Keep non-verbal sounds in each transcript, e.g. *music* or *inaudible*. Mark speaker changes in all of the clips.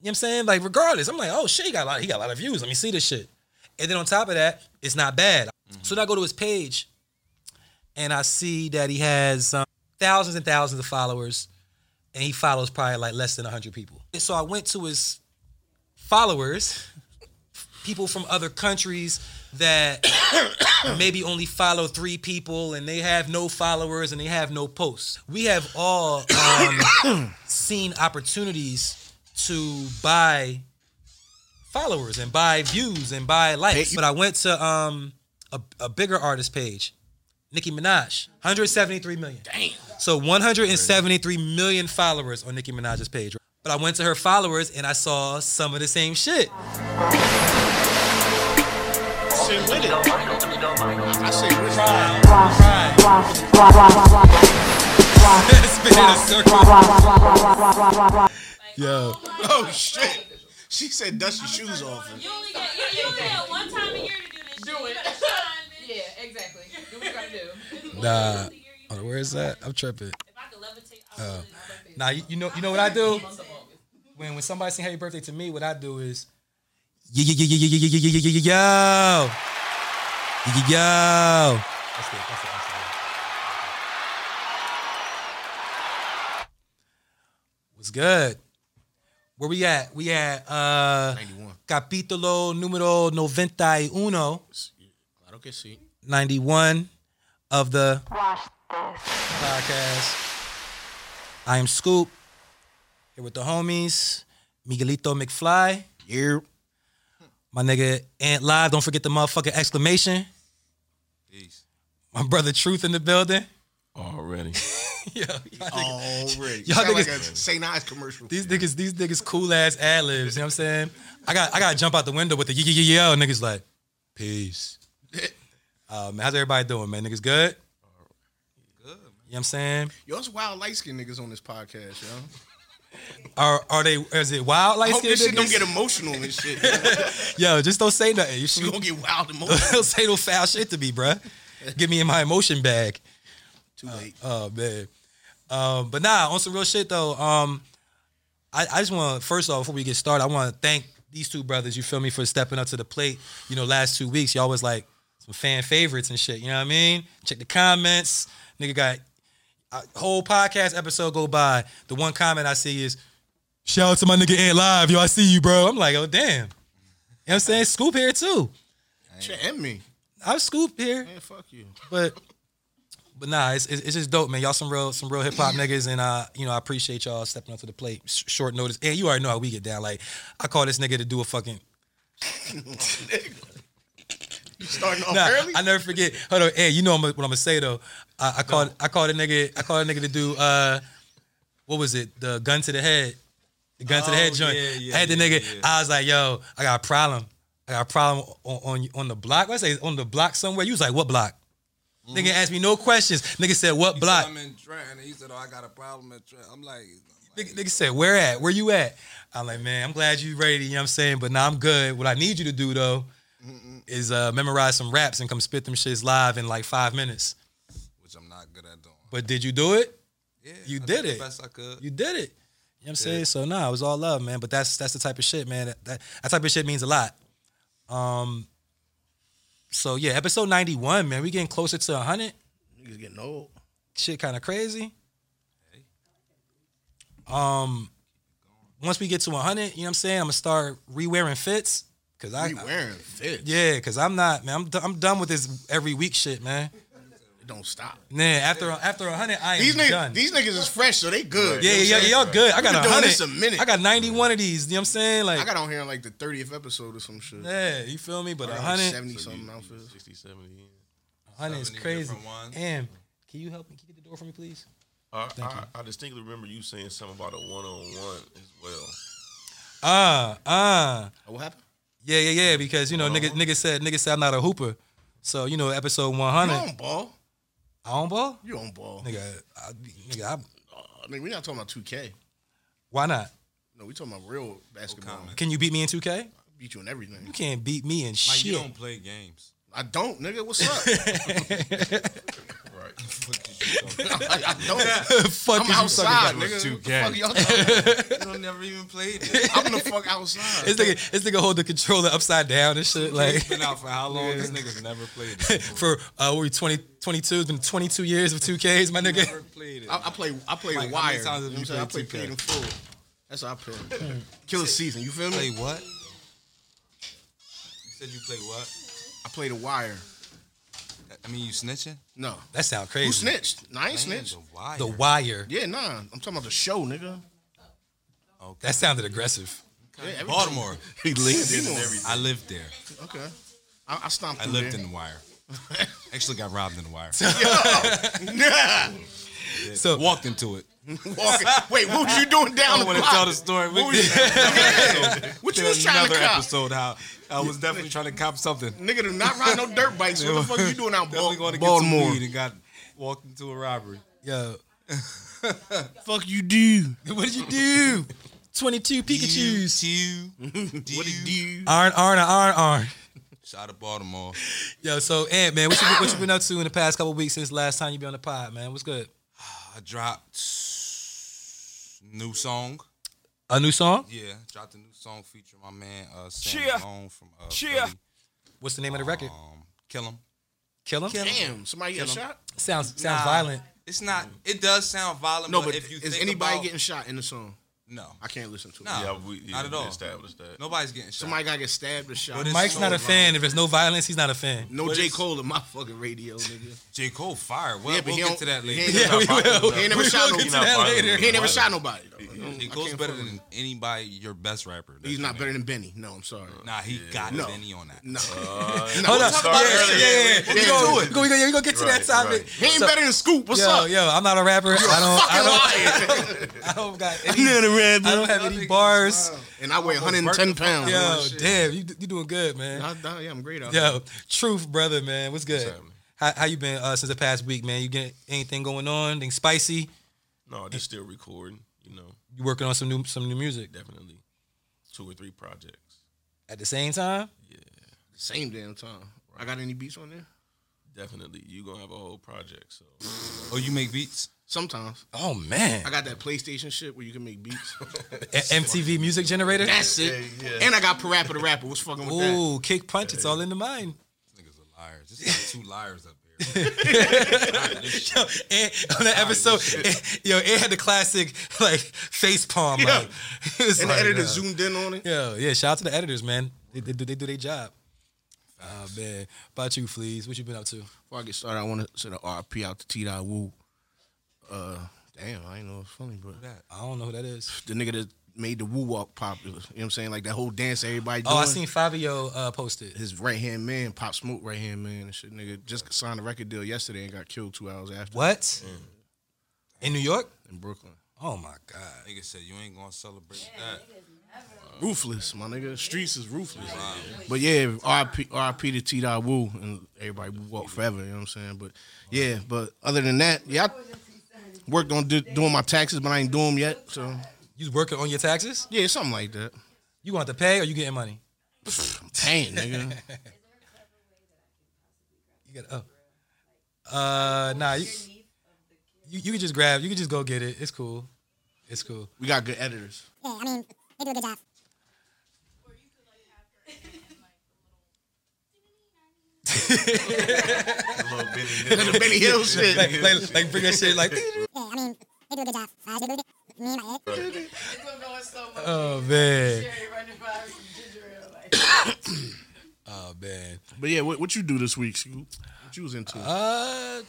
Speaker 1: You know what I'm saying? Like, regardless, I'm like, oh shit, he got a lot, he got a lot of views. Let me see this shit. And then on top of that, it's not bad. So then I go to his page and I see that he has um, thousands and thousands of followers and he follows probably like less than 100 people. And so I went to his followers, people from other countries that *coughs* maybe only follow three people and they have no followers and they have no posts. We have all um, seen opportunities to buy followers and buy views and buy likes. But I went to um, a, a bigger artist page, Nicki Minaj, 173 million. Damn. So 173 million followers on Nicki Minaj's page. But I went to her followers and I saw some of the same shit. *laughs*
Speaker 2: Shit with it. I say with it.
Speaker 1: Spinning a circle.
Speaker 3: Yo,
Speaker 2: *laughs* Oh shit. She said dust your shoes off.
Speaker 4: You only get you, you only get one time a year to do this.
Speaker 5: Do it.
Speaker 4: shit. You gotta shine, bitch.
Speaker 5: Yeah, exactly. Do what you gotta do.
Speaker 1: Nah. Hold on, Where is that? I'm tripping.
Speaker 4: If I could levitate, I
Speaker 2: Uh,
Speaker 4: would.
Speaker 1: Nah, you, you know you know what I do? When when somebody sing happy birthday to me, what I do is yo yo yo yo yo yo yo yo yo yo yo. Yo, yo, yo. That's it, that's it, that's it. What's good? Where we at? We at uh
Speaker 2: 91.
Speaker 1: capítulo número 91.
Speaker 2: Claro que sí.
Speaker 1: 91 of the podcast. I am Scoop here with the homies, Miguelito McFly,
Speaker 2: Yeah.
Speaker 1: my nigga Ant Live. Don't forget the motherfucking exclamation.
Speaker 6: Peace.
Speaker 1: My brother Truth in the building.
Speaker 6: Already.
Speaker 1: Yo, *laughs* y'all niggas-
Speaker 2: Already.
Speaker 1: Y'all
Speaker 2: Sound
Speaker 1: *laughs*
Speaker 2: like
Speaker 1: niggas-
Speaker 2: a St. Ives commercial.
Speaker 1: these niggas, these niggas cool ass ad libs. You know what I'm saying? I got I gotta jump out the window with the yo yo yo yo. Niggas like, *laughs* peace. Uh, man, how's everybody doing, man? Niggas good? Good. You know what I'm saying?
Speaker 2: Yo, it's wild light skinned niggas on this podcast, yo.
Speaker 1: Are are they? Is it wild
Speaker 2: I
Speaker 1: like
Speaker 2: hope
Speaker 1: skin
Speaker 2: this shit don't
Speaker 1: niggas?
Speaker 2: get emotional
Speaker 1: *laughs*
Speaker 2: and shit. yo.
Speaker 1: Yo, just don't say nothing.
Speaker 2: *laughs*
Speaker 1: You should
Speaker 2: You gonna get wild emotional.
Speaker 1: *laughs* don't say no foul shit to me, bruh. Get me in my emotion bag.
Speaker 2: Too late.
Speaker 1: Oh man. Um, but nah, on some real shit though. Um, I, I just want to first off before we get started, I want to thank these two brothers. You feel me for stepping up to the plate. You know, last two weeks y'all was like some fan favorites and shit. You know what I mean? Check the comments. Nigga got a whole podcast episode go by. The one comment I see is shout out to my nigga Ant Live. Yo, I see you, bro. I'm like, oh damn. You know what I'm saying? Scoop here too.
Speaker 2: Shit, and me.
Speaker 1: I'm Scoop here.
Speaker 2: Man, fuck you.
Speaker 1: But but nah, it's, it's it's just dope, man. Y'all some real some real hip hop niggas, and uh, you know I appreciate y'all stepping up to the plate. Sh- short notice, and you already know how we get down. Like I call this nigga to do a fucking.
Speaker 2: You starting off
Speaker 1: Nah,
Speaker 2: early?
Speaker 1: I never forget. Hold on, and you know I'm, what I'm gonna say though. I, I called I called a nigga I called a nigga to do uh, what was it? The gun to the head, the gun to the head
Speaker 6: Oh,
Speaker 1: joint.
Speaker 6: yeah, yeah,
Speaker 1: I had the
Speaker 6: yeah,
Speaker 1: nigga.
Speaker 6: yeah.
Speaker 1: I was like, yo, I got a problem. I got a problem on on, on the block. What I say on the block somewhere. You was like, what block?
Speaker 6: Mm-hmm.
Speaker 1: Nigga asked me no questions. Nigga said, what block?
Speaker 6: I'm in Trenton. He said, "Oh, I got a problem at Trenton." I'm like, I'm like,
Speaker 1: Nigga, nigga said, where at? Where you at? I'm like, man, I'm glad you ready, you know what I'm saying? But now I'm good. What I need you to do though is uh, memorize some raps and come spit them shits live in like five minutes.
Speaker 6: which I'm not good at doing.
Speaker 1: But did you do it?
Speaker 6: Yeah,
Speaker 1: you
Speaker 6: I
Speaker 1: did
Speaker 6: the
Speaker 1: it.
Speaker 6: best I could.
Speaker 1: You did it. You know what I'm saying? So nah, it was all love, man. But that's that's the type of shit, man. That that, that type of shit means a lot. Um so yeah, episode 91, man. We getting closer to 100.
Speaker 2: Niggas getting old.
Speaker 1: shit kind of crazy. Um, once we get to 100, you know what I'm saying? I'm gonna start rewearing fits because I,
Speaker 2: You wearing fit.
Speaker 1: yeah, because I'm not, man. I'm, d- I'm done with this every week shit, man.
Speaker 2: It don't stop.
Speaker 1: Man, after after 100, I am
Speaker 2: These niggas,
Speaker 1: done.
Speaker 2: these niggas is fresh, so they good.
Speaker 1: yeah,
Speaker 2: You
Speaker 1: yeah,
Speaker 2: know what I'm
Speaker 1: yeah, y'all
Speaker 2: saying?
Speaker 1: good. I got
Speaker 2: been doing
Speaker 1: 100.
Speaker 2: this a minute.
Speaker 1: I got 91 of these. You know what I'm saying? Like,
Speaker 2: I got on here in like the 30th episode or some shit.
Speaker 1: yeah, you feel me? But
Speaker 2: Like
Speaker 1: 100,
Speaker 2: 70
Speaker 6: So
Speaker 2: something
Speaker 6: you-
Speaker 2: outfits.
Speaker 6: 60, 70 in.
Speaker 1: 100 is
Speaker 6: 70
Speaker 1: crazy.
Speaker 6: different ones.
Speaker 1: And can you help me? Can you get the door for me, please?
Speaker 6: I, I, I distinctly remember you saying something about a one-on-one as well.
Speaker 1: Ah, ah.
Speaker 2: Oh, What happened?
Speaker 1: Yeah, yeah, yeah. Because you know, nigga,
Speaker 2: Uh-huh.
Speaker 1: nigga said, nigga said I'm not a hooper. So you know, episode 100.
Speaker 2: You on ball.
Speaker 1: I don't ball,
Speaker 2: You on ball.
Speaker 1: nigga. I, nigga, I,
Speaker 2: I mean, we're not talking about 2K.
Speaker 1: why not?
Speaker 2: No, we talking about real basketball.
Speaker 6: comment.
Speaker 1: Can you beat me in 2K?
Speaker 2: Beat you in everything.
Speaker 1: You can't beat me in
Speaker 6: Like
Speaker 1: shit.
Speaker 6: you don't play games, *laughs*
Speaker 2: I don't, nigga. What's up?
Speaker 6: right?
Speaker 2: right. I don't.
Speaker 1: *laughs* fuck
Speaker 2: I'm
Speaker 1: is you
Speaker 2: outside,
Speaker 1: talking
Speaker 6: was
Speaker 2: nigga.
Speaker 6: too
Speaker 2: What the
Speaker 6: gay.
Speaker 2: fuck y'all talking about?
Speaker 6: You don't never even played it.
Speaker 2: I'm the fuck outside.
Speaker 1: This nigga, this nigga hold the controller upside down and shit. Like *laughs*
Speaker 6: It's been out for how long? This nigga's never played it.
Speaker 1: for uh, what were you 20, 22? It's been twenty two years of two Ks, my nigga.
Speaker 6: Never played it.
Speaker 2: I, I play. I play
Speaker 6: Mike, how many
Speaker 2: wire.
Speaker 6: times
Speaker 2: you know what
Speaker 6: have you
Speaker 2: I'm saying? I play
Speaker 6: played
Speaker 2: paid
Speaker 6: 2K?
Speaker 2: in full. That's how I play.
Speaker 6: *laughs*
Speaker 2: Killer season. You feel
Speaker 6: play
Speaker 2: me?
Speaker 6: what? You said you play what?
Speaker 2: I play the wire.
Speaker 6: I mean, you snitching?
Speaker 2: No.
Speaker 1: That sound
Speaker 2: Who
Speaker 1: crazy.
Speaker 2: snitched? No, I ain't
Speaker 6: Man,
Speaker 2: snitched.
Speaker 6: The wire.
Speaker 1: The Wire.
Speaker 2: Yeah, nah. I'm talking about the show, nigga.
Speaker 6: Okay.
Speaker 1: That sounded aggressive.
Speaker 2: Yeah, every-
Speaker 6: Baltimore.
Speaker 2: He lived in and everything.
Speaker 6: I lived there.
Speaker 2: Okay. I, I stomped.
Speaker 6: I
Speaker 2: through
Speaker 6: lived
Speaker 2: there.
Speaker 6: in
Speaker 2: *laughs*
Speaker 6: the wire. Actually, got robbed in the wire.
Speaker 2: *laughs* Nah.
Speaker 1: So
Speaker 6: Walked into it.
Speaker 2: Walking. Wait, what was you doing down
Speaker 6: I
Speaker 2: the
Speaker 6: want to tell
Speaker 2: block?
Speaker 6: the story. We
Speaker 2: What you
Speaker 6: did
Speaker 2: was trying to
Speaker 6: *laughs* another
Speaker 2: cop?
Speaker 6: episode how I was definitely trying to cop something.
Speaker 2: Nigga, do not ride no dirt bikes. What the fuck you doing out
Speaker 6: *laughs*
Speaker 2: Bal-
Speaker 6: Definitely going to get some
Speaker 2: Baltimore?
Speaker 6: weed and got walked into a robbery.
Speaker 1: yo,
Speaker 2: Fuck you do.
Speaker 1: what did you do?
Speaker 2: *laughs*
Speaker 1: Twenty two Pikachu's.
Speaker 6: You,
Speaker 2: What did
Speaker 6: you
Speaker 2: you?
Speaker 1: Arn, arn, arn, arn.
Speaker 6: shot at Baltimore?
Speaker 1: Yo, so Ant man, what you, what you been up to in the past couple weeks since last time you been on the pod, man? What's good?
Speaker 6: I dropped new song.
Speaker 1: A new song?
Speaker 6: Yeah, dropped a new song featuring my man uh, Sam Malone from uh, Philly.
Speaker 1: What's the name of the record?
Speaker 6: Um, Kill him.
Speaker 1: Kill him.
Speaker 2: Damn, somebody got shot?
Speaker 1: Sounds sounds
Speaker 6: Nah,
Speaker 1: violent.
Speaker 6: It's not. It does sound violent,
Speaker 2: No,
Speaker 6: but,
Speaker 2: but
Speaker 6: if you
Speaker 2: is
Speaker 6: think
Speaker 2: anybody
Speaker 6: about-
Speaker 2: getting shot in the song?
Speaker 6: no,
Speaker 2: I can't listen to it.
Speaker 6: Nah.
Speaker 2: Yeah.
Speaker 6: Yeah, we- Ah, Not yeah, at we all.
Speaker 2: Established that.
Speaker 6: nobody's getting shot.
Speaker 2: Somebody gotta get stabbed or shot.
Speaker 6: But it's-
Speaker 1: Mike's
Speaker 6: so
Speaker 1: not a
Speaker 6: violent.
Speaker 1: fan. If there's no violence, he's not a fan.
Speaker 2: no
Speaker 6: but
Speaker 2: J
Speaker 6: it's-
Speaker 2: Cole in my fucking radio,
Speaker 6: *laughs*
Speaker 2: nigga.
Speaker 6: J Cole fire. Well,
Speaker 2: Yeah, but
Speaker 6: we'll
Speaker 2: he
Speaker 6: get
Speaker 2: don't-
Speaker 6: to that
Speaker 2: he
Speaker 6: later.
Speaker 2: ain't-
Speaker 1: Yeah, we *laughs* will.
Speaker 2: He ain't never
Speaker 1: we
Speaker 2: shot
Speaker 1: will get to
Speaker 2: nobody.
Speaker 1: that
Speaker 2: Not
Speaker 6: *laughs*
Speaker 1: later.
Speaker 2: He ain't never shot nobody.
Speaker 6: J
Speaker 2: I
Speaker 6: Cole's
Speaker 2: can't
Speaker 6: better
Speaker 2: fuck with him.
Speaker 6: than anybody. Your best rapper. That's
Speaker 2: He's
Speaker 6: your
Speaker 2: not
Speaker 6: man.
Speaker 2: better than Benny. No, I'm sorry.
Speaker 6: Nah, he got
Speaker 2: No.
Speaker 6: Benny on that.
Speaker 2: No.
Speaker 7: Uh,
Speaker 6: *laughs*
Speaker 1: Hold up.
Speaker 2: Sorry,
Speaker 1: Yeah,
Speaker 2: earlier.
Speaker 1: yeah, yeah, yeah.
Speaker 2: We'll
Speaker 1: We
Speaker 2: get
Speaker 1: gonna-
Speaker 2: to
Speaker 1: we gonna- we gonna get to that
Speaker 2: Right,
Speaker 1: topic.
Speaker 2: He ain't better than Scoop. What's
Speaker 1: yo,
Speaker 2: up?
Speaker 1: yo, I'm not a rapper. I don't. I
Speaker 2: Fucking
Speaker 1: don't. *laughs*
Speaker 2: liar.
Speaker 1: I don't got any. I
Speaker 2: rapper.
Speaker 1: don't have any bars.
Speaker 2: And I weigh 110 pounds.
Speaker 1: Yo,
Speaker 2: Shit.
Speaker 1: damn, you you doing good, man.
Speaker 2: Nah, nah, yeah, I'm great out here.
Speaker 1: Yo, truth, brother, man. What's good?
Speaker 2: happening?
Speaker 1: How, how you been uh, since the past week, man? You get anything going on? Anything spicy?
Speaker 7: No, just still recording, you know,
Speaker 1: You working on some new some new music
Speaker 7: definitely. Two or three projects.
Speaker 1: at the same time?
Speaker 2: Same damn time. I got any beats on there?
Speaker 7: Definitely. you going to have a whole project. So,
Speaker 6: Oh, you make beats?
Speaker 2: Sometimes.
Speaker 1: Oh man,
Speaker 2: I got that PlayStation shit where you can
Speaker 1: *laughs*
Speaker 2: make beats.
Speaker 1: A- MTV Music Generator.
Speaker 2: That's it. And I got Parappa the Rapper. What's fucking with that?
Speaker 1: Ooh, kick punch. It's all in the mind. *laughs*
Speaker 6: This nigga's a liar. Just like two liars up *laughs* here.
Speaker 1: Yo, and on that episode, and, yo, it had the classic like face palm.
Speaker 2: Yeah.
Speaker 1: Like, *laughs* it was
Speaker 2: And
Speaker 1: like,
Speaker 2: the editor
Speaker 1: uh,
Speaker 2: zoomed in on it.
Speaker 1: Yo, yeah, shout out to the editors, man. They, they, do- they do their job. Oh man, about you, Fleas. What you been up to?
Speaker 2: Before I get started, I want to send an RP out to T. Dot Woo. Uh, damn, I ain't know it's funny, but
Speaker 1: I don't know who that is.
Speaker 2: the nigga that made the Woo Walk popular. You know what I'm saying? Like that whole dance everybody doing.
Speaker 1: Oh, I seen Fabio uh, posted.
Speaker 2: his right hand man, Pop Smoke right hand man, and shit. Nigga just signed a record deal yesterday and got killed two hours after
Speaker 1: What?
Speaker 2: Mm.
Speaker 1: In New York?
Speaker 2: in Brooklyn.
Speaker 1: Oh my God.
Speaker 6: Nigga said you ain't gonna celebrate that.
Speaker 2: Ruthless, my nigga. Streets is ruthless. But yeah, RIP, RIP to T. Dot Wu and everybody Wu walk forever. You know what I'm saying? But yeah, but other than that, yeah, I worked on do, doing my taxes, but I ain't doing them yet. So
Speaker 1: You working on your taxes?
Speaker 2: yeah, something like that.
Speaker 1: You want to pay or you getting money?
Speaker 2: I'm paying, nigga.
Speaker 1: You got oh. Uh, nah. You, you you can just grab. You can just go get it. It's cool. It's cool. *laughs*
Speaker 2: We got good editors. *laughs*
Speaker 8: Yeah, I mean, they do a good job.
Speaker 2: the Benny Hill shit.
Speaker 1: Like, like, like bring that shit like. *laughs*
Speaker 8: Yeah, I mean, they do a good job. Uh, they do a good Me and my head.
Speaker 9: It's gonna go in so much.
Speaker 1: Oh man.
Speaker 9: Jerry running by with ginger ale, like.
Speaker 1: *coughs* Oh man.
Speaker 2: But yeah, what, what you do this week, Scoop? What you was into?
Speaker 1: Uh.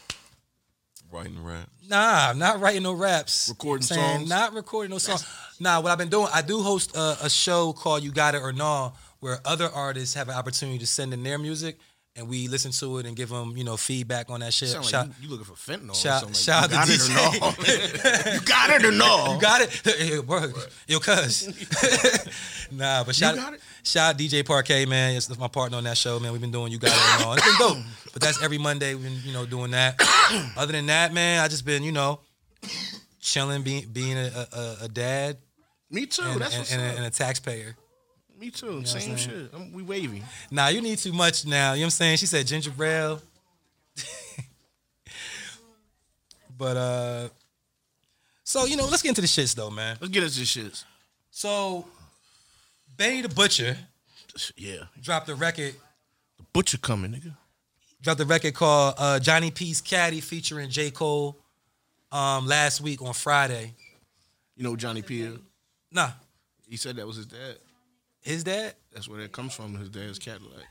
Speaker 7: writing rap.
Speaker 1: Nah, I'm not writing no raps. I'm
Speaker 2: Recording
Speaker 1: saying
Speaker 2: songs?
Speaker 1: Not recording no songs. Nah, what I've been doing, I do host a, a show called You Got It or Nah, where other artists have an opportunity to send in their music, and we listen to it and give them, you know, feedback on that shit.
Speaker 2: Sound like
Speaker 1: Shout-
Speaker 2: you, you looking for fentanyl?
Speaker 1: shout-
Speaker 2: or
Speaker 1: shout out
Speaker 2: something.
Speaker 1: to
Speaker 2: like,
Speaker 1: DJ.
Speaker 2: you got it or no? you
Speaker 1: *laughs*
Speaker 2: got it or no?
Speaker 1: You got it, Hey, bro. Yo, cuz. *laughs* nah, but shout,
Speaker 2: got it?
Speaker 1: shout out DJ Parquet, man. It's my partner on that show, man. We've been doing you got it and all. It's been dope. But that's every Monday we've been, you know, doing
Speaker 2: *coughs*
Speaker 1: that. Other than that, man, I just been, you know, chilling, being being a, a, a- a dad
Speaker 2: Me too.
Speaker 1: and,
Speaker 2: Oh, That's
Speaker 1: and-
Speaker 2: what's
Speaker 1: and
Speaker 2: up.
Speaker 1: a, and a taxpayer.
Speaker 2: Me too. Same shit. I'm, we wavy.
Speaker 1: Nah, you need too much now. You know what I'm saying? She said ginger ale. *laughs* But uh, so you know, let's get into the shits though, man.
Speaker 2: Let's get into this shit.
Speaker 1: So Benny the Butcher
Speaker 2: Yeah,
Speaker 1: dropped a record.
Speaker 2: the butcher coming, nigga.
Speaker 1: Dropped a record called uh, Johnny P's Caddy featuring J Cole. Um, last week on Friday.
Speaker 2: You know Johnny P. is?
Speaker 1: Nah,
Speaker 2: He said that was his dad.
Speaker 1: his dad.
Speaker 2: That's where that comes from. His dad's Cadillac.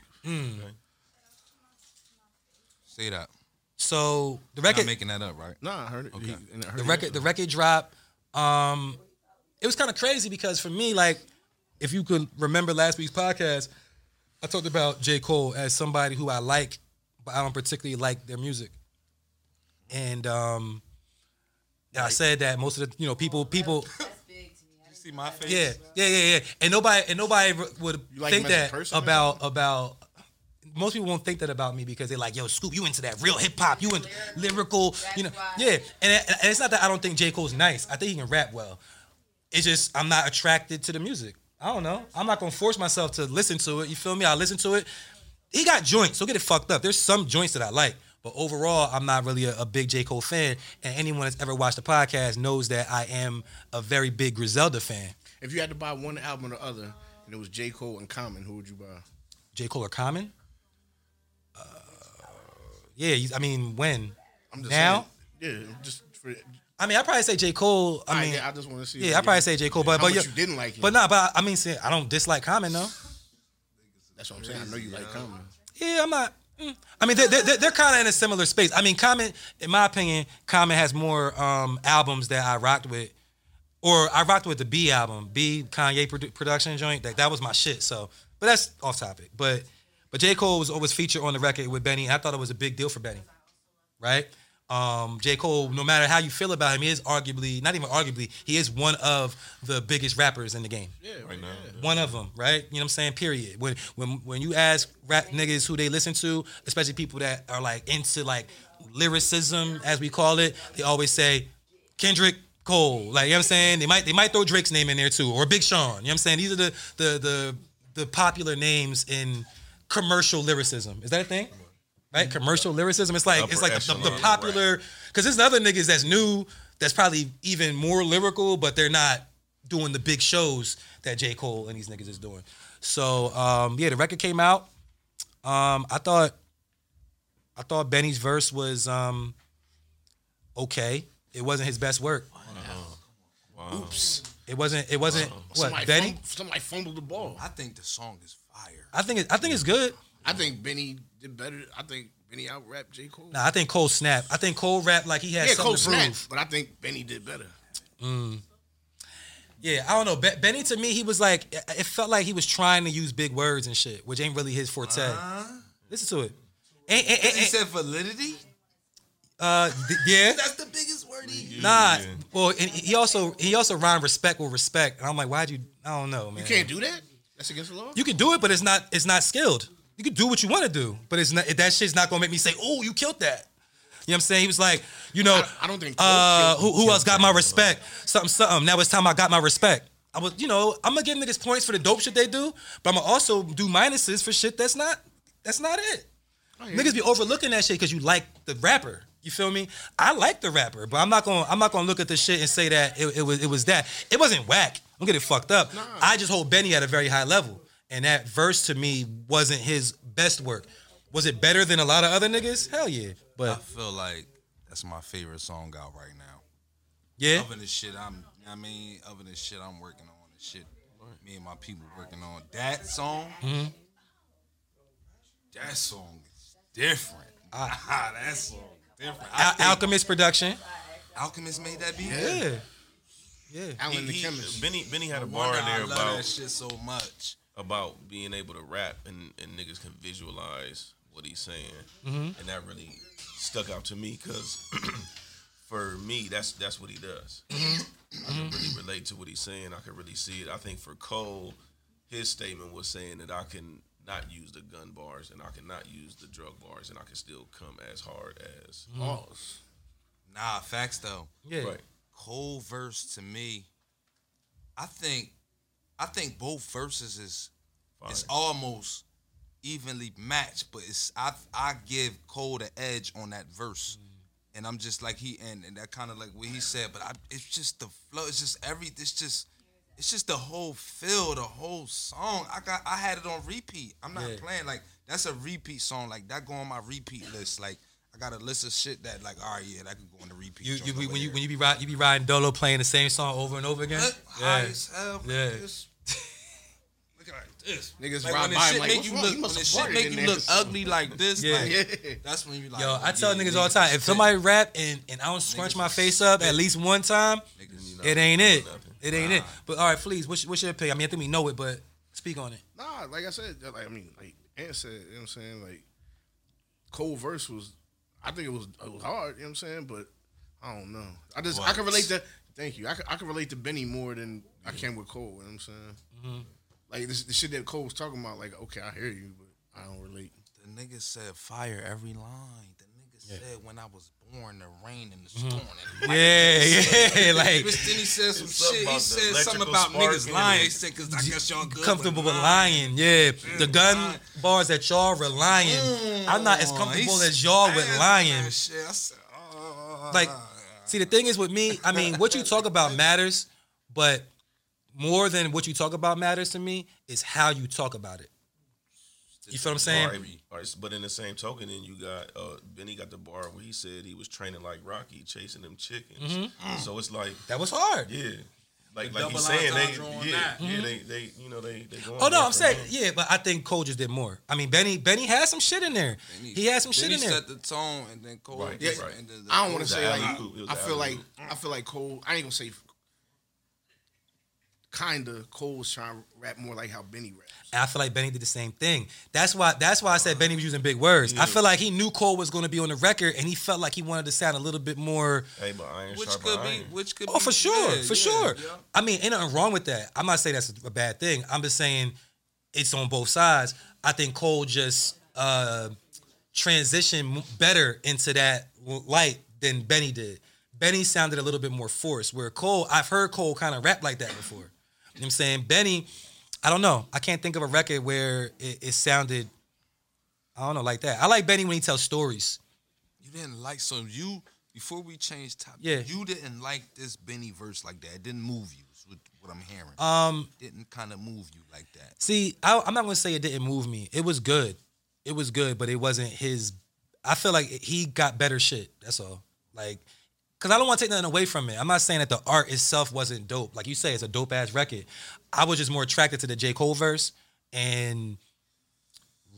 Speaker 6: Say that.
Speaker 1: So the
Speaker 6: Not
Speaker 1: record,
Speaker 6: making that up, right?
Speaker 2: Nah, I heard it. He- and I heard
Speaker 1: the
Speaker 2: it
Speaker 1: record, the record drop. Um, it was kind of crazy because for me, like, if you could remember last week's podcast, I talked about J. Cole as somebody who I like, but I don't particularly like their music. And um, I said that most of the you know people people
Speaker 9: Oh, That's big to me. I
Speaker 6: See my face.
Speaker 1: yeah yeah yeah yeah and nobody and nobody would
Speaker 2: like
Speaker 1: think
Speaker 2: him as a
Speaker 1: that
Speaker 2: person or
Speaker 1: about about most people won't think that about me because they're like, "Yo, Scoop, you into that real hip hop, you into lyrical, you know,
Speaker 9: why.
Speaker 1: yeah." And, and it's not that I don't think J Cole's nice. I think he can rap well. It's just I'm not attracted to the music. I don't know. I'm not gonna force myself to listen to it. You feel me? I listen to it. He got joints, so get it fucked up. There's some joints that I like, but overall, I'm not really a, a big J Cole fan. And anyone that's ever watched the podcast knows that I am a very big Griselda fan.
Speaker 2: If you had to buy one album or the other, and it was J. Cole and Common, who would you buy?
Speaker 1: J Cole or Common? Uh, yeah, you- I mean when?
Speaker 2: I'm just
Speaker 1: Now?
Speaker 2: Saying, yeah, just for.
Speaker 1: I mean, I probably say J Cole. I
Speaker 2: I
Speaker 1: mean,
Speaker 2: yeah, I just want to see.
Speaker 1: yeah, I probably say J Cole, but
Speaker 2: How
Speaker 1: but
Speaker 2: much
Speaker 1: yeah,
Speaker 2: you didn't like him.
Speaker 1: but nah, but I mean, see, I don't dislike Common though.
Speaker 2: That's what I'm saying. I know you like Common.
Speaker 1: Yeah, I'm not. mm. I mean, they're, they're, they're kind of in a similar space. I mean, Common, in my opinion, Common has more um, albums that I rocked with, or I rocked with the B album, B Kanye produ- production joint. Like that was my shit. So, but that's off topic. But but J Cole was always featured on the record with Benny, and I thought it was a big deal for Benny, right? Um, J Cole, no matter how you feel about him, he is arguably not even arguably, he is one of the biggest rappers in the game.
Speaker 7: right now.
Speaker 1: One of them, right? You know what I'm saying? Period. When when when you ask rap niggas who they listen to, especially people that are like into like lyricism as we call it, they always say Kendrick Cole. Like you know what I'm saying? They might they might throw Drake's name in there too or Big Sean. You know what I'm saying? These are the the the the popular names in commercial lyricism. Is that a thing? Right? Commercial lyricism. It's like it's
Speaker 7: Mm-hmm. Upper
Speaker 1: like the, the, the
Speaker 7: echelon,
Speaker 1: popular because there's other niggas that's new that's probably even more lyrical, but they're not doing the big shows that J. Cole and these niggas is doing. So um, yeah, the record came out. Um, I thought I thought Benny's verse was um, okay. It wasn't his best work.
Speaker 2: Oops.
Speaker 1: It wasn't. It wasn't.
Speaker 2: Somebody,
Speaker 1: What Benny?
Speaker 2: fum- somebody fumbled the ball.
Speaker 6: I think the song is fire.
Speaker 1: I think. It, I think it's good.
Speaker 2: I think Benny did better. I think Benny out rapped J. Cole.
Speaker 1: Nah, I think Cole snapped. I think Cole rapped like he had
Speaker 2: yeah,
Speaker 1: something
Speaker 2: Cole
Speaker 1: to prove.
Speaker 2: snapped, but I think Benny did better.
Speaker 1: Yeah, I don't know. Be- Benny to me, he was like, it it felt like he was trying to use big words and shit, which ain't really his forte. Listen to it. Ain't, ain't, ain't,
Speaker 6: He
Speaker 1: ain't-
Speaker 6: said validity.
Speaker 1: uh, th- yeah.
Speaker 6: That's the biggest word he used.
Speaker 1: Nah, well, and he also he also rhymed respect with respect, and I'm like, why'd you? I don't know, man.
Speaker 2: You can't do that. That's against the law.
Speaker 1: You can do it, but it's not it's not skilled. You can do what you want to do, but it's not that shit's not gonna make me say, "Oh, you killed that." You know what I'm saying? He was like, you know,
Speaker 2: I- I don't think Cole
Speaker 1: uh,
Speaker 2: killed-
Speaker 1: who, who else got my respect? Something, something. Now it's time I got my respect. I was, you know, I'm gonna give niggas points for the dope shit they do, but I'm gonna also do minuses for shit that's not that's not it. Niggas be overlooking that shit because you like the rapper. You feel me? I like the rapper, but I'm not gonna I'm not gonna look at the shit and say that it, it was it was that. It wasn't whack. I'm getting fucked up. I just hold Benny at a very high level, and that verse to me wasn't his best work. Was it better than a lot of other niggas? Hell yeah.
Speaker 6: I
Speaker 1: But
Speaker 6: feel like that's my favorite song out right now.
Speaker 1: yeah,
Speaker 6: Other than shit, I'm. I mean, other than shit, I'm working on the shit. Me and my people working on that song. That song is different. *laughs* that song different. I
Speaker 1: Al-
Speaker 6: think
Speaker 1: Alchemist production.
Speaker 6: Alchemist made that beat.
Speaker 1: Yeah, yeah.
Speaker 2: Alan the
Speaker 7: He-
Speaker 2: chemist.
Speaker 7: Benny Benny had a
Speaker 6: Wonder
Speaker 7: bar in
Speaker 6: I
Speaker 7: there
Speaker 6: love that
Speaker 7: about
Speaker 6: shit so much.
Speaker 7: about being able to rap and, and niggas can visualize what he's saying,
Speaker 1: Mm-hmm.
Speaker 7: and that really stuck out to me because *clears throat* for me that's that's what he does.
Speaker 1: Mm-hmm.
Speaker 7: I can really relate to what he's saying. I can really see it. I think for Cole, his statement was saying that I can not use the gun bars and I can not use the drug bars and I can still come as hard as
Speaker 1: Mm-hmm.
Speaker 2: Pause.
Speaker 6: Nah, facts though.
Speaker 1: Yeah.
Speaker 7: right.
Speaker 6: Cole verse to me, I think, I think both verses is is
Speaker 7: Fire.
Speaker 6: almost evenly matched, but it's I I give Cole the edge on that verse
Speaker 1: Mm.
Speaker 6: and I'm just like he and, and that kind of like what he said, but I, it's just the flow. It's just every. It's just it's just the whole feel, the whole song. I got I had it on repeat. I'm not
Speaker 1: Yeah.
Speaker 6: playing like that's a repeat song. Like that go on my repeat list. Like I got a list of shit that like all right, yeah, that could go on the repeat.
Speaker 1: You,
Speaker 6: joint
Speaker 1: you be,
Speaker 6: over
Speaker 1: when you
Speaker 6: here.
Speaker 1: when you be riding you be riding dolo playing the same song over and over again.
Speaker 6: Huh? high as hell.
Speaker 1: Yeah.
Speaker 6: Yeah. *laughs* Look at this.
Speaker 2: Niggas
Speaker 6: Like,
Speaker 2: ride
Speaker 6: when the
Speaker 2: by
Speaker 6: shit
Speaker 2: like,
Speaker 6: make
Speaker 2: "What's
Speaker 6: you
Speaker 2: wrong?
Speaker 6: look,
Speaker 2: You
Speaker 6: when
Speaker 2: must
Speaker 6: the
Speaker 2: have
Speaker 6: shit
Speaker 2: farted
Speaker 6: make
Speaker 2: in
Speaker 6: you
Speaker 2: there
Speaker 6: look
Speaker 2: or something."
Speaker 6: ugly like this,
Speaker 1: Yeah.
Speaker 6: like,
Speaker 2: Yeah. *laughs*
Speaker 6: that's when you like.
Speaker 1: Yo, I
Speaker 6: yeah,
Speaker 1: tell niggas all the
Speaker 6: niggas
Speaker 1: time
Speaker 6: is
Speaker 1: if
Speaker 6: sick.
Speaker 1: somebody rap and, and I don't scrunch my face up at least one time,
Speaker 6: Niggas,
Speaker 1: it ain't it. It ain't it. But all right, please, what's, what's your opinion? I mean, I think we know it, but speak on it.
Speaker 2: Nah, like I said, like, I mean, like Ant said, you know what I'm saying? Like, Cole verse was, I think it was, it was hard, you know what I'm saying? But I don't know. I just, I can relate to, thank you. I can, I can relate to Benny more than I can with Cole, you know what I'm saying?
Speaker 6: Mm-hmm.
Speaker 2: Like, this, the shit that Cole was talking about, like, okay, I hear you, but I don't relate.
Speaker 6: The nigga said fire every line. The nigga said when I was born, the rain and the
Speaker 1: Mm-hmm.
Speaker 6: storm.
Speaker 1: *laughs*
Speaker 6: And lightning."
Speaker 1: Yeah, yeah, *laughs* like
Speaker 6: Bitch, then he said some
Speaker 7: something
Speaker 6: shit. He
Speaker 7: about
Speaker 6: said
Speaker 7: the
Speaker 6: something
Speaker 7: electrical
Speaker 6: about
Speaker 7: spark
Speaker 6: niggas
Speaker 7: and
Speaker 6: lying. He
Speaker 7: it-
Speaker 6: said, "Cause I guess y'all good."
Speaker 1: comfortable
Speaker 6: with
Speaker 1: with lying. Yeah, the gun
Speaker 6: lying.
Speaker 1: bars that y'all relying. I'm not as
Speaker 6: Oh,
Speaker 1: comfortable
Speaker 6: he's
Speaker 1: as y'all with
Speaker 6: spazzing
Speaker 1: lying.
Speaker 6: and Shit. I said, oh,
Speaker 1: Like, see, the thing is with me. I mean, what you talk about matters, but more than what you talk about matters to me is how you talk about it. You feel what I'm saying?
Speaker 7: but in the same token, then you got uh, Benny got the bar where he said he was training like Rocky, chasing them chickens.
Speaker 1: Mm-hmm.
Speaker 7: So it's like,
Speaker 1: That was hard.
Speaker 7: yeah, like like
Speaker 10: double
Speaker 7: he's saying, they,
Speaker 10: entendre on
Speaker 7: yeah,
Speaker 10: that.
Speaker 7: yeah, they, they, you know, they, they going
Speaker 1: Mm-hmm. Oh no,
Speaker 7: there
Speaker 1: I'm
Speaker 7: for
Speaker 1: saying
Speaker 7: him.
Speaker 1: yeah, but I think Cole just did more. I mean, Benny Benny had some shit in there. He had some shit
Speaker 6: Then
Speaker 1: in
Speaker 6: he
Speaker 1: there.
Speaker 6: set the tone, and then Cole.
Speaker 7: Right,
Speaker 6: just-
Speaker 7: right.
Speaker 6: and then the
Speaker 2: I don't want to
Speaker 6: Cole-
Speaker 2: say, like,
Speaker 7: alley-oop. It was
Speaker 2: I
Speaker 7: the
Speaker 2: feel like,
Speaker 7: alley-oop.
Speaker 2: I feel like Cole, I ain't gonna say, kinda, Cole was trying to rap more like how Benny raps.
Speaker 1: And I feel like Benny did the same thing. That's why. That's why I said Benny was using big words. I feel like he knew Cole was going to be on the record, and he felt like he wanted to sound a little bit more.
Speaker 7: Hey, but iron
Speaker 6: Which
Speaker 7: sharp
Speaker 6: could be,
Speaker 7: iron.
Speaker 6: which could
Speaker 1: Oh,
Speaker 6: be,
Speaker 1: for sure,
Speaker 6: yeah,
Speaker 1: for
Speaker 6: yeah,
Speaker 1: sure.
Speaker 6: yeah.
Speaker 1: I mean, ain't nothing wrong with that. I'm not saying that's a bad thing. I'm just saying it's on both sides. I think Cole just uh, transitioned m- better into that l- light than Benny did. Benny sounded a little bit more forced. Where Cole, I've heard Cole kind of rap like that before. You know what I'm saying Benny, I don't know. I can't think of a record where it, it sounded. I don't know, like that. I like Benny when he tells stories.
Speaker 6: You didn't like so you before we change topic.
Speaker 1: Yeah.
Speaker 6: You didn't like this Benny verse like that. It didn't move you. Is what, what I'm hearing.
Speaker 1: Um,
Speaker 6: didn't kind of move you like that.
Speaker 1: See, I, I'm not gonna say it didn't move me. It was good. It was good, but it wasn't his. I feel like he got better shit. That's all. Like, cause I don't want to take nothing away from it. I'm not saying that the art itself wasn't dope. Like you say, it's a dope ass record. I was just more attracted to the J Cole verse and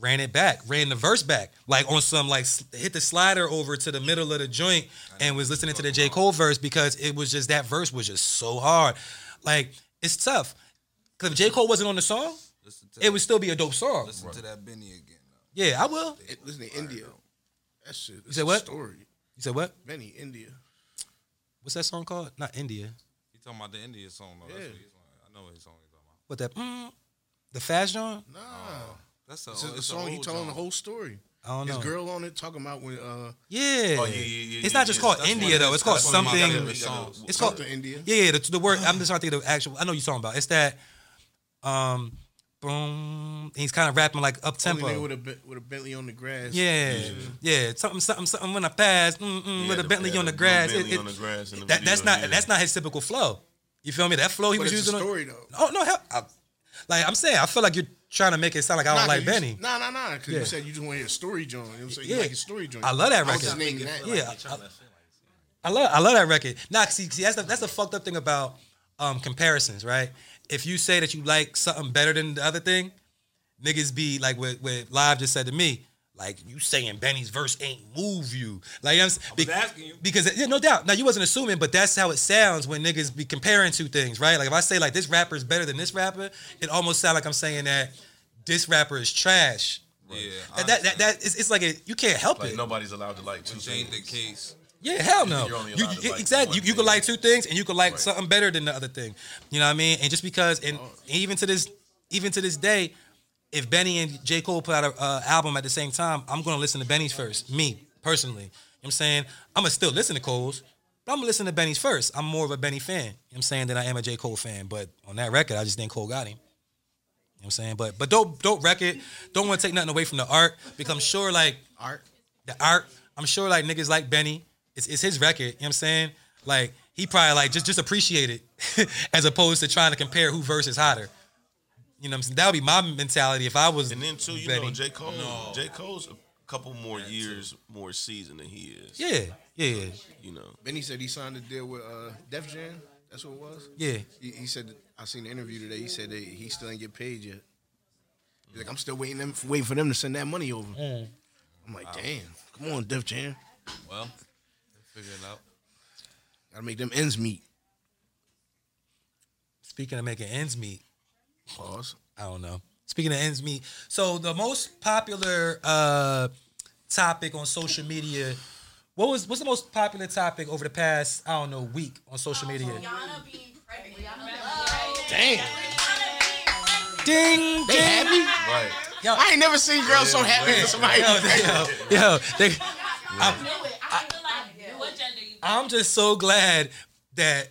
Speaker 1: ran it back, ran the verse back, like on some like s- hit the slider over to the middle of the joint and was listening to the J Cole verse because it was just that verse was just so hard. Like it's tough. Cause if J Cole wasn't on the song,
Speaker 6: Listen to
Speaker 1: it would still be a dope song.
Speaker 6: listen to that Benny again. though.
Speaker 1: Yeah, I will.
Speaker 2: It- Listen to India. That shit. You
Speaker 1: said what?
Speaker 2: Story.
Speaker 1: You said what?
Speaker 2: Benny, India.
Speaker 1: What's that song called? Not India.
Speaker 6: He talking about the Indian song though.
Speaker 2: Yeah.
Speaker 6: That's what he's on. I know what song he's talking about.
Speaker 1: What that? Mm, the Fast John?
Speaker 2: Nah.
Speaker 6: That's
Speaker 2: It's a,
Speaker 6: a,
Speaker 2: a song he telling the whole story.
Speaker 1: I don't
Speaker 2: His
Speaker 1: know.
Speaker 2: girl on it talking about when uh
Speaker 1: Yeah.
Speaker 7: Oh, yeah, yeah, yeah,
Speaker 1: It's
Speaker 7: yeah,
Speaker 1: not just
Speaker 7: yeah.
Speaker 1: called
Speaker 7: That's
Speaker 1: India
Speaker 6: one of
Speaker 1: though.
Speaker 6: his-
Speaker 1: It's called
Speaker 6: that's one of my
Speaker 1: something.
Speaker 6: favorite songs.
Speaker 1: It's called
Speaker 2: to India.
Speaker 1: yeah, yeah. The, the word I'm just trying to think of the actual. I know you talking about. It's that. Um, boom. He's kind of rapping like up
Speaker 2: Only
Speaker 1: tempo.
Speaker 2: nigga with a Be- with a Bentley on the grass.
Speaker 1: Yeah, yeah, something, something, something. When I pass, mm, mm,
Speaker 7: Yeah,
Speaker 1: with a
Speaker 7: the-
Speaker 1: Bentley
Speaker 7: yeah,
Speaker 1: on the
Speaker 7: the
Speaker 1: grass,
Speaker 7: Bentley
Speaker 1: It- it-
Speaker 7: on the grass in the
Speaker 1: that, that's
Speaker 7: video,
Speaker 1: not
Speaker 7: yeah.
Speaker 1: that's not his typical flow. You feel me? That flow he
Speaker 2: But
Speaker 1: was
Speaker 2: it's a
Speaker 1: using. on-
Speaker 2: story though.
Speaker 1: Oh no, hell, I, like I'm saying, I feel like you're trying to make it sound like I don't like Benny.
Speaker 2: Nah, nah, nah. Because
Speaker 1: Yeah.
Speaker 2: you said you just want to hear a story joint. You know what I'm saying?
Speaker 1: Yeah.
Speaker 2: You like a story joint.
Speaker 1: I love that
Speaker 2: I was
Speaker 1: record.
Speaker 2: just naming that.
Speaker 1: yeah, I, I love I love that record. Nah, see, see that's the, that's the fucked up thing about um, comparisons, right? If you say that you like something better than the other thing, niggas be like what, what Live just said to me. Like you saying Benny's verse ain't move you. Like I'm s- be-
Speaker 10: asking you.
Speaker 1: because yeah, no doubt. Now you wasn't assuming, but that's how it sounds when niggas be comparing two things, right? Like if I say like this rapper's better than this rapper, it almost sound like I'm saying that this rapper is trash.
Speaker 6: Yeah.
Speaker 1: That, that, that, that it's, it's like a, you can't help
Speaker 7: Like
Speaker 1: it.
Speaker 7: nobody's allowed to like two
Speaker 6: Which ain't the
Speaker 7: things.
Speaker 6: case.
Speaker 1: Yeah, hell no.
Speaker 7: You're only
Speaker 1: You,
Speaker 7: allowed to
Speaker 1: you-
Speaker 7: like
Speaker 1: exactly. You,
Speaker 7: one
Speaker 1: you could
Speaker 7: thing.
Speaker 1: like two things, and you could like
Speaker 7: Right.
Speaker 1: something better than the other thing. You know what I mean? And just because, and even to this, even to this day, if Benny and J Cole put out an uh, album at the same time, I'm gonna listen to Benny's first. Me personally, you know what I'm saying I'm gonna still listen to Cole's, but I'm gonna listen to Benny's first. I'm more of a Benny fan. You know what I'm saying than I am a J Cole fan. But on that record, I just think Cole got him. You know what I'm saying, but but dope dope record. Don't want to take nothing away from the art because I'm sure like
Speaker 2: Art.
Speaker 1: the art. I'm sure like niggas like Benny. it's, it's his record. You know what I'm saying? Like he probably like just just appreciate it *laughs* as opposed to trying to compare who verse is hotter. You know what I'm saying? That would be my mentality if I was.
Speaker 7: And then too, you know,
Speaker 1: Betty.
Speaker 7: J. Cole. J. Cole's a couple more years, more seasoned than he is.
Speaker 1: Yeah, yeah,
Speaker 7: You know.
Speaker 2: Benny said he signed a deal with uh, Def Jam. That's what it was.
Speaker 1: yeah.
Speaker 2: He, he said I seen the interview today. He said that he still ain't get paid yet. He's like, I'm still waiting them waiting for them to send that money over. I'm like, damn, come on, Def Jam,
Speaker 6: Well, figure it out.
Speaker 2: gotta make them ends meet.
Speaker 1: Speaking of making ends meet,
Speaker 2: Pause.
Speaker 1: I don't know. Speaking of ends meet, so the most popular uh topic on social media. What was what's the most popular topic over the past I don't know week on social media?
Speaker 9: Yana being pregnant. Yana
Speaker 2: Damn,
Speaker 1: Ding,
Speaker 2: they
Speaker 1: ding.
Speaker 2: happy.
Speaker 7: Right.
Speaker 2: I ain't never seen girls so happy
Speaker 7: man.
Speaker 2: as somebody.
Speaker 1: Yo, they- *laughs* yo, yo, they,
Speaker 9: I knew it. I,
Speaker 11: I feel like what gender you
Speaker 1: I'm just so glad that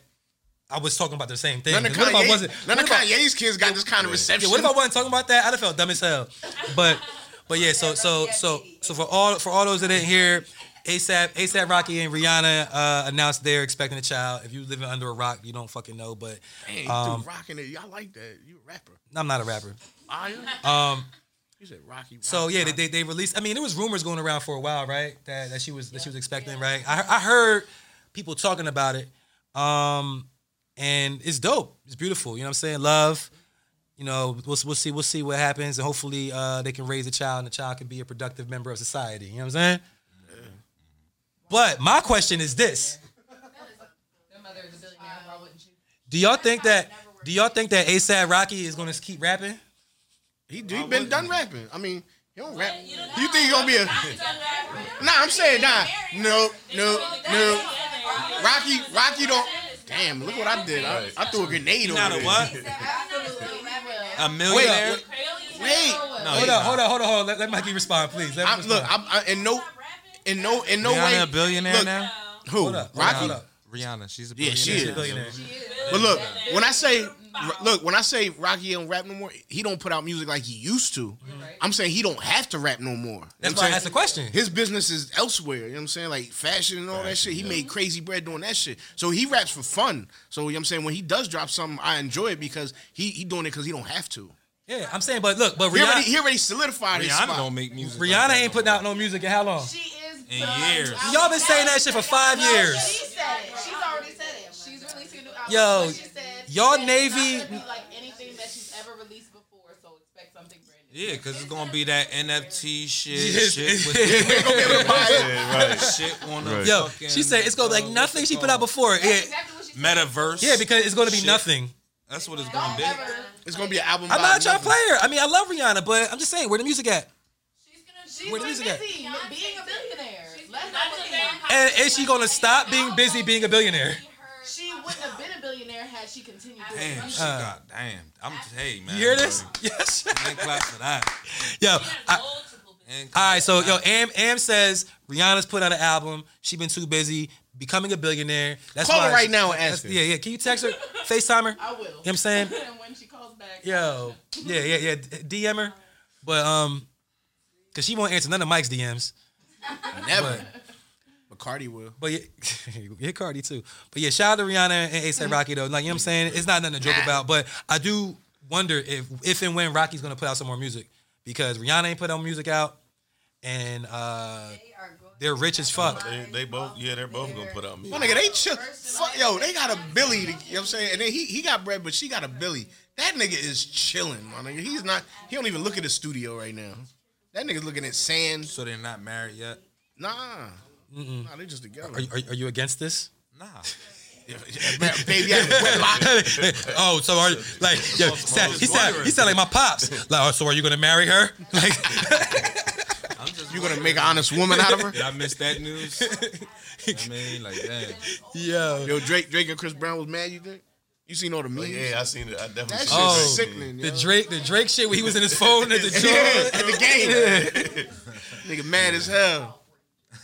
Speaker 1: I was talking about the same thing.
Speaker 2: None of
Speaker 1: 'Cause What if I wasn't?
Speaker 2: Kanye, none of
Speaker 1: what if I-
Speaker 2: Kanye's kids got this kind of reception.
Speaker 1: Yeah, what if I wasn't talking about that? I'd have felt dumb as hell. But but yeah, so so so so for all for all those that didn't hear, ASAP ASAP Rocky and Rihanna uh, announced they're expecting a child. If you living under a rock, you don't fucking know. But
Speaker 2: Hey, you
Speaker 1: Um,
Speaker 2: dude, rocking it. you like that. You a rapper.
Speaker 1: I'm not a rapper.
Speaker 2: Liar.
Speaker 1: Um,
Speaker 2: You said Rocky. Rocky
Speaker 1: so yeah, they, they they released. I mean, there was rumors going around for a while, right? That that she was that she was expecting, right? I I heard people talking about it. Um, and it's dope. It's beautiful. You know what I'm saying? Love. You know, we'll, we'll see we'll see what happens, and hopefully uh, they can raise a child, and the child can be a productive member of society. You know what I'm saying? But my question is this:
Speaker 9: mother is a billionaire. Why wouldn't you?
Speaker 1: Do y'all think that do y'all think that ASAP Rocky is going to keep rapping?
Speaker 2: He, he been done rapping. I mean, he don't rap.
Speaker 11: You don't
Speaker 2: You think he gonna be a? *laughs* Nah, I'm saying nah. No, no, no. Rocky, Rocky don't. Damn, look what I did. I, I threw a grenade over there. *laughs*
Speaker 9: Absolutely will.
Speaker 6: *laughs* A millionaire.
Speaker 2: Wait, Wait.
Speaker 6: no,
Speaker 1: Hold on, hold on, hold on, hold on. Let, let Mikey respond, please. Let him
Speaker 2: I, look,
Speaker 1: respond.
Speaker 2: I, I, in no, in no, in no
Speaker 6: Rihanna
Speaker 2: way.
Speaker 6: a billionaire
Speaker 2: look,
Speaker 6: now.
Speaker 2: Who?
Speaker 1: Hold up, hold up,
Speaker 2: Rocky.
Speaker 1: hold up.
Speaker 6: Rihanna, she's a
Speaker 2: Yeah,
Speaker 6: billionaire.
Speaker 2: she
Speaker 1: She's a billionaire.
Speaker 2: But look, when I say look, when I say Rocky don't rap no more, he don't put out music like he used to. I'm saying he don't have to rap no more.
Speaker 1: That's
Speaker 2: I'm
Speaker 1: why I
Speaker 2: saying
Speaker 1: asked the question.
Speaker 2: His business is elsewhere. You know what I'm saying? Like fashion and all that shit. He made crazy bread doing that shit. So he raps for fun. So you know what I'm saying when he does drop something, I enjoy it because he he doing it because he don't have to.
Speaker 1: Yeah, I'm saying, but look, but
Speaker 2: He already,
Speaker 1: Rihanna,
Speaker 2: he already solidified his
Speaker 6: Rihanna
Speaker 2: spot. *laughs*
Speaker 6: don't make music. like
Speaker 1: Rihanna
Speaker 6: that
Speaker 1: ain't
Speaker 6: no
Speaker 1: putting
Speaker 6: more.
Speaker 1: out no music in how long?
Speaker 9: She is
Speaker 6: In
Speaker 9: done.
Speaker 6: years.
Speaker 9: I-
Speaker 1: Y'all been saying that shit for five
Speaker 9: No,
Speaker 1: years.
Speaker 9: She said it. She's already said it. She's releasing a new album.
Speaker 1: Yo,
Speaker 9: But she said
Speaker 1: y'all
Speaker 9: it's not
Speaker 1: Navy-
Speaker 9: gonna be like anything that she's ever released before, so expect something brand new.
Speaker 6: Yeah, cause it's gonna be that NFT shit.
Speaker 1: Yes.
Speaker 6: Shit
Speaker 1: *laughs*
Speaker 6: *laughs* with shit on the
Speaker 1: Yo,
Speaker 6: fucking,
Speaker 1: she said it's gonna be
Speaker 6: uh,
Speaker 1: like
Speaker 6: what's
Speaker 1: nothing
Speaker 6: it
Speaker 1: she put
Speaker 6: called?
Speaker 1: out before. Yeah,
Speaker 9: Exactly what she said.
Speaker 6: Metaverse.
Speaker 1: yeah, because it's gonna be
Speaker 6: Shit.
Speaker 1: nothing.
Speaker 6: that's what it's gonna
Speaker 9: Don't
Speaker 6: be.
Speaker 9: ever.
Speaker 2: It's gonna be an album.
Speaker 1: I'm
Speaker 2: by
Speaker 1: not trying to
Speaker 2: another.
Speaker 1: play her. I mean, I love Rihanna, but I'm just saying, where the music at?
Speaker 9: She's
Speaker 1: Where
Speaker 9: been
Speaker 1: the
Speaker 9: busy
Speaker 1: music at?
Speaker 9: being a billionaire. Let's not look at her.
Speaker 1: And is she gonna stop being busy being a billionaire?
Speaker 9: She wouldn't have been a billionaire had she continued. to-
Speaker 6: Damn, she
Speaker 1: Uh,
Speaker 6: got damn. I'm hey man.
Speaker 1: You hear this? *laughs* Yes.
Speaker 6: Man, clap for that.
Speaker 1: Yo, I,
Speaker 11: multiple
Speaker 6: Man, clap
Speaker 1: All right, so
Speaker 6: for
Speaker 1: yo,
Speaker 6: that.
Speaker 1: Am Am says Rihanna's put out an album. She been too busy becoming a billionaire. That's
Speaker 2: Call
Speaker 1: why
Speaker 2: her right
Speaker 1: she-
Speaker 2: now and
Speaker 1: that's-
Speaker 2: ask her.
Speaker 1: Yeah, yeah. Can you text her, FaceTimer? You know
Speaker 9: I will.
Speaker 1: what I'm saying?
Speaker 9: *laughs* And when she calls back,
Speaker 1: Yo, yeah, yeah, yeah. D- DM her, but um, cause she won't answer none of Mike's DMs.
Speaker 2: Never. But Cardi will.
Speaker 1: But yeah, *laughs* hit Cardi too. But yeah, shout out to Rihanna and ASAP Rocky though. Like you know what I'm saying, it's not nothing to joke about. But I do wonder if if and when Rocky's gonna put out some more music because Rihanna ain't put no music out, and uh, they're rich as fuck.
Speaker 7: They, they both. Yeah, they're both gonna put out
Speaker 2: My
Speaker 7: music.
Speaker 2: nigga, they chill. Fuck, yo, they got a Billy. to- you know what I'm saying? And then he, he got bread, but she got a Billy. That nigga is chilling, my nigga. He's not. He don't even look at the studio right now. That nigga's looking at sand.
Speaker 6: So they're not married yet.
Speaker 2: Nah, nah, they just together.
Speaker 1: Are you, are, you- are you against this?
Speaker 6: Nah.
Speaker 2: *laughs* Baby, I
Speaker 1: *laughs*
Speaker 2: wetlock.
Speaker 1: oh, so are you like? Yo, sa- he said he said like my pops. Like, oh, so are you gonna marry her? *laughs* Like,
Speaker 6: I'm just
Speaker 2: You gonna make an honest woman out of her?
Speaker 6: Did I miss that
Speaker 1: *laughs*
Speaker 6: news? I mean, like damn.
Speaker 1: yo,
Speaker 2: *laughs* Yo, Drake, Drake and Chris Brown was mad. You think? You seen all the memes?
Speaker 7: Yeah, I seen it. I definitely.
Speaker 2: That shit's
Speaker 7: seen
Speaker 1: Oh.
Speaker 7: it.
Speaker 2: sickening.
Speaker 1: the
Speaker 2: yo.
Speaker 1: Drake, the Drake shit where he was in his phone at the
Speaker 2: *laughs*
Speaker 1: gym.
Speaker 2: Yeah, at the game. *laughs* Nigga mad as *laughs* hell.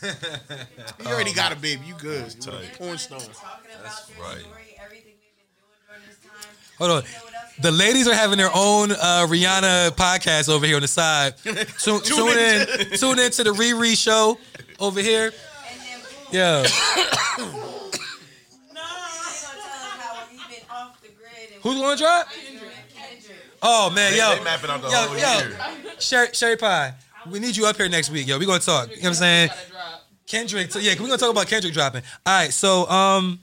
Speaker 2: You already got a baby. You good. You a
Speaker 7: tight.
Speaker 2: porn star.
Speaker 7: right.
Speaker 1: Hold on. The ladies are having their own uh, Rihanna podcast over here on the side. Tune, tune in, tune in to the Riri show over here. Yo, who's gonna drop? Oh man, yo,
Speaker 7: They mapping out the
Speaker 1: yo,
Speaker 7: whole
Speaker 1: yo,
Speaker 7: year.
Speaker 1: Sherry, Sherry Pie, we need you up here next week, yo. We gonna talk. You know what I'm saying? *laughs* Kendrick, so yeah, we gonna talk about Kendrick dropping. All right, so um,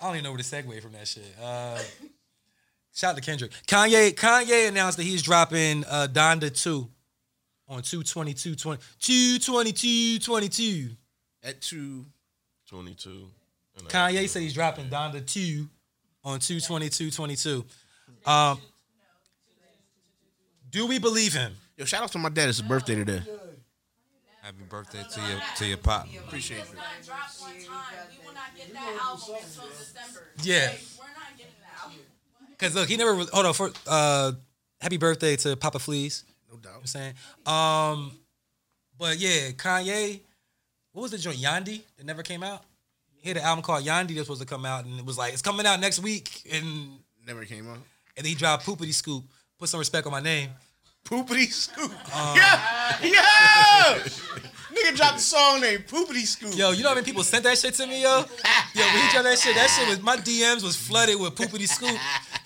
Speaker 1: I don't even know where to segue from that shit. Uh, shout out to Kendrick. Kanye, Kanye announced that he's dropping uh, Donda two on 222 20, 222 22.
Speaker 2: At two,
Speaker 7: 22. and I-
Speaker 1: Kanye said he's dropping Donda 2 on 222 22. Um, do we believe him?
Speaker 2: yo, shout out to my dad. It's his birthday today.
Speaker 6: Happy birthday to your to your pop.
Speaker 2: Appreciate it.
Speaker 1: Yeah. Because look, he never, re- hold on, for, uh, happy birthday to Papa Fleas.
Speaker 2: No doubt.
Speaker 1: I'm saying. Um, but yeah, Kanye, what was the joint? Yandi that never came out? He had an album called Yandi that was supposed to come out, and it was like, it's coming out next week. And,
Speaker 2: Never came out.
Speaker 1: and he dropped Poopity Scoop, put some respect on my name.
Speaker 2: Poopity Scoop.
Speaker 1: Uh,
Speaker 2: *laughs* yeah, yeah. Nigga dropped a song named Poopity Scoop.
Speaker 1: Yo, you know how many people sent that shit to me, yo? Yo, when he dropped that shit, that shit was my DMs was flooded with poopity scoop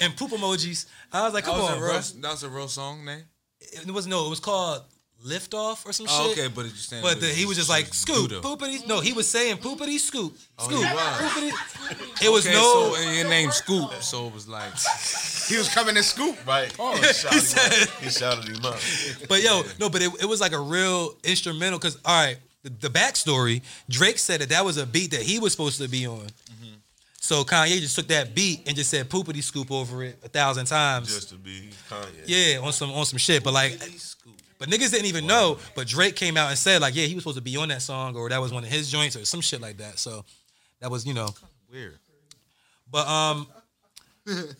Speaker 1: and poop emojis. I was like,
Speaker 6: That
Speaker 1: come
Speaker 6: was,
Speaker 1: on,
Speaker 6: a
Speaker 1: bro.
Speaker 6: real, that was a real song name.
Speaker 1: It was no, it was called lift off or some
Speaker 6: Oh,
Speaker 1: shit.
Speaker 6: okay, but it's just
Speaker 1: But the, he was just like scoop,
Speaker 6: Buddha.
Speaker 1: poopity. No, he was saying poopity scoop,
Speaker 6: he
Speaker 1: scoop,
Speaker 6: was.
Speaker 1: poopity. It was
Speaker 6: Okay,
Speaker 1: no.
Speaker 6: so and your name Scoop, so it was like
Speaker 2: He was coming to Scoop.
Speaker 7: Right. *laughs* he, shouted him up. he shouted him up.
Speaker 1: But yo, no, but it, it was like a real instrumental because all right, the, the backstory, Drake said that that was a beat that he was supposed to be on. So Kanye just took that beat and just said poopity scoop over it a thousand times.
Speaker 7: Just to be Kanye.
Speaker 1: yeah, on some on some shit. But like, but niggas didn't even know. But Drake came out and said like, yeah, he was supposed to be on that song or that was one of his joints or some shit like that. So that was you know.
Speaker 6: weird.
Speaker 1: But um,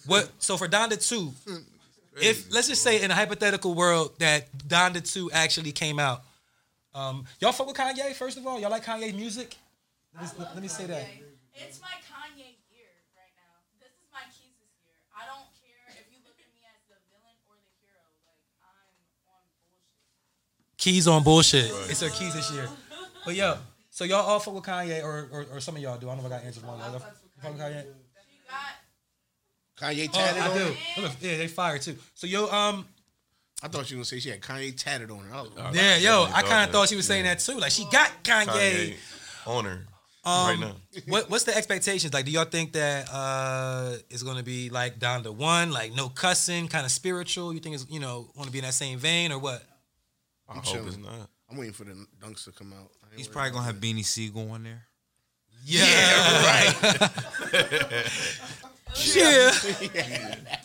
Speaker 1: what? So for Donda two, if let's just say in a hypothetical world that Donda two actually came out, um, y'all fuck with Kanye first of all. Y'all like Kanye music? Let me, let me say that.
Speaker 11: It's my Kanye year right now. This is my Keezus year. I don't care if you look at me as the villain or the hero. Like I'm on bullshit.
Speaker 1: Keys on bullshit. It's their keys this year. But yo, so y'all all fuck with Kanye or or, or some of y'all do. I don't know if I got answers wrong. Y'all fuck with Kanye.
Speaker 11: You got
Speaker 2: Kanye
Speaker 1: Oh,
Speaker 2: tatted
Speaker 1: I
Speaker 2: on. her.
Speaker 1: do. Look, yeah, they fired too. So yo, um,
Speaker 2: I thought you were gonna say she had Kanye tatted on her. I was like,
Speaker 1: yeah, yo, I kind
Speaker 7: definitely thought
Speaker 1: of thought she was saying that too. Like she got Kanye. Um,
Speaker 7: Kanye on her right now.
Speaker 1: *laughs* What what's the expectations? Like, do y'all think that uh it's gonna be like down to one, like no cussing, kind of spiritual? You think it's you know want to be in that same vein or what?
Speaker 7: I hope
Speaker 2: chilling.
Speaker 7: it's not.
Speaker 2: I'm waiting for the dunks to come out. I ain't
Speaker 6: He's
Speaker 2: worried
Speaker 6: probably
Speaker 2: about
Speaker 6: gonna
Speaker 2: *laughs*
Speaker 6: have Beanie Siegel on there.
Speaker 1: Yeah, right. *laughs* yeah.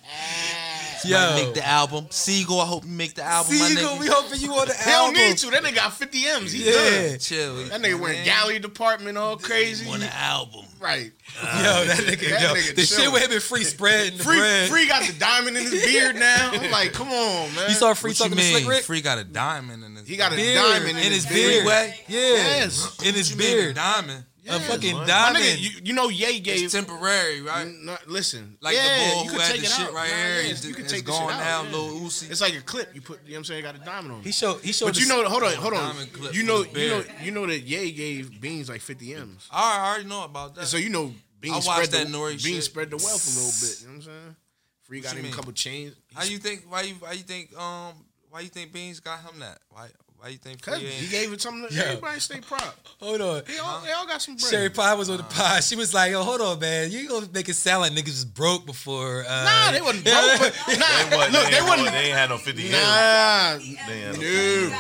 Speaker 1: Yo,
Speaker 6: Make the album, Siegel. I hope you make the album. my
Speaker 1: Siegel,
Speaker 6: nigga.
Speaker 1: we hoping you on the
Speaker 2: that. They don't
Speaker 1: album.
Speaker 2: need to. That nigga got 50 M's. He good.
Speaker 1: Yeah.
Speaker 6: Chill.
Speaker 2: That nigga went gallery department all crazy.
Speaker 6: on the album.
Speaker 2: Right.
Speaker 1: Yo, that nigga,
Speaker 2: That
Speaker 1: yo,
Speaker 2: nigga
Speaker 1: the shit
Speaker 2: chilling.
Speaker 1: with him and Free spreading the
Speaker 2: Free,
Speaker 1: bread.
Speaker 2: Free got the diamond in his beard now. I'm like,
Speaker 1: *laughs*
Speaker 2: come on, man.
Speaker 1: You saw Free
Speaker 6: What you
Speaker 1: talking to Slick
Speaker 6: mean?
Speaker 1: Rick?
Speaker 6: Free got a diamond in his.
Speaker 2: He got a
Speaker 1: Beard,
Speaker 2: diamond in, his, beard.
Speaker 1: Freeway? Yeah,
Speaker 2: Yes.
Speaker 1: in his
Speaker 6: What you mean a
Speaker 1: beard,
Speaker 6: diamond.
Speaker 1: a fucking
Speaker 7: My
Speaker 2: My
Speaker 1: diamond.
Speaker 2: nigga, you, you know Ye gave.
Speaker 6: It's temporary, right?
Speaker 2: No, listen,
Speaker 6: Like
Speaker 2: yeah,
Speaker 6: the boy
Speaker 2: you
Speaker 6: who
Speaker 2: can
Speaker 6: had
Speaker 2: take
Speaker 6: the
Speaker 2: it
Speaker 6: shit
Speaker 2: out.
Speaker 6: right
Speaker 2: Nah,
Speaker 6: here.
Speaker 2: yeah,
Speaker 6: it's,
Speaker 2: you can
Speaker 6: it's
Speaker 2: take this
Speaker 6: going
Speaker 2: shit
Speaker 6: down,
Speaker 2: out. yeah.
Speaker 6: little Uzi.
Speaker 2: It's like a clip. You put, you know what I'm saying? It got a diamond on it.
Speaker 1: he showed, he showed.
Speaker 2: But you
Speaker 1: the-
Speaker 2: know, hold on, hold on.
Speaker 6: Oh, Diamond clip
Speaker 2: You know,
Speaker 6: from the
Speaker 2: you know,
Speaker 6: beard.
Speaker 2: you know that Ye gave Beans like 50 M's.
Speaker 6: I already know about that.
Speaker 2: So you know,
Speaker 6: I
Speaker 2: Beans
Speaker 6: watched
Speaker 2: spread
Speaker 6: that
Speaker 2: the
Speaker 6: Nori
Speaker 2: Beans
Speaker 6: shit.
Speaker 2: spread the wealth a little bit. You know what I'm saying? Free got
Speaker 6: you
Speaker 2: him a
Speaker 6: mean?
Speaker 2: couple chains.
Speaker 6: How you think? Why you? Why you think? Um, why you think Beans got him that? Why? Why you think?
Speaker 2: Cause
Speaker 6: Free
Speaker 2: he
Speaker 6: ain't-
Speaker 2: gave it something to
Speaker 1: Yeah.
Speaker 2: everybody. Stay prop.
Speaker 1: hold on.
Speaker 2: They all, they all got some bread.
Speaker 1: Sherry Pie was on the pod. She was like, "Yo, hold on, man. You gonna make it sound like niggas was broke before?" Uh,
Speaker 2: Nah, they wasn't broke. But,
Speaker 7: They,
Speaker 2: nah,
Speaker 7: wasn't-
Speaker 2: look,
Speaker 7: they,
Speaker 2: they
Speaker 7: ain't-
Speaker 2: wasn't.
Speaker 7: they ain't had no 50 M's.
Speaker 2: Nah,
Speaker 7: They ain't had no 50
Speaker 2: dude.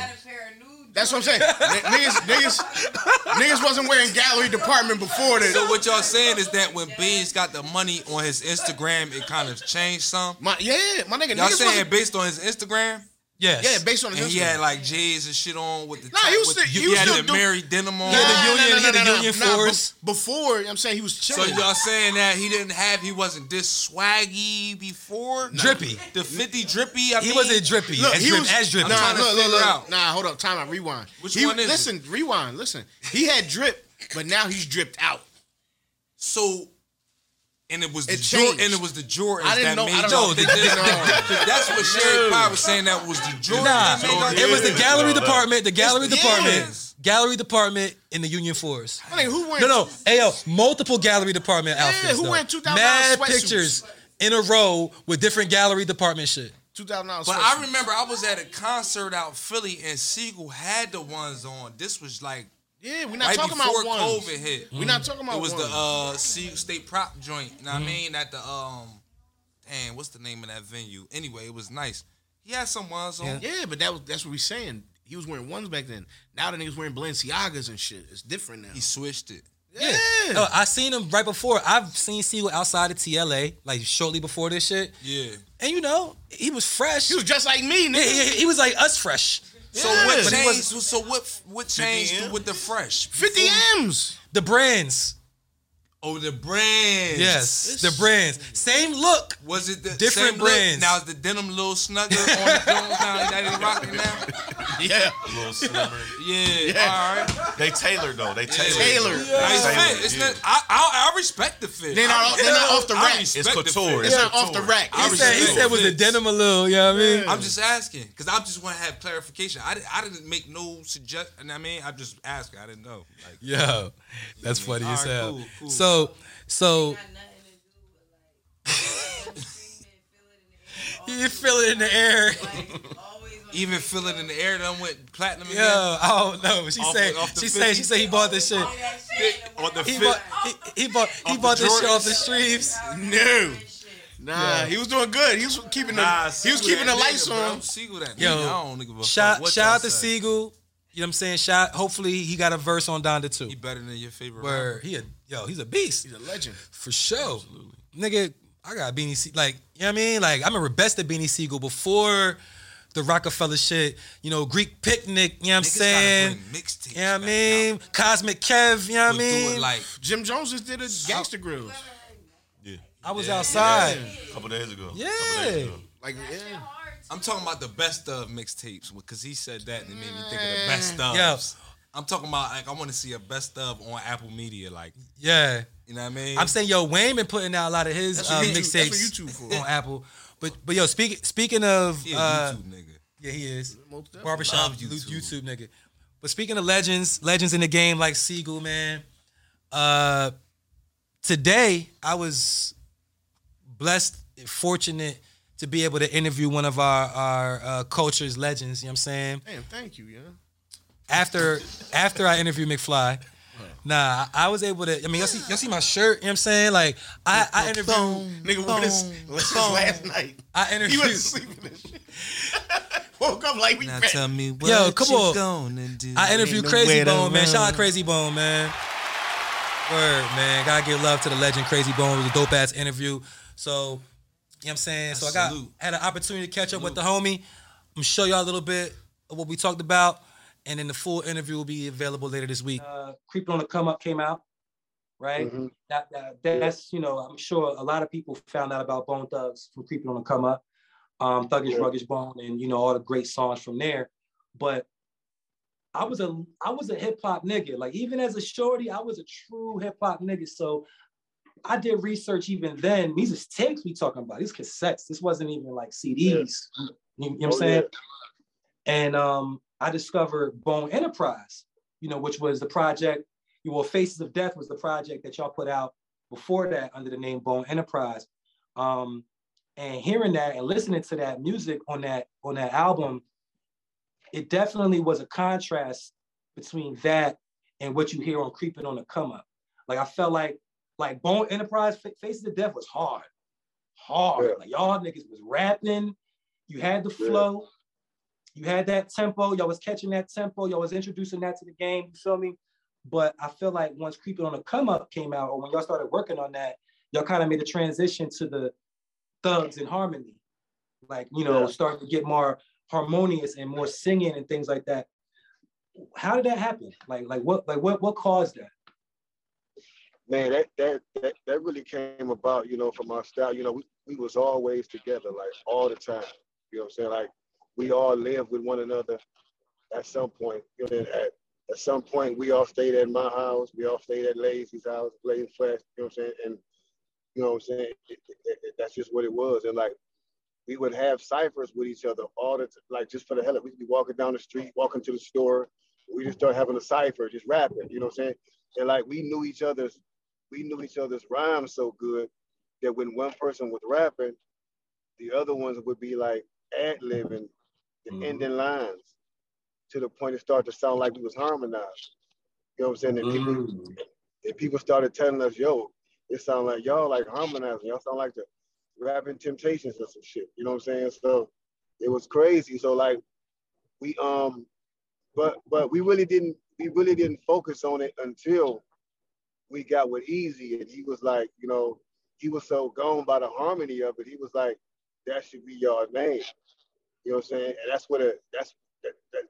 Speaker 2: That's what I'm saying. N- niggas, niggas, niggas wasn't wearing gallery department before this.
Speaker 6: So what y'all saying is that when Beans got the money on his Instagram, it kind of changed some.
Speaker 2: My, yeah, my nigga.
Speaker 6: Y'all
Speaker 2: niggas
Speaker 6: saying
Speaker 2: wasn't-
Speaker 6: based on his Instagram,
Speaker 1: yes.
Speaker 2: yeah, based on
Speaker 6: and
Speaker 2: his
Speaker 6: he
Speaker 2: Instagram.
Speaker 6: had like J's and shit on with the.
Speaker 2: Nah, he was
Speaker 6: with-
Speaker 2: still- he
Speaker 6: he,
Speaker 2: was
Speaker 6: had
Speaker 2: still
Speaker 6: the
Speaker 2: doing-
Speaker 6: Mary denim on.
Speaker 1: He had the
Speaker 2: Nah, nah,
Speaker 1: union-
Speaker 2: nah,
Speaker 1: he had
Speaker 2: nah,
Speaker 1: the
Speaker 2: nah,
Speaker 1: union
Speaker 2: nah.
Speaker 1: fours.
Speaker 2: Be- Before, you know what I'm saying he was
Speaker 6: So
Speaker 2: chilling.
Speaker 6: y'all saying that he didn't have, he wasn't this swaggy before?
Speaker 1: drippy.
Speaker 6: The 50 drippy, I
Speaker 1: He
Speaker 6: mean.
Speaker 1: wasn't drippy.
Speaker 2: Look,
Speaker 1: as,
Speaker 2: he
Speaker 1: drip-
Speaker 2: was
Speaker 1: as drippy.
Speaker 2: Nah,
Speaker 6: trying to
Speaker 2: look, look,
Speaker 6: figure
Speaker 2: look.
Speaker 6: out.
Speaker 2: Nah, hold up. Time out. Rewind.
Speaker 6: Which
Speaker 2: he,
Speaker 6: one is it?
Speaker 2: Listen, rewind. Listen, he had drip, but now he's dripped out.
Speaker 6: So, and it was the
Speaker 12: It
Speaker 6: Jordan,
Speaker 12: changed.
Speaker 6: and it was the Jordans
Speaker 12: I didn't
Speaker 6: that
Speaker 12: know- I
Speaker 6: made
Speaker 12: don't know.
Speaker 6: No, they just- *laughs* that's what Sherry Pye was saying. That was the
Speaker 1: Nah,
Speaker 6: Jordans. that made our-
Speaker 1: it was the gallery department, the gallery
Speaker 6: It's the-
Speaker 1: department,
Speaker 6: yes.
Speaker 1: gallery department in the Union Force.
Speaker 12: I mean, who went?
Speaker 1: No, no, Ayo, multiple gallery department outfits.
Speaker 12: who
Speaker 1: though.
Speaker 12: wearing $2,000
Speaker 1: Mad
Speaker 12: sweatsuits?
Speaker 1: pictures in a row with different gallery department shit.
Speaker 2: Two thousand dollars.
Speaker 6: But I remember I was at a concert out Philly and Siegel had the ones on. This was like
Speaker 12: Yeah, we're not
Speaker 6: right
Speaker 12: talking
Speaker 6: before
Speaker 12: about ones.
Speaker 6: COVID hit.
Speaker 12: We're not talking about
Speaker 6: It was the
Speaker 12: ones. Mm-hmm.
Speaker 6: uh Siegel State Prop joint. You know what I mean? At the um damn, what's the name of that venue? Anyway, it was nice. He had some ones on.
Speaker 12: Yeah, but that was that's what we saying. He was wearing ones back then. Now the niggas wearing Balenciagas and shit. It's different now.
Speaker 6: He switched it.
Speaker 12: Yeah. Uh,
Speaker 1: No, I seen him right before. I've seen Siegel outside of TLA, like shortly before this shit.
Speaker 6: Yeah.
Speaker 1: And you know, he was fresh.
Speaker 12: He was just like me,
Speaker 1: Yeah,
Speaker 12: nigga.
Speaker 1: yeah, he was like us fresh.
Speaker 6: So what
Speaker 1: But he
Speaker 6: changed? So what? What changed
Speaker 7: 50
Speaker 6: with the fresh?
Speaker 12: 50 M's.
Speaker 1: The brands.
Speaker 6: Oh, the brands.
Speaker 1: Yes, the brands. Same look.
Speaker 6: Was it the
Speaker 1: Different
Speaker 6: same look?
Speaker 1: brands.
Speaker 6: Now is the denim little snugger
Speaker 12: *laughs*
Speaker 6: on the Jones now that is rocking now?
Speaker 12: Yeah.
Speaker 7: A little slimmer.
Speaker 6: Yeah, all right.
Speaker 7: They tailored though. They tailored.
Speaker 12: Taylor.
Speaker 6: Nice
Speaker 7: Same
Speaker 6: fit.
Speaker 7: look,
Speaker 6: It's
Speaker 7: yeah.
Speaker 6: not, I, I, I respect the fit.
Speaker 12: They're not, they're not off the
Speaker 6: I
Speaker 12: rack. It's
Speaker 7: It's
Speaker 6: respect the
Speaker 7: couture.
Speaker 6: fit.
Speaker 7: It's
Speaker 12: not off the
Speaker 7: couture.
Speaker 12: rack.
Speaker 1: He
Speaker 6: I
Speaker 12: It's-
Speaker 1: said, he
Speaker 6: respect
Speaker 1: said with the
Speaker 6: fits.
Speaker 1: denim a little, you know what I mean?
Speaker 6: I'm just asking because I just want to have clarification. I, di- I didn't make no suggestion. I mean, I'm just asking. I didn't know. Like,
Speaker 1: Yo, that's funny as
Speaker 6: All right,
Speaker 1: hell.
Speaker 6: cool, cool.
Speaker 1: So, so
Speaker 11: Got nothing to do with like. feel it in the air. all
Speaker 1: *laughs* you feel it in the air.
Speaker 11: Like, always on
Speaker 6: even
Speaker 11: the
Speaker 6: feel it in the air, done went platinum
Speaker 1: Yo,
Speaker 6: again.
Speaker 1: I don't know. She
Speaker 6: Off-
Speaker 1: said,
Speaker 6: off the
Speaker 1: she said, she
Speaker 6: 50.
Speaker 1: said he bought this shit.
Speaker 11: All that shit in the
Speaker 6: On the
Speaker 11: world.
Speaker 1: He
Speaker 6: fit.
Speaker 1: bought, he, he bought, he bought this shit
Speaker 6: Jordans.
Speaker 1: off the streets.
Speaker 12: No.
Speaker 11: That shit.
Speaker 12: Nah, he was doing good. He was keeping the
Speaker 6: Nah,
Speaker 12: he was
Speaker 6: Siegel
Speaker 12: keeping the
Speaker 6: that
Speaker 12: lights
Speaker 6: nigga, bro.
Speaker 12: on.
Speaker 6: Siegel that
Speaker 1: Yo,
Speaker 6: nigga. I don't give a fuck
Speaker 1: Shout,
Speaker 6: what
Speaker 1: shout
Speaker 6: y'all
Speaker 1: out to
Speaker 6: say.
Speaker 1: Siegel. You know what I'm saying? Shout. Hopefully, he got a verse on Donda too.
Speaker 6: He better than your favorite. rapper.
Speaker 1: Where he a yo, he's a beast
Speaker 12: He's a legend.
Speaker 1: for sure. Nigga, I got Beanie Se- like you know what I mean. Like I remember best of Beanie Siegel before the Rockefeller shit. You know Greek Picnic. You know what I'm
Speaker 6: Niggas gotta
Speaker 1: saying?
Speaker 6: bring Mixtapes.
Speaker 1: You know what I
Speaker 6: back
Speaker 1: mean?
Speaker 6: out.
Speaker 1: Cosmic Kev, you know what I
Speaker 6: We'll do it
Speaker 1: mean?
Speaker 6: like
Speaker 12: Jim Jones just did a gangster grill.
Speaker 7: Yeah.
Speaker 1: I was outside.
Speaker 7: A couple days ago.
Speaker 1: Yeah.
Speaker 7: Couple days ago.
Speaker 12: Like yeah.
Speaker 11: Hard to
Speaker 6: I'm talking about the best of mixtapes because he said that and it made me think of the best of. I'm talking about like I want to see a best of on Apple Media, like
Speaker 1: Yeah.
Speaker 6: you know what I mean.
Speaker 1: I'm saying yo, Wayne been putting out a lot of his
Speaker 12: That's
Speaker 1: uh,
Speaker 12: what YouTube- that's
Speaker 1: mixtapes
Speaker 12: what YouTube for.
Speaker 1: on Apple. But but yo, speaking speaking of
Speaker 6: he a
Speaker 1: uh,
Speaker 6: YouTube nigga.
Speaker 1: yeah, he is.
Speaker 12: Most definitely.
Speaker 1: barbershop
Speaker 6: Love
Speaker 1: YouTube. YouTube
Speaker 6: YouTube.
Speaker 1: nigga. But speaking of legends, legends in the game like Siegel, man. Uh, today I was blessed, and fortunate to be able to interview one of our our uh, culture's legends. You know what I'm saying?
Speaker 12: Damn, thank you, yeah.
Speaker 1: After after I interviewed McFly. Nah, I I was able to. I mean, y'all see, y'all see my shirt. You know what I'm saying? Like, I, I interviewed,
Speaker 12: Nigga wore this, this *laughs* last night.
Speaker 1: I
Speaker 12: He
Speaker 1: interviewed.
Speaker 12: wasn't sleeping and shit. *laughs* Woke up like we
Speaker 6: Now
Speaker 12: back.
Speaker 6: tell me what
Speaker 1: Yo, come
Speaker 6: you
Speaker 1: on.
Speaker 6: gonna do.
Speaker 1: I
Speaker 12: Ain't
Speaker 1: interviewed
Speaker 12: no
Speaker 1: Crazy
Speaker 12: way to
Speaker 1: Bone, man. Shout out
Speaker 12: run.
Speaker 1: Crazy Bone, man. Word, man. Gotta give love to the legend Crazy Bone. It was a dope ass interview. So, you know what I'm saying? So I got
Speaker 6: Salute.
Speaker 1: had an opportunity to catch up with the homie. I'm gonna show y'all a little bit of what we talked about. And then the full interview will be available later this week. Uh, Creeping on the Come Up came out, right? That, that that's you know I'm sure a lot of people found out about Bone Thugs from Creeping on the Come Up, um, Thuggish Ruggish Bone, and you know all the great songs from there. But I was a I was a hip hop nigga. Like even as a shorty, I was a true hip hop nigga. So I did research even then. These is tapes we talking about. These cassettes. This wasn't even like CDs. You, you know what I'm saying? And um, I discovered Bone Enterprise. You know, which was the project. You know, Faces of Death was the project that y'all put out before that under the name Bone Enterprise. Um, and hearing that and listening to that music on that on that album, it definitely was a contrast between that and what you hear on creeping on the come up. Like I felt like like Bone Enterprise Fa- Faces of Death was hard, hard. Like y'all niggas was rapping, you had the flow, you had that tempo, y'all was catching that tempo, y'all was introducing that to the game. You feel me? But I feel like once creeping on the come up came out, or when y'all started working on that, y'all kind of made a transition to the thugs and harmony, like you know, starting to get more harmonious and more singing and things like that. How did that happen? Like, like what, like what, what caused that?
Speaker 13: man, that, that that that really came about, you know, from our style. You know, we, we was always together, like all the time. You know what I'm saying? Like we all lived with one another at some point. You know, at, at some point we all stayed at my house, we all stayed at Lazy's house, Lazy Flash, you know what I'm saying? And You know what I'm saying? It- it- it- that's just what it was. And like, we would have ciphers with each other all the t- like just for the hell of it. We'd be walking down the street, walking to the store. We just start having a cipher, just rapping. You know what I'm saying? And like we knew each other's, we knew each other's rhymes so good that when one person was rapping, the other ones would be like ad libbing the ending lines to the point it started to sound like we was harmonized. You know what I'm saying? And people, and people started telling us, yo, it sound like y'all like harmonizing. Y'all sound like the rapping temptations or some shit. You know what I'm saying? So it was crazy. So like we um but but we really didn't we really didn't focus on it until we got with Easy and he was like, you know, he was so gone by the harmony of it, he was like, that should be y'all name. You know what I'm saying? And that's what a that's that, that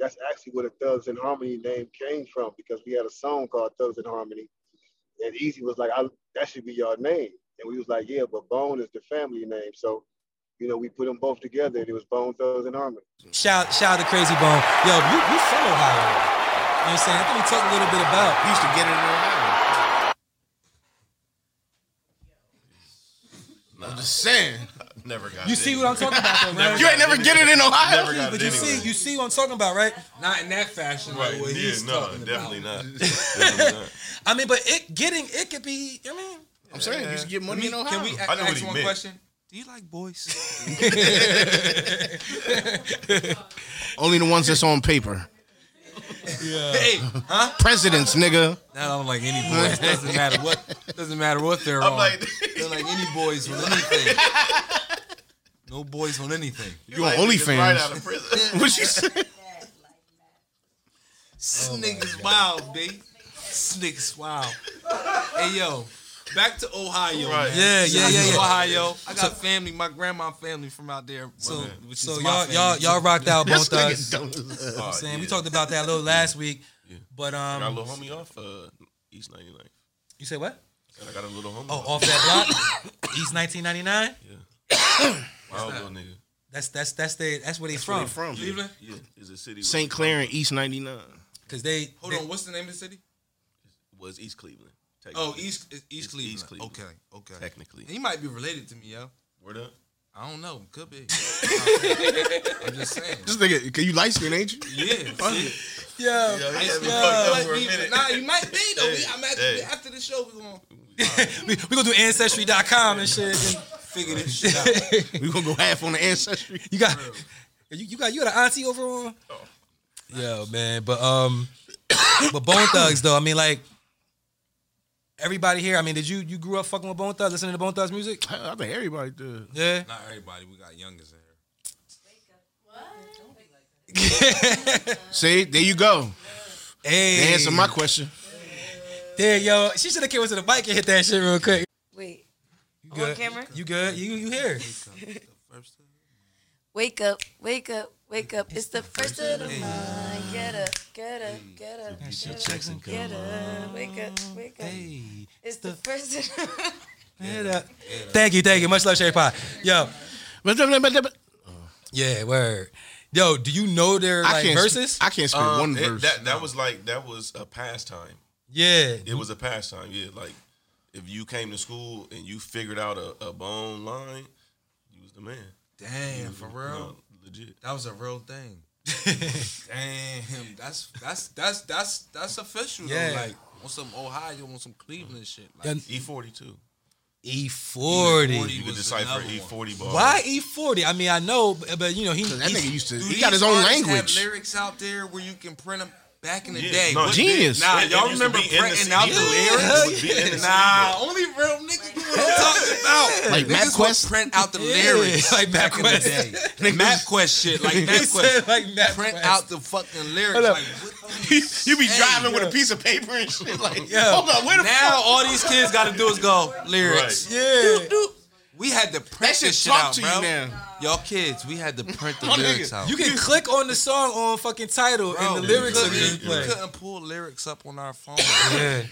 Speaker 13: that's actually where the Thugs and Harmony name came from because we had a song called Thugs and Harmony, and Easy was like, I, "That should be your name," and we was like, "Yeah, but Bone is the family name." So, you know, we put them both together, and it was Bone Thugs and Harmony.
Speaker 1: Shout shout out to Crazy Bone. Yo, you, you from Ohio. You know what I'm saying? I think we talked a little bit about.
Speaker 12: He used to get it in Ohio. I'm just saying.
Speaker 7: Never got
Speaker 1: You see what I'm talking about, though, right?
Speaker 12: You ain't never get it in Ohio.
Speaker 7: Never got
Speaker 1: But
Speaker 7: it
Speaker 1: you
Speaker 7: anyway.
Speaker 1: see, you see what I'm talking about, right? Not in that fashion,
Speaker 7: Right.
Speaker 1: like what
Speaker 7: Yeah,
Speaker 1: he's
Speaker 7: no,
Speaker 1: talking
Speaker 7: definitely
Speaker 1: about.
Speaker 7: not. Definitely not.
Speaker 1: I mean, but it getting it could be. I mean,
Speaker 12: I'm saying you used to get money in Ohio.
Speaker 6: Can we a-
Speaker 7: I know what
Speaker 6: ask
Speaker 7: he
Speaker 6: one
Speaker 7: meant. *laughs*
Speaker 6: question? Do you like boys?
Speaker 2: Only the ones that's on paper.
Speaker 6: hey, huh?
Speaker 2: Presidents, nigga.
Speaker 1: I don't like any boys. Doesn't matter what. Doesn't matter what they're
Speaker 7: *laughs* I'm like,
Speaker 6: They're like any boys on anything. No boys on anything.
Speaker 7: *laughs*
Speaker 2: You on
Speaker 7: like, niggas Right out
Speaker 2: OnlyFans.
Speaker 7: of
Speaker 2: *laughs*
Speaker 7: prison.
Speaker 2: What you say?
Speaker 6: Snickers wild, B. Snickers wild. hey yo, back to Ohio.
Speaker 7: Right.
Speaker 6: man.
Speaker 1: Yeah, yeah,
Speaker 6: Back
Speaker 1: yeah,
Speaker 6: to
Speaker 1: yeah.
Speaker 6: Ohio. I got family. My grandma family from out there. So, which
Speaker 1: So
Speaker 6: is my
Speaker 1: y'all,
Speaker 6: family.
Speaker 1: y'all, y'all rocked out both
Speaker 2: Nigga
Speaker 1: us.
Speaker 2: dumb as hell.
Speaker 7: Oh,
Speaker 1: Saying we
Speaker 7: yeah.
Speaker 1: talked about that a little last week, but
Speaker 7: I got a
Speaker 1: um,
Speaker 7: little homie off uh, East 99.
Speaker 1: you said what?
Speaker 7: And I got a little homie.
Speaker 1: Oh, off that block, East 1999.
Speaker 7: Wild little nigga.
Speaker 1: That's that's that's they that's where they from.
Speaker 2: Where from?
Speaker 6: Cleveland.
Speaker 7: Yeah, it's a city.
Speaker 2: St. Clair and East 99.
Speaker 1: Cause they
Speaker 6: Hold
Speaker 1: they-
Speaker 6: on. What's the name of the city?
Speaker 7: was East Cleveland. technically.
Speaker 6: Oh, East East, East Cleveland.
Speaker 7: East Cleveland.
Speaker 6: Okay, okay.
Speaker 7: Technically.
Speaker 6: He might be related to me, yo.
Speaker 7: Word up.
Speaker 6: I don't know. Could
Speaker 7: *laughs*
Speaker 6: be. I'm just saying.
Speaker 2: This nigga, can you light skin, ain't you?
Speaker 7: *laughs*
Speaker 6: Yeah. shit.
Speaker 1: Yo,
Speaker 7: Yo, he had
Speaker 6: *laughs*
Speaker 7: me
Speaker 1: yo.
Speaker 7: fucked up for a
Speaker 6: Might be-
Speaker 7: minute.
Speaker 6: Nah, you might be though. We- I'm actually,
Speaker 7: Hey.
Speaker 6: after the show we gonna
Speaker 1: we, we gonna do ancestry.com and shit.
Speaker 6: figure this shit out.
Speaker 2: We gonna go half on the *laughs* ancestry.
Speaker 1: You got *laughs* you, you got you got an auntie over on. Yo, man, but um, *coughs* but Bone Thugs though. I mean, like everybody here. I mean, did you you grew up fucking with Bone Thugs, listening to Bone Thugs music?
Speaker 2: I I think everybody did.
Speaker 1: Yeah.
Speaker 6: Not everybody. We got youngins in here.
Speaker 2: See, there you go.
Speaker 1: *laughs*
Speaker 2: They
Speaker 1: Hey,
Speaker 2: answer my question.
Speaker 1: there, yo. She should have came to the mic and hit that shit real quick.
Speaker 4: Wait.
Speaker 1: You
Speaker 4: I'm on
Speaker 1: good?
Speaker 4: camera?
Speaker 1: You good? You you here?
Speaker 4: Wake up, wake up, wake up. It's the first of the month. Get up, get up, get up. Get up, get up. Wake up, wake up.
Speaker 1: Hey,
Speaker 4: It's the first of the month.
Speaker 1: hit up. Thank you, thank you. Much love, Sherry Pie. Yo,
Speaker 2: But- but- but- but-
Speaker 1: yeah, word. Yo, do you know their
Speaker 2: I
Speaker 1: like
Speaker 2: can't
Speaker 1: verses?
Speaker 2: sp- I can't spit
Speaker 7: Um,
Speaker 2: one
Speaker 7: it-
Speaker 2: verse.
Speaker 7: That, that was like, that was a pastime.
Speaker 1: yeah.
Speaker 7: It was a pastime, yeah. Like, if you came to school and you figured out a, a bone line, you was the man.
Speaker 6: Damn, for real.
Speaker 7: No, legit.
Speaker 6: That was a real
Speaker 7: *laughs*
Speaker 6: thing. Damn, that's that's that's that's that's official
Speaker 1: Yeah.
Speaker 6: though. Like on some Ohio, on some Cleveland shit. Like,
Speaker 1: And-
Speaker 7: E42.
Speaker 1: E forty.
Speaker 7: You could
Speaker 6: was
Speaker 7: decipher
Speaker 6: another one.
Speaker 7: E40 bars.
Speaker 1: Why E forty? I mean, I know, but, but, you know, he,
Speaker 2: Oh. Cause that
Speaker 1: he's-
Speaker 2: nigga used to.
Speaker 6: do
Speaker 2: He got
Speaker 6: these
Speaker 2: his own
Speaker 6: artists
Speaker 2: language.
Speaker 6: Have lyrics out there where you can print them back in the
Speaker 7: Yeah,
Speaker 6: day.
Speaker 7: no,
Speaker 6: What-
Speaker 2: Genius.
Speaker 6: Nah,
Speaker 7: It- it
Speaker 6: Ah, y'all
Speaker 7: used to
Speaker 6: remember
Speaker 7: be in the
Speaker 6: printing out the
Speaker 7: CD.
Speaker 1: Hell
Speaker 6: lyrics?
Speaker 7: It would be in the
Speaker 6: Nah,
Speaker 7: CD.
Speaker 6: only real niggas know what I'm talking about.
Speaker 2: Like
Speaker 6: Niggas would
Speaker 2: MapQuest?
Speaker 6: print out the
Speaker 1: Yeah,
Speaker 6: lyrics
Speaker 1: like
Speaker 6: back in the day.
Speaker 1: MapQuest.
Speaker 6: *laughs* MapQuest shit,
Speaker 1: *laughs*
Speaker 6: like
Speaker 1: He said,
Speaker 6: MapQuest.
Speaker 1: like MapQuest.
Speaker 6: Print out the fucking lyrics.
Speaker 1: Hold up.
Speaker 6: Like, what the
Speaker 2: *laughs* You be driving
Speaker 1: yeah.
Speaker 2: with a piece of paper and shit. Like,
Speaker 1: Yeah.
Speaker 2: hold on, where the
Speaker 6: Now
Speaker 2: fuck?
Speaker 6: all these kids got to do is go lyrics.
Speaker 7: Right.
Speaker 1: Yeah.
Speaker 6: We had to
Speaker 2: That
Speaker 6: print
Speaker 2: shit
Speaker 6: this shit
Speaker 2: talk
Speaker 6: out,
Speaker 2: to
Speaker 6: bro.
Speaker 2: you now.
Speaker 6: Y'all kids, we had to print the
Speaker 2: My nigga,
Speaker 6: lyrics out.
Speaker 1: You can click on the song on fucking title
Speaker 6: Bro,
Speaker 1: and the lyrics
Speaker 6: we
Speaker 1: will
Speaker 6: couldn't,
Speaker 1: be
Speaker 6: we
Speaker 1: played.
Speaker 6: couldn't pull lyrics up on our phone.
Speaker 1: Yeah.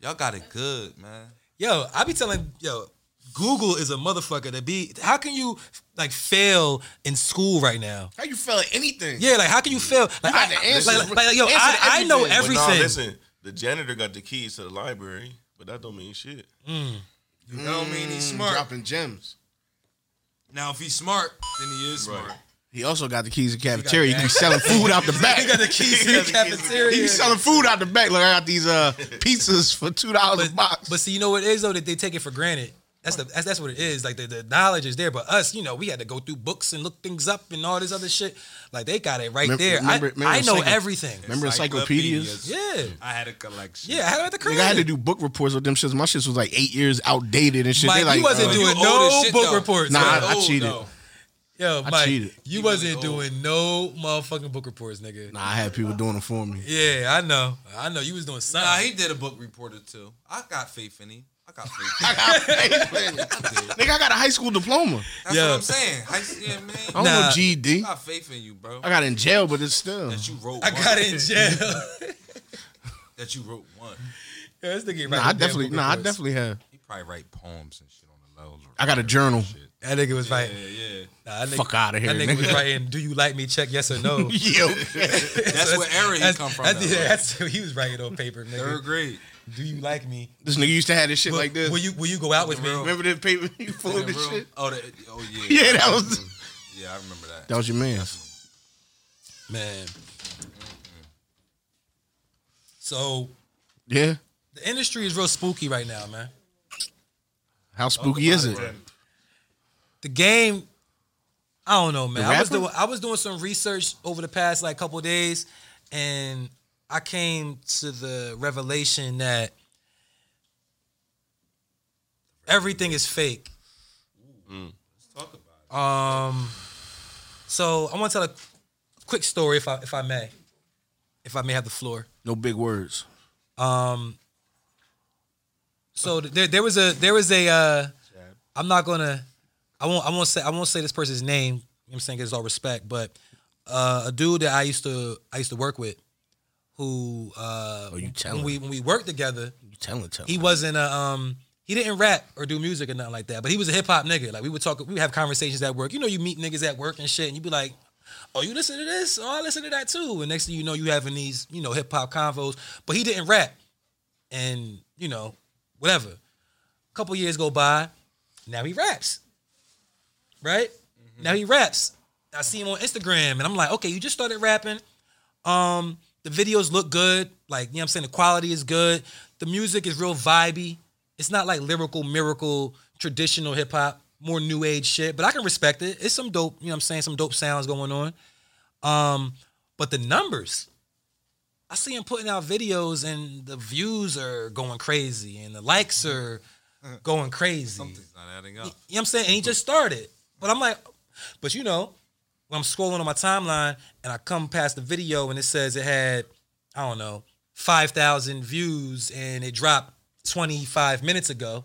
Speaker 6: Y'all got it good, man.
Speaker 1: Yo, I be telling yo, Google is a motherfucker to be. How can you like fail in school right now?
Speaker 2: How you feel at anything?
Speaker 1: Yeah, like how can you fail? Like,
Speaker 2: got
Speaker 1: I-
Speaker 2: to answer-
Speaker 1: like- like, yo,
Speaker 2: answer
Speaker 1: I, I know
Speaker 2: everything.
Speaker 7: But nah,
Speaker 1: everything.
Speaker 7: listen, the janitor got the keys to the library, but that don't mean shit.
Speaker 6: That don't mean he's
Speaker 2: Mm,
Speaker 6: smart.
Speaker 2: Dropping gems.
Speaker 6: Now, if he's smart, then he is smart.
Speaker 2: He also got the keys to the cafeteria. *laughs* He be selling food out the back.
Speaker 6: He got the keys to the cafeteria.
Speaker 2: He be selling food out the back. Like I got these uh pizzas for two dollars a box.
Speaker 1: But see, you know what it is though that they take it for granted. That's the that's, that's what it is. Like the, the knowledge is there, but us, you know, we had to go through books and look things up and all this other shit. Like they got it right
Speaker 2: Mem-
Speaker 1: there.
Speaker 2: remember-
Speaker 1: I,
Speaker 2: remember
Speaker 1: I know
Speaker 2: encycl-
Speaker 1: everything.
Speaker 2: remember encyclopedias?
Speaker 1: Yeah,
Speaker 6: I had a collection.
Speaker 1: yeah. I had it at the
Speaker 2: Nigga,
Speaker 1: crib.
Speaker 2: I had to do book reports with them shits. My shits was like eight years outdated and shit.
Speaker 1: Mike,
Speaker 2: they like,
Speaker 1: you wasn't
Speaker 2: uh,
Speaker 1: doing
Speaker 6: you old as
Speaker 1: no
Speaker 6: shit,
Speaker 1: book
Speaker 6: though.
Speaker 1: reports.
Speaker 2: Nah,
Speaker 1: man.
Speaker 2: I, I cheated.
Speaker 1: Yo,
Speaker 2: I
Speaker 1: Mike,
Speaker 2: cheated.
Speaker 1: you wasn't doing no motherfucking book reports, nigga.
Speaker 2: Nah, I had people doing it *laughs* for me.
Speaker 1: Yeah, I know. I know you was doing something.
Speaker 6: Nah, he did a book reporter too. I got faith in him. I got faith.
Speaker 2: *laughs*
Speaker 6: in him.
Speaker 2: Nigga, I got a high school diploma.
Speaker 6: That's
Speaker 2: Yeah.
Speaker 6: what I'm saying. I, yeah, man.
Speaker 2: I don't know GD.
Speaker 6: I got faith in you, bro.
Speaker 2: I got in jail, but it's still.
Speaker 6: that you wrote.
Speaker 1: I
Speaker 6: one.
Speaker 1: got
Speaker 6: *laughs*
Speaker 1: in jail. *laughs*
Speaker 6: that you wrote one.
Speaker 1: Yo, this nigga
Speaker 2: Nah, I definitely, nah, I definitely have.
Speaker 6: He probably write poems and shit on the low.
Speaker 2: I got
Speaker 1: *laughs*
Speaker 2: a journal.
Speaker 1: That nigga was writing.
Speaker 6: Yeah, yeah.
Speaker 1: Nah, that nigga-
Speaker 2: Fuck outta here,
Speaker 1: That nigga, was
Speaker 2: nigga.
Speaker 1: writing, "Do you like me? Check yes or
Speaker 2: *laughs*
Speaker 1: no."
Speaker 2: Yo,
Speaker 6: That's where era he
Speaker 1: That's-
Speaker 6: come from.
Speaker 1: That's,
Speaker 6: though.
Speaker 1: yeah, that's *laughs* what he was writing on paper, nigga.
Speaker 6: Third grade.
Speaker 1: Do you like me?
Speaker 2: this nigga used to have this shit
Speaker 1: Will,
Speaker 2: like this.
Speaker 1: will you will you go out with me?
Speaker 2: Remember the paper *laughs* you full
Speaker 6: In
Speaker 2: of
Speaker 6: the
Speaker 2: this
Speaker 6: room.
Speaker 2: shit?
Speaker 6: Oh, that, oh yeah.
Speaker 2: *laughs* Yeah, that was-
Speaker 6: Mhm. Yeah, I remember that.
Speaker 2: That was your man.
Speaker 1: Man. So
Speaker 2: Yeah.
Speaker 1: the industry is real spooky right now, man.
Speaker 2: How spooky is it?
Speaker 1: The game, I don't know, man.
Speaker 2: The
Speaker 1: I was
Speaker 2: rapper?
Speaker 1: doing I was doing some research over the past like couple of days, and I came to the revelation that everything is fake.
Speaker 6: Talk about
Speaker 1: Um, so I want to tell a quick story, if I if I may, if I may have the floor.
Speaker 2: No big words.
Speaker 1: Um, so th- there there was a there was a uh, I'm not gonna I won't I won't say I won't say this person's name. You know what I'm saying it's all respect, but uh, a dude that I used to I used to work with, who uh,
Speaker 2: Oh, you
Speaker 1: when
Speaker 2: telling.
Speaker 1: we when we worked together,
Speaker 2: You telling, telling.
Speaker 1: he wasn't a um he didn't rap or do music or nothing like that, but he was a hip hop nigga. Like we would talk, we would have conversations at work. You know, you meet niggas at work and shit, and you be like, "Oh, you listen to this? Oh, I listen to that too." And next thing you know, you having these you know hip hop convos, but he didn't rap, and you know whatever. A couple years go by, now he raps, right? Now he raps. I see him on Instagram, and I'm like, "Okay, you just started rapping." Um, the videos look good. Like, you know what I'm saying? The quality is good. The music is real vibey. It's not like lyrical, miracle, traditional hip hop, more new age shit, but I can respect it. It's some dope, you know what I'm saying? Some dope sounds going on. Um, but the numbers, I see him putting out videos and the views are going crazy and the likes are going crazy.
Speaker 6: Something's not adding up.
Speaker 1: You know what I'm saying? And he just started. But I'm like, but you know, when I'm scrolling on my timeline and I come past the video and it says it had, I don't know, 5,000 views and it dropped 25 minutes ago,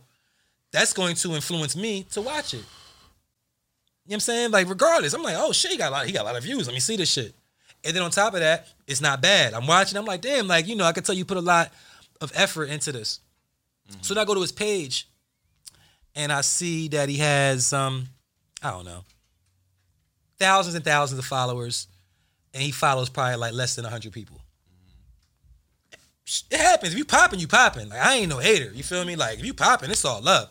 Speaker 1: that's going to influence me to watch it. You know what I'm saying? Like, regardless, I'm like, oh shit, he got a lot, he got a lot of views. Let me see this shit. And then on top of that, it's not bad. I'm watching, I'm like, damn, like, you know, I could tell you put a lot of effort into this. So then I go to his page and I see that he has um, I don't know, thousands and thousands of followers, and he follows probably like less than hundred people. It happens. If you popping, you popping. Like I ain't no hater. You feel me? Like if you popping, it's all love.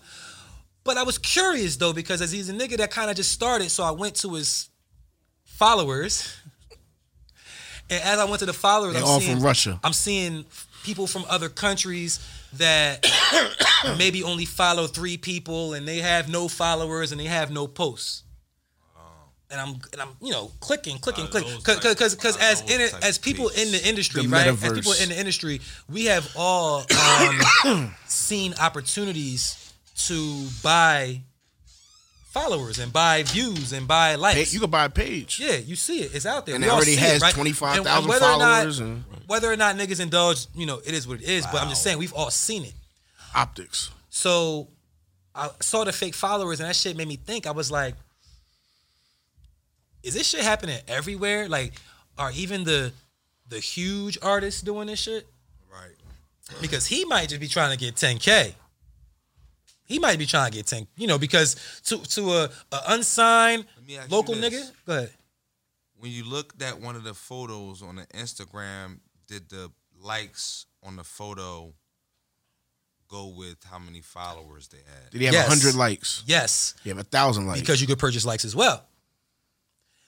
Speaker 1: But I was curious though because as he's a nigga that kind of just started, so I went to his followers, *laughs* and as I went to the followers,
Speaker 2: They
Speaker 1: I'm
Speaker 2: all
Speaker 1: seeing,
Speaker 2: from Russia.
Speaker 1: I'm seeing people from other countries that *coughs* maybe only follow three people and they have no followers and they have no posts. And I'm and I'm you know clicking clicking clicking
Speaker 6: those
Speaker 1: because
Speaker 6: types-
Speaker 1: because because
Speaker 6: by
Speaker 1: as
Speaker 6: those
Speaker 1: in it,
Speaker 6: types
Speaker 1: as
Speaker 6: of
Speaker 1: people in the industry
Speaker 2: The
Speaker 1: right as
Speaker 2: metaverse.
Speaker 1: people in the industry we have all um,
Speaker 2: *clears throat*
Speaker 1: seen opportunities to buy followers and buy views and buy
Speaker 2: Hey,
Speaker 1: likes
Speaker 2: you could buy a page.
Speaker 1: yeah you see it it's out there
Speaker 2: And
Speaker 1: We
Speaker 2: it
Speaker 1: all
Speaker 2: already
Speaker 1: see
Speaker 2: has
Speaker 1: right?
Speaker 2: 25,000
Speaker 1: whether or not-
Speaker 2: followers and-
Speaker 1: whether or not niggas indulge you know it is what it is but I'm just saying we've all seen it
Speaker 2: Optics.
Speaker 1: so I saw the fake followers, and that shit made me think. I was like, is this shit happening everywhere? Like, are even the the huge artists doing this shit?
Speaker 6: Right.
Speaker 1: Because he might just be trying to get 10k. He might be trying to get 10, you know, because to to a, a unsigned
Speaker 6: Let me ask you
Speaker 1: local
Speaker 6: this.
Speaker 1: nigga. Go ahead.
Speaker 6: When you looked at one of the photos on the Instagram, did the likes on the photo go with how many followers they had.
Speaker 2: Did he have a
Speaker 1: Yes.
Speaker 2: 100 likes?
Speaker 1: Yes.
Speaker 2: He have a 1,000 likes.
Speaker 1: because you could purchase likes as well.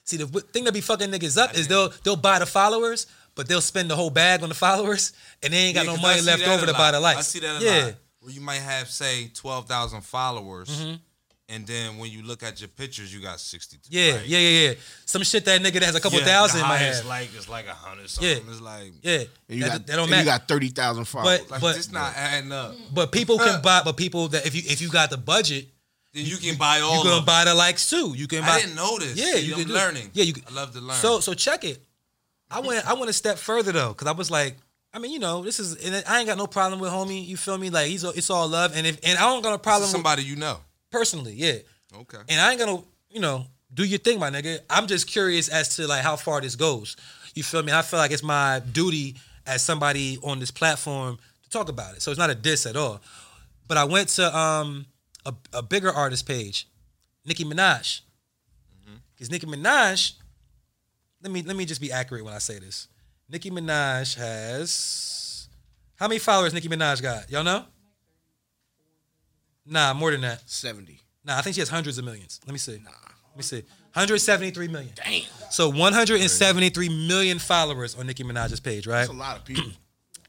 Speaker 1: See, the w- thing that be fucking niggas up is they'll they'll buy the followers, but they'll spend the whole bag on the followers, and they ain't got
Speaker 6: Yeah,
Speaker 1: no
Speaker 6: 'cause I
Speaker 1: money
Speaker 6: see
Speaker 1: left
Speaker 6: that
Speaker 1: over
Speaker 6: a
Speaker 1: to buy
Speaker 6: lot.
Speaker 1: the likes.
Speaker 6: I see that a
Speaker 1: yeah.
Speaker 6: lot. Mm-hmm. Where you might have say twelve thousand followers,
Speaker 1: Mhm.
Speaker 6: and then when you look at your pictures, you got sixty two.
Speaker 1: Yeah, yeah, yeah, yeah. Some shit that nigga that has a couple thousand
Speaker 6: the
Speaker 1: in my
Speaker 6: highest
Speaker 1: head.
Speaker 6: Like it's like a hundred something.
Speaker 1: yeah,
Speaker 6: It's like
Speaker 1: yeah.
Speaker 2: And you
Speaker 1: that,
Speaker 2: got,
Speaker 1: that don't
Speaker 2: and
Speaker 1: matter.
Speaker 2: you got 30,000 followers.
Speaker 1: But- but-
Speaker 6: it's not adding up.
Speaker 1: but people
Speaker 6: Uh.
Speaker 1: can buy. But people that if you if you got the budget,
Speaker 6: Then you can buy all.
Speaker 1: you can
Speaker 6: of
Speaker 1: buy the likes too. You can.
Speaker 6: I
Speaker 1: Buy,
Speaker 6: didn't know this.
Speaker 1: Yeah,
Speaker 6: See,
Speaker 1: you
Speaker 6: I'm
Speaker 1: can do-
Speaker 6: learning.
Speaker 1: Yeah, you can,
Speaker 6: I love to learn.
Speaker 1: So so check it. I went I went a step further though, because I was like, I mean, you know, this is and I ain't got no problem with homie. You feel me? Like he's a- it's all love, and if and I don't got a
Speaker 6: This
Speaker 1: problem
Speaker 6: is
Speaker 1: with-
Speaker 6: somebody you know.
Speaker 1: personally, yeah.
Speaker 6: Okay.
Speaker 1: And I ain't gonna you know do your thing, my nigga. I'm just curious as to like how far this goes. You feel me? I feel like it's my duty as somebody on this platform to talk about it. So it's not a diss at all. But I went to um a, a bigger artist page, Nicki Minaj. Because Nicki Minaj, let me let me just be accurate when I say this. Nicki Minaj has how many followers Nicki Minaj got? Y'all know? Nah, more than that.
Speaker 2: 70.
Speaker 1: Nah, I think she has hundreds of millions. Let me see. Let me see. 173 million. Damn. So 173 million followers on Nicki Minaj's page, right?
Speaker 2: That's a lot of people. *clears throat*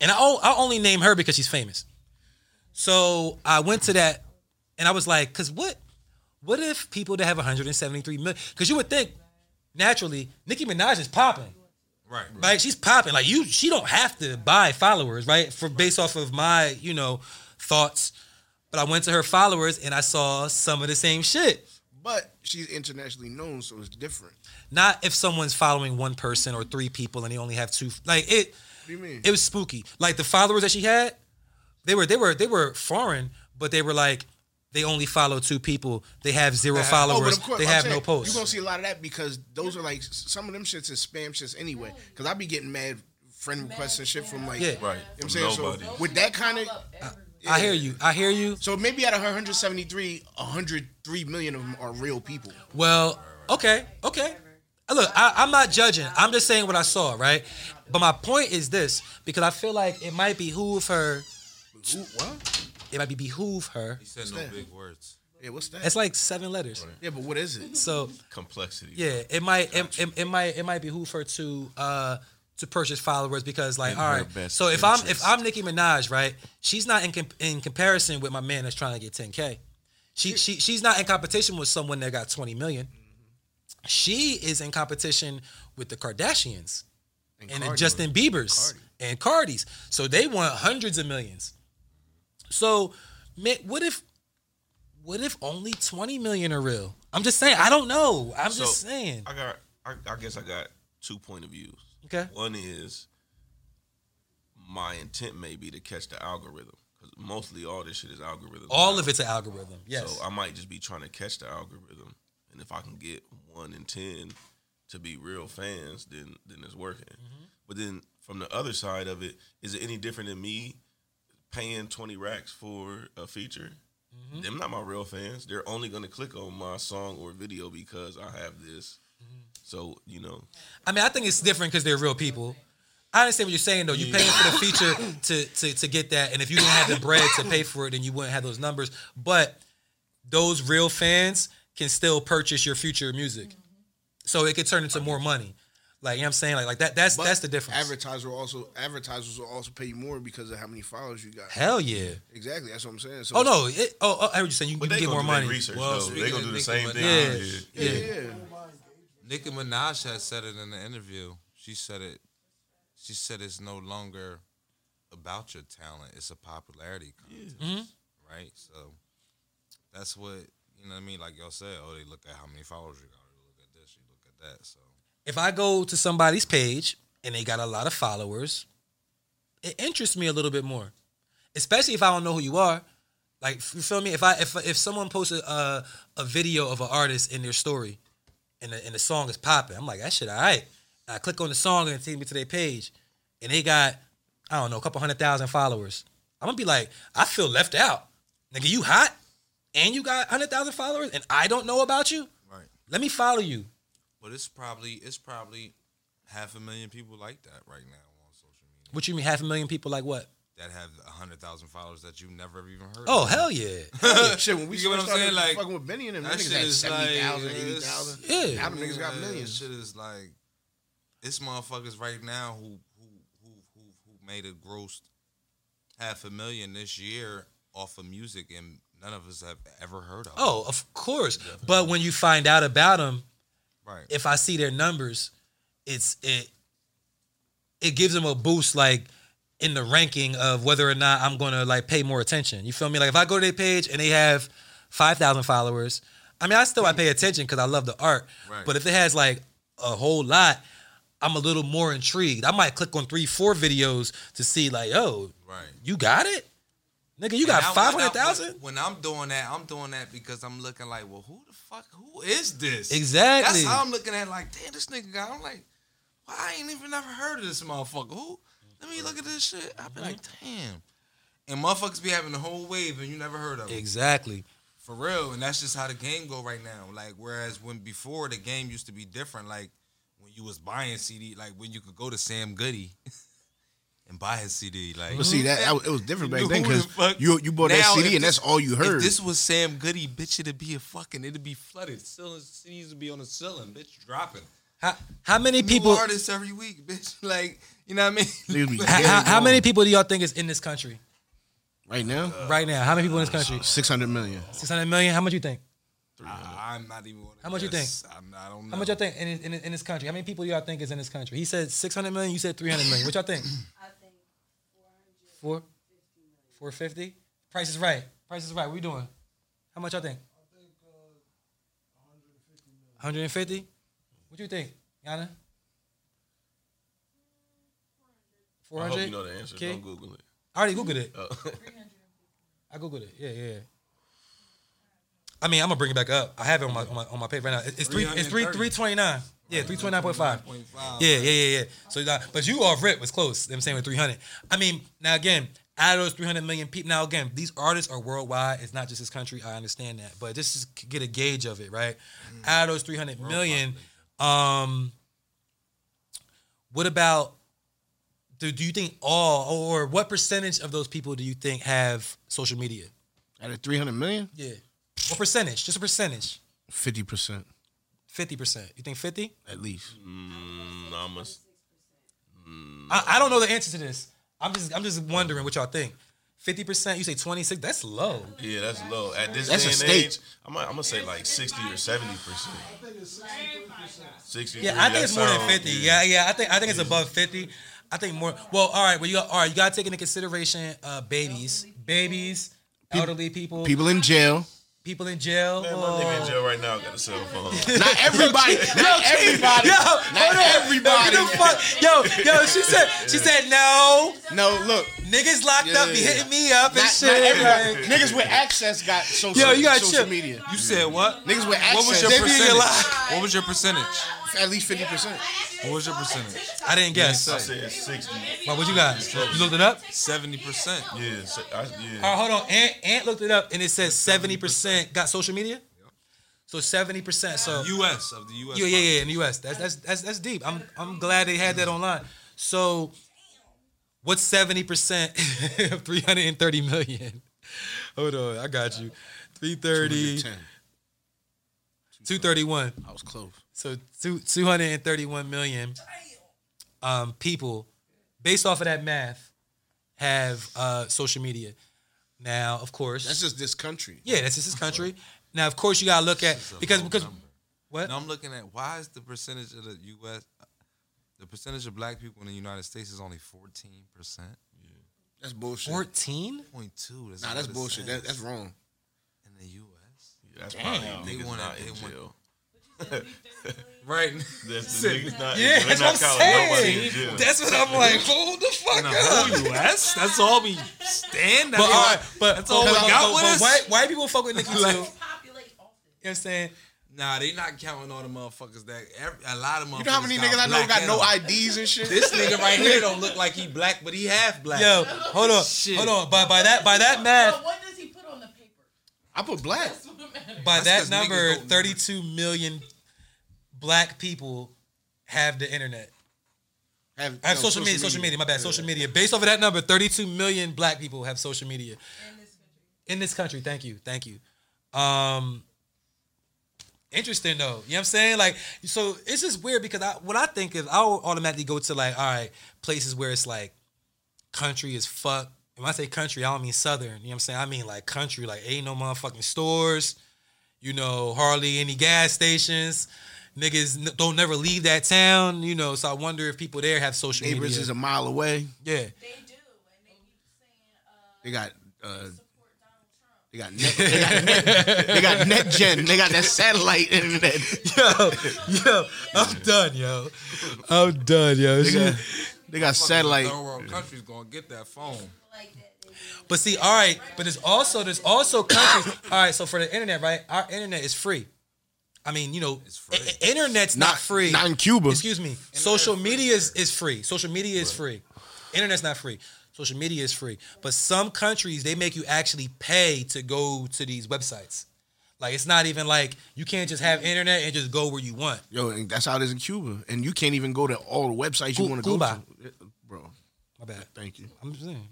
Speaker 1: And I, o- I only name her because she's famous. So I went to that and I was like, because what? What if people that have 173 million? Because you would think naturally, Nicki Minaj is popping.
Speaker 6: Right.
Speaker 1: Like she's popping. Like you, she don't have to buy followers, right? For based off of my, you know, thoughts. But I went to her followers and I saw some of the same shit.
Speaker 2: But she's internationally known, so it's different.
Speaker 1: Not if someone's following one person or three people and they only have two. Like it,
Speaker 2: What do you mean?
Speaker 1: it was spooky. Like the followers that she had, they were they were they were foreign, but they were like they only follow two people. They have zero
Speaker 2: Nah, oh, but
Speaker 1: followers.
Speaker 2: of course,
Speaker 1: they
Speaker 2: I'm
Speaker 1: have
Speaker 2: saying,
Speaker 1: no posts.
Speaker 2: You're gonna see a lot of that because those are like s- some of them shits is spam shits anyway. Because I be getting mad friend requests and shit from like
Speaker 1: Yeah.
Speaker 2: You know
Speaker 1: Right.
Speaker 2: what I'm saying
Speaker 7: Nobody.
Speaker 2: so with that kind of.
Speaker 1: I hear you. I hear you.
Speaker 2: So maybe out of her 173, 103 million of them are real people.
Speaker 1: Well, okay, okay. Look, I, I'm not judging. I'm just saying what I saw, right? But my point is this, because I feel like it might behoove her.
Speaker 2: what?
Speaker 1: It might be behoove her.
Speaker 6: He said no big words.
Speaker 2: Yeah, what's that?
Speaker 1: It's like seven letters.
Speaker 2: yeah, but what is it?
Speaker 1: So
Speaker 7: Complexity.
Speaker 1: yeah, it might it, it, it might it might behoove her to uh to purchase followers because like
Speaker 7: In
Speaker 1: all
Speaker 7: her
Speaker 1: right.
Speaker 7: best
Speaker 1: So if I'm if
Speaker 7: interest.
Speaker 1: I'm Nicki Minaj, right? She's not in comp- in comparison with my man that's trying to get 10k. She she she's not in competition with someone that got 20 million.
Speaker 7: Mm-hmm.
Speaker 1: She is in competition with the Kardashians and, the
Speaker 2: Cardi.
Speaker 1: Justin Bieber's and Cardi's. So they want hundreds of millions. So, man, what if what if only 20 million are real? I'm just saying, I don't know. I'm
Speaker 7: So,
Speaker 1: just saying.
Speaker 7: I got. I, I guess I got two point of views.
Speaker 1: Okay.
Speaker 7: One is my intent may be to catch the algorithm because mostly all this shit is algorithm.
Speaker 1: All of it's an algorithm. Yes.
Speaker 7: So I might just be trying to catch the algorithm, and if I can get one in ten to be real fans, then then it's working. But then from the other side of it, is it any different than me paying twenty racks for a feature? Them not my real fans. They're only gonna click on my song or video because I have this. So you know,
Speaker 1: I mean, I think it's different because they're real people. I understand what you're saying though. You're paying for the feature to, to to get that, and if you didn't have the bread to pay for it, then you wouldn't have those numbers. But those real fans can still purchase your future music,
Speaker 7: Mm-hmm.
Speaker 1: so it could turn into more money. Like you know what I'm saying, like like that. That's
Speaker 2: But
Speaker 1: that's the difference.
Speaker 2: Advertiser also advertisers will also pay you more because of how many followers you got.
Speaker 1: Hell yeah.
Speaker 2: Exactly, that's what I'm saying. So
Speaker 1: Oh no! It, oh, oh, I heard you saying you, you
Speaker 7: but
Speaker 1: can
Speaker 7: they
Speaker 1: get
Speaker 7: gonna
Speaker 1: more
Speaker 7: do their
Speaker 1: money.
Speaker 7: research
Speaker 6: Well,
Speaker 7: though.
Speaker 6: speaking
Speaker 7: They
Speaker 6: of
Speaker 7: gonna do the
Speaker 6: Nicki
Speaker 7: same thing.
Speaker 1: Yeah.
Speaker 7: I did.
Speaker 2: yeah,
Speaker 1: yeah.
Speaker 2: yeah.
Speaker 6: Nicki Minaj has said it in the interview. She said it. She said it's no longer about your talent; it's a popularity contest, right? So that's what you know. what I mean, like y'all said, oh, they look at how many followers you got. You look at this, you look at that. So
Speaker 1: if I go to somebody's page and they got a lot of followers, it interests me a little bit more, especially if I don't know who you are. Like, you feel me? If I if if someone posts a a, a video of an artist in their story, and the, and the song is popping, I'm like, that shit, all right. And I click on the song and it takes me to their page, and they got I don't know a couple hundred thousand followers. I'm gonna be like, I feel left out, nigga. You hot, and you got hundred thousand followers, and I don't know about you.
Speaker 6: right,
Speaker 1: Let me follow you.
Speaker 6: but it's probably it's probably half a million people like that right now on social media
Speaker 1: What you mean, half a million people? Like what?
Speaker 6: that have hundred thousand followers that you never even heard.
Speaker 1: Oh,
Speaker 6: of.
Speaker 1: hell yeah.
Speaker 6: *laughs*
Speaker 2: Hell yeah. Shit, when we
Speaker 6: you get what I'm
Speaker 2: started
Speaker 6: saying? Like
Speaker 2: fucking with Benny and them, them
Speaker 6: that
Speaker 2: niggas
Speaker 6: shit
Speaker 2: had
Speaker 6: is
Speaker 2: 70,000,
Speaker 6: like, it's-
Speaker 2: 80,000. Yeah. Now them niggas got
Speaker 6: Yeah,
Speaker 2: millions.
Speaker 6: Shit is like it's motherfuckers right now who who who who who made a gross half a million this year off of music and none of us have ever heard of.
Speaker 1: Oh, of course. But when you find out about them,
Speaker 6: Right.
Speaker 1: if I see their numbers, it's it it gives them a boost like in the ranking of whether or not I'm going to like pay more attention. You feel me? Like if I go to their page and they have 5,000 followers, I mean, I still I pay attention cuz I love the art.
Speaker 6: Right.
Speaker 1: But if it has like a whole lot, I'm a little more intrigued. I might click on 3 4 videos to see like, "Oh,
Speaker 6: Right.
Speaker 1: you got it?" Nigga, you
Speaker 6: And I-
Speaker 1: got
Speaker 6: when I-
Speaker 1: 500,000?
Speaker 6: When I'm doing that, I'm doing that because I'm looking like, well, who the fuck, who is this?
Speaker 1: Exactly.
Speaker 6: That's how I'm looking at. Like, damn, this nigga guy. I'm like, why I ain't even never heard of this motherfucker. Who? Let me look at this shit. I be like, damn. And motherfuckers be having the whole wave, and you never heard of it.
Speaker 1: Exactly.
Speaker 6: For real, and that's just how the game go right now. Like whereas when before the game used to be different, like when you was buying CD, like when you could go to Sam Goody *laughs* and buy his CD, like
Speaker 2: But see, that- that- it was different back then
Speaker 6: Who the
Speaker 2: 'cause
Speaker 6: fuck-
Speaker 2: you- you bought that
Speaker 6: Now,
Speaker 2: CD
Speaker 6: if
Speaker 2: and that's
Speaker 6: this-
Speaker 2: all you
Speaker 6: if
Speaker 2: heard.
Speaker 6: this was Sam Goody, bitch, it'd be a fucking, it'd be flooded. Ceiling CDs would be on the ceiling, bitch, dropping.
Speaker 1: How how many
Speaker 6: New
Speaker 1: people
Speaker 6: artists every week, bitch? *laughs* Like you know what I mean? *laughs*
Speaker 1: How- how, how many people do y'all think is in this country
Speaker 2: Right now?
Speaker 1: right now? How many people in this country?
Speaker 2: 600 million.
Speaker 1: Six hundred million. How much you think?
Speaker 6: I, am not even. wanna
Speaker 1: How much you think?
Speaker 6: guess. I'm, I don't know.
Speaker 1: How much y'all think in, in, in this country? How many people y'all think is in this country? He said six hundred million. You said three hundred million. What y'all think? I think four four fifty. Price is right. Price is right. What we doing? How much y'all think? One hundred and fifty. What you think, Yana? Four
Speaker 7: I hope
Speaker 1: hundred.
Speaker 7: you know the answer. Don't Google it.
Speaker 1: I already googled it.
Speaker 7: Oh.
Speaker 1: I googled it. Yeah, yeah. I mean, I'm gonna bring it back up. I have it on my on my, on my page right now. It- It's three. It's three three twenty nine. Yeah, three twenty nine point five. Yeah, yeah, yeah, yeah. So, uh, but you off rip was close. I'm saying with three hundred. I mean, now again, out of those three hundred million people, now again, these artists are worldwide. It's not just this country. I understand that, but just to get a gauge of it, right? Out of those three hundred million, um, what about? Do, do you think all or what percentage of those people do you think have social media?
Speaker 2: Out of 300 million?
Speaker 1: Yeah. What percentage? Just a percentage.
Speaker 2: 50%.
Speaker 1: Fifty percent. You think fifty?
Speaker 2: At least.
Speaker 7: *laughs* Mm, I must.
Speaker 1: I, I don't know the answer to this. I'm just I'm just wondering what y'all think. Fifty percent. You say twenty six. That's low.
Speaker 7: Yeah, that's low. At this
Speaker 1: That's a
Speaker 7: day and
Speaker 1: state.
Speaker 7: age, I'm, I'm gonna say like sixty or seventy percent. Sixty.
Speaker 1: Yeah, I think it's more than fifty. Yeah, yeah. I think I think it's above fifty. I think more. Well, all right. Well, you got, all right. You gotta take into consideration uh, babies, babies, elderly people,
Speaker 2: People in jail.
Speaker 1: people in jail.
Speaker 7: Man, my nigga in jail right now got a cell
Speaker 1: *laughs*
Speaker 7: phone.
Speaker 2: Not everybody. not everybody.
Speaker 1: Yo,
Speaker 2: not everybody.
Speaker 1: Yo, get the fuck- yo, yo, she said, she said no.
Speaker 2: No, look.
Speaker 1: Niggas locked up be hitting me up and
Speaker 2: Not- not
Speaker 1: shit.
Speaker 2: everybody.
Speaker 1: like-
Speaker 2: Niggas with access got social,
Speaker 1: Yo, you got
Speaker 2: social
Speaker 1: shit.
Speaker 2: media.
Speaker 6: You said what?
Speaker 2: Niggas with access.
Speaker 6: What was your
Speaker 2: they be in
Speaker 6: percentage?
Speaker 2: your
Speaker 6: What was your percentage?
Speaker 2: life. At least 50%.
Speaker 6: What was your percentage?
Speaker 1: I didn't guess.
Speaker 7: I said sixty.
Speaker 1: Well, what you got? You looked it up?
Speaker 6: Seventy percent.
Speaker 7: Yeah, se- I, yeah.
Speaker 1: All right, hold on. Ant, Ant looked it up and it says seventy percent got social media. So seventy percent. So
Speaker 6: U.S. of the U.S.
Speaker 1: yeah, yeah, yeah, in the U.S. That's that's that's that's deep. I'm I'm glad they had that online. So what's seventy percent *laughs* of three hundred and thirty million? Hold on, I got you. 330,
Speaker 2: 210.
Speaker 1: 231.
Speaker 2: I was close.
Speaker 1: So two two hundred and thirty one million um, people, based off of that math, have uh, social media. Now, of course,
Speaker 2: That's just this country.
Speaker 1: yeah, that's just this country. Now, of course, you gotta look at because because what?
Speaker 6: *laughs* No, I'm looking at why is the percentage of the U.S. the percentage of black people in the United States is only fourteen percent.
Speaker 2: That's bullshit.
Speaker 1: fourteen.
Speaker 6: Point two. That's
Speaker 2: nah,
Speaker 6: what
Speaker 2: that's
Speaker 6: it
Speaker 2: bullshit. That,
Speaker 6: says.
Speaker 2: that's wrong.
Speaker 6: in the U.S.
Speaker 7: That's probably
Speaker 6: Damn. They
Speaker 7: niggas
Speaker 6: wanna-
Speaker 7: not
Speaker 6: they
Speaker 7: in
Speaker 6: want-
Speaker 7: jail.
Speaker 6: Right.
Speaker 7: That's the niggas not.
Speaker 1: Yeah,
Speaker 7: they're
Speaker 1: that's what I'm
Speaker 7: not counting nobody
Speaker 1: saying.
Speaker 7: in jail.
Speaker 1: That's what I'm like. Hold the fuck
Speaker 6: In *laughs* the
Speaker 1: up.
Speaker 6: *laughs* whole U.S. That's all we stand.
Speaker 1: But all right, but
Speaker 6: that's all we
Speaker 1: but-
Speaker 6: got
Speaker 1: but-
Speaker 6: with
Speaker 1: but
Speaker 6: us?
Speaker 1: White, white people fuck with Nicki too. You know what I'm saying?
Speaker 6: Nah, they not counting all the motherfuckers that every, a lot of motherfuckers.
Speaker 2: You know how many
Speaker 6: got
Speaker 2: niggas I know
Speaker 6: black
Speaker 2: got
Speaker 6: in
Speaker 2: no
Speaker 6: them.
Speaker 2: IDs and shit?
Speaker 6: This nigga right here don't look like he black, but he half black.
Speaker 1: Yo, hold on,
Speaker 6: Shit.
Speaker 1: hold on. By by that by that math,
Speaker 9: But what does he put on the paper?
Speaker 2: I put black.
Speaker 9: That's what matters.
Speaker 1: by
Speaker 6: That's 'cause
Speaker 1: that
Speaker 6: niggas
Speaker 1: number,
Speaker 6: don't know.
Speaker 1: 32 million black people have the internet. Have, I have
Speaker 12: no,
Speaker 1: social, media, social media. My bad. Social media. Based over that number, 32 million black people have social media in this country. Thank you, thank you. Um, interesting though. You know what I'm saying? Like, so it's just weird because I what I think is I'll automatically go to like, all right, places where it's like country is fuck. And When I say country, I don't mean southern. You know what I'm saying? I mean like country. Like, ain't no motherfucking stores. You know, hardly any gas stations. Niggas n- don't never leave that town, you know. So I wonder if people there have social
Speaker 2: Neighbors
Speaker 1: media.
Speaker 2: is a mile away.
Speaker 1: Yeah.
Speaker 2: They got uh, they got net, they got net, they got net gen. They got that satellite internet.
Speaker 1: *laughs* Yo, yo, I'm done, yo. I'm done, yo.
Speaker 2: They got, *laughs* they got satellite.
Speaker 6: Third world country's gonna get that phone.
Speaker 1: But see, all right, but there's also there's also countries. all right, so for the internet, right? Our internet is free. I mean, you know, i- i- internet's not,
Speaker 2: Not-
Speaker 1: free.
Speaker 2: not in Cuba.
Speaker 1: Excuse me. Social media is, is free. Social media is free. Internet's not free. Social media is free. But some countries they make you actually pay to go to these websites. Like it's not even like you can't just have internet and just go where you want.
Speaker 2: Yo, and that's how it is in Cuba, and you can't even go to all the websites you
Speaker 1: Cu-
Speaker 2: want to go
Speaker 1: Cuba.
Speaker 2: to, bro.
Speaker 1: My bad.
Speaker 2: Thank you.
Speaker 1: I'm just saying.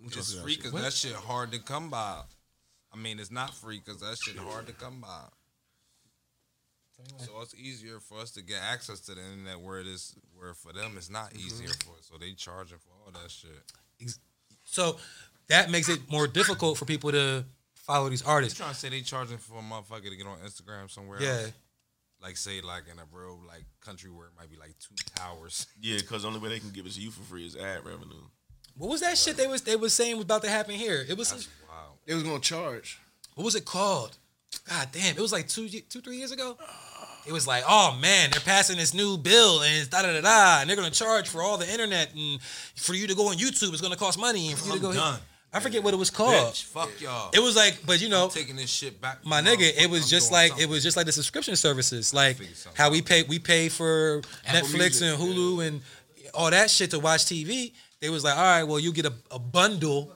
Speaker 2: What
Speaker 6: It's
Speaker 2: y'all say
Speaker 6: free
Speaker 2: about
Speaker 6: because
Speaker 2: shit?
Speaker 6: that shit hard to come by. I mean, it's not free because that shit hard to come by. So it's easier for us to get access to the internet where it is, where for them it's not
Speaker 1: Mm-hmm.
Speaker 6: easier for us. So they charging for all that shit.
Speaker 1: So that makes it more difficult for people to follow these
Speaker 6: You
Speaker 1: artists.
Speaker 6: trying to say they charging for a motherfucker to get on Instagram somewhere?
Speaker 1: Yeah.
Speaker 6: else? Like say like in a real like country where it might be like two towers. *laughs*
Speaker 7: Yeah, because the only way they can give it to you for free is ad revenue.
Speaker 1: What was that shit they was they was saying was about to happen here? It was
Speaker 6: Wow.
Speaker 2: They was gonna charge.
Speaker 1: what was it called? God damn, it was like two ye- two three years ago. It was like, oh man, they're passing this new bill and it's da da da da, and they're gonna charge for all the internet and for you to go on YouTube, it's gonna cost money and for you to
Speaker 6: I'm
Speaker 1: go. here-
Speaker 6: done.
Speaker 1: I forget what it was called.
Speaker 6: Bitch, fuck y'all.
Speaker 1: It was like, but you know,
Speaker 6: I'm taking this shit back.
Speaker 1: my nigga, it was just like it was just like the subscription services, like how we pay we pay for
Speaker 6: Apple
Speaker 1: Netflix
Speaker 6: Music,
Speaker 1: and Hulu and all that shit to watch TV. They was like, all right, well, you get a, a bundle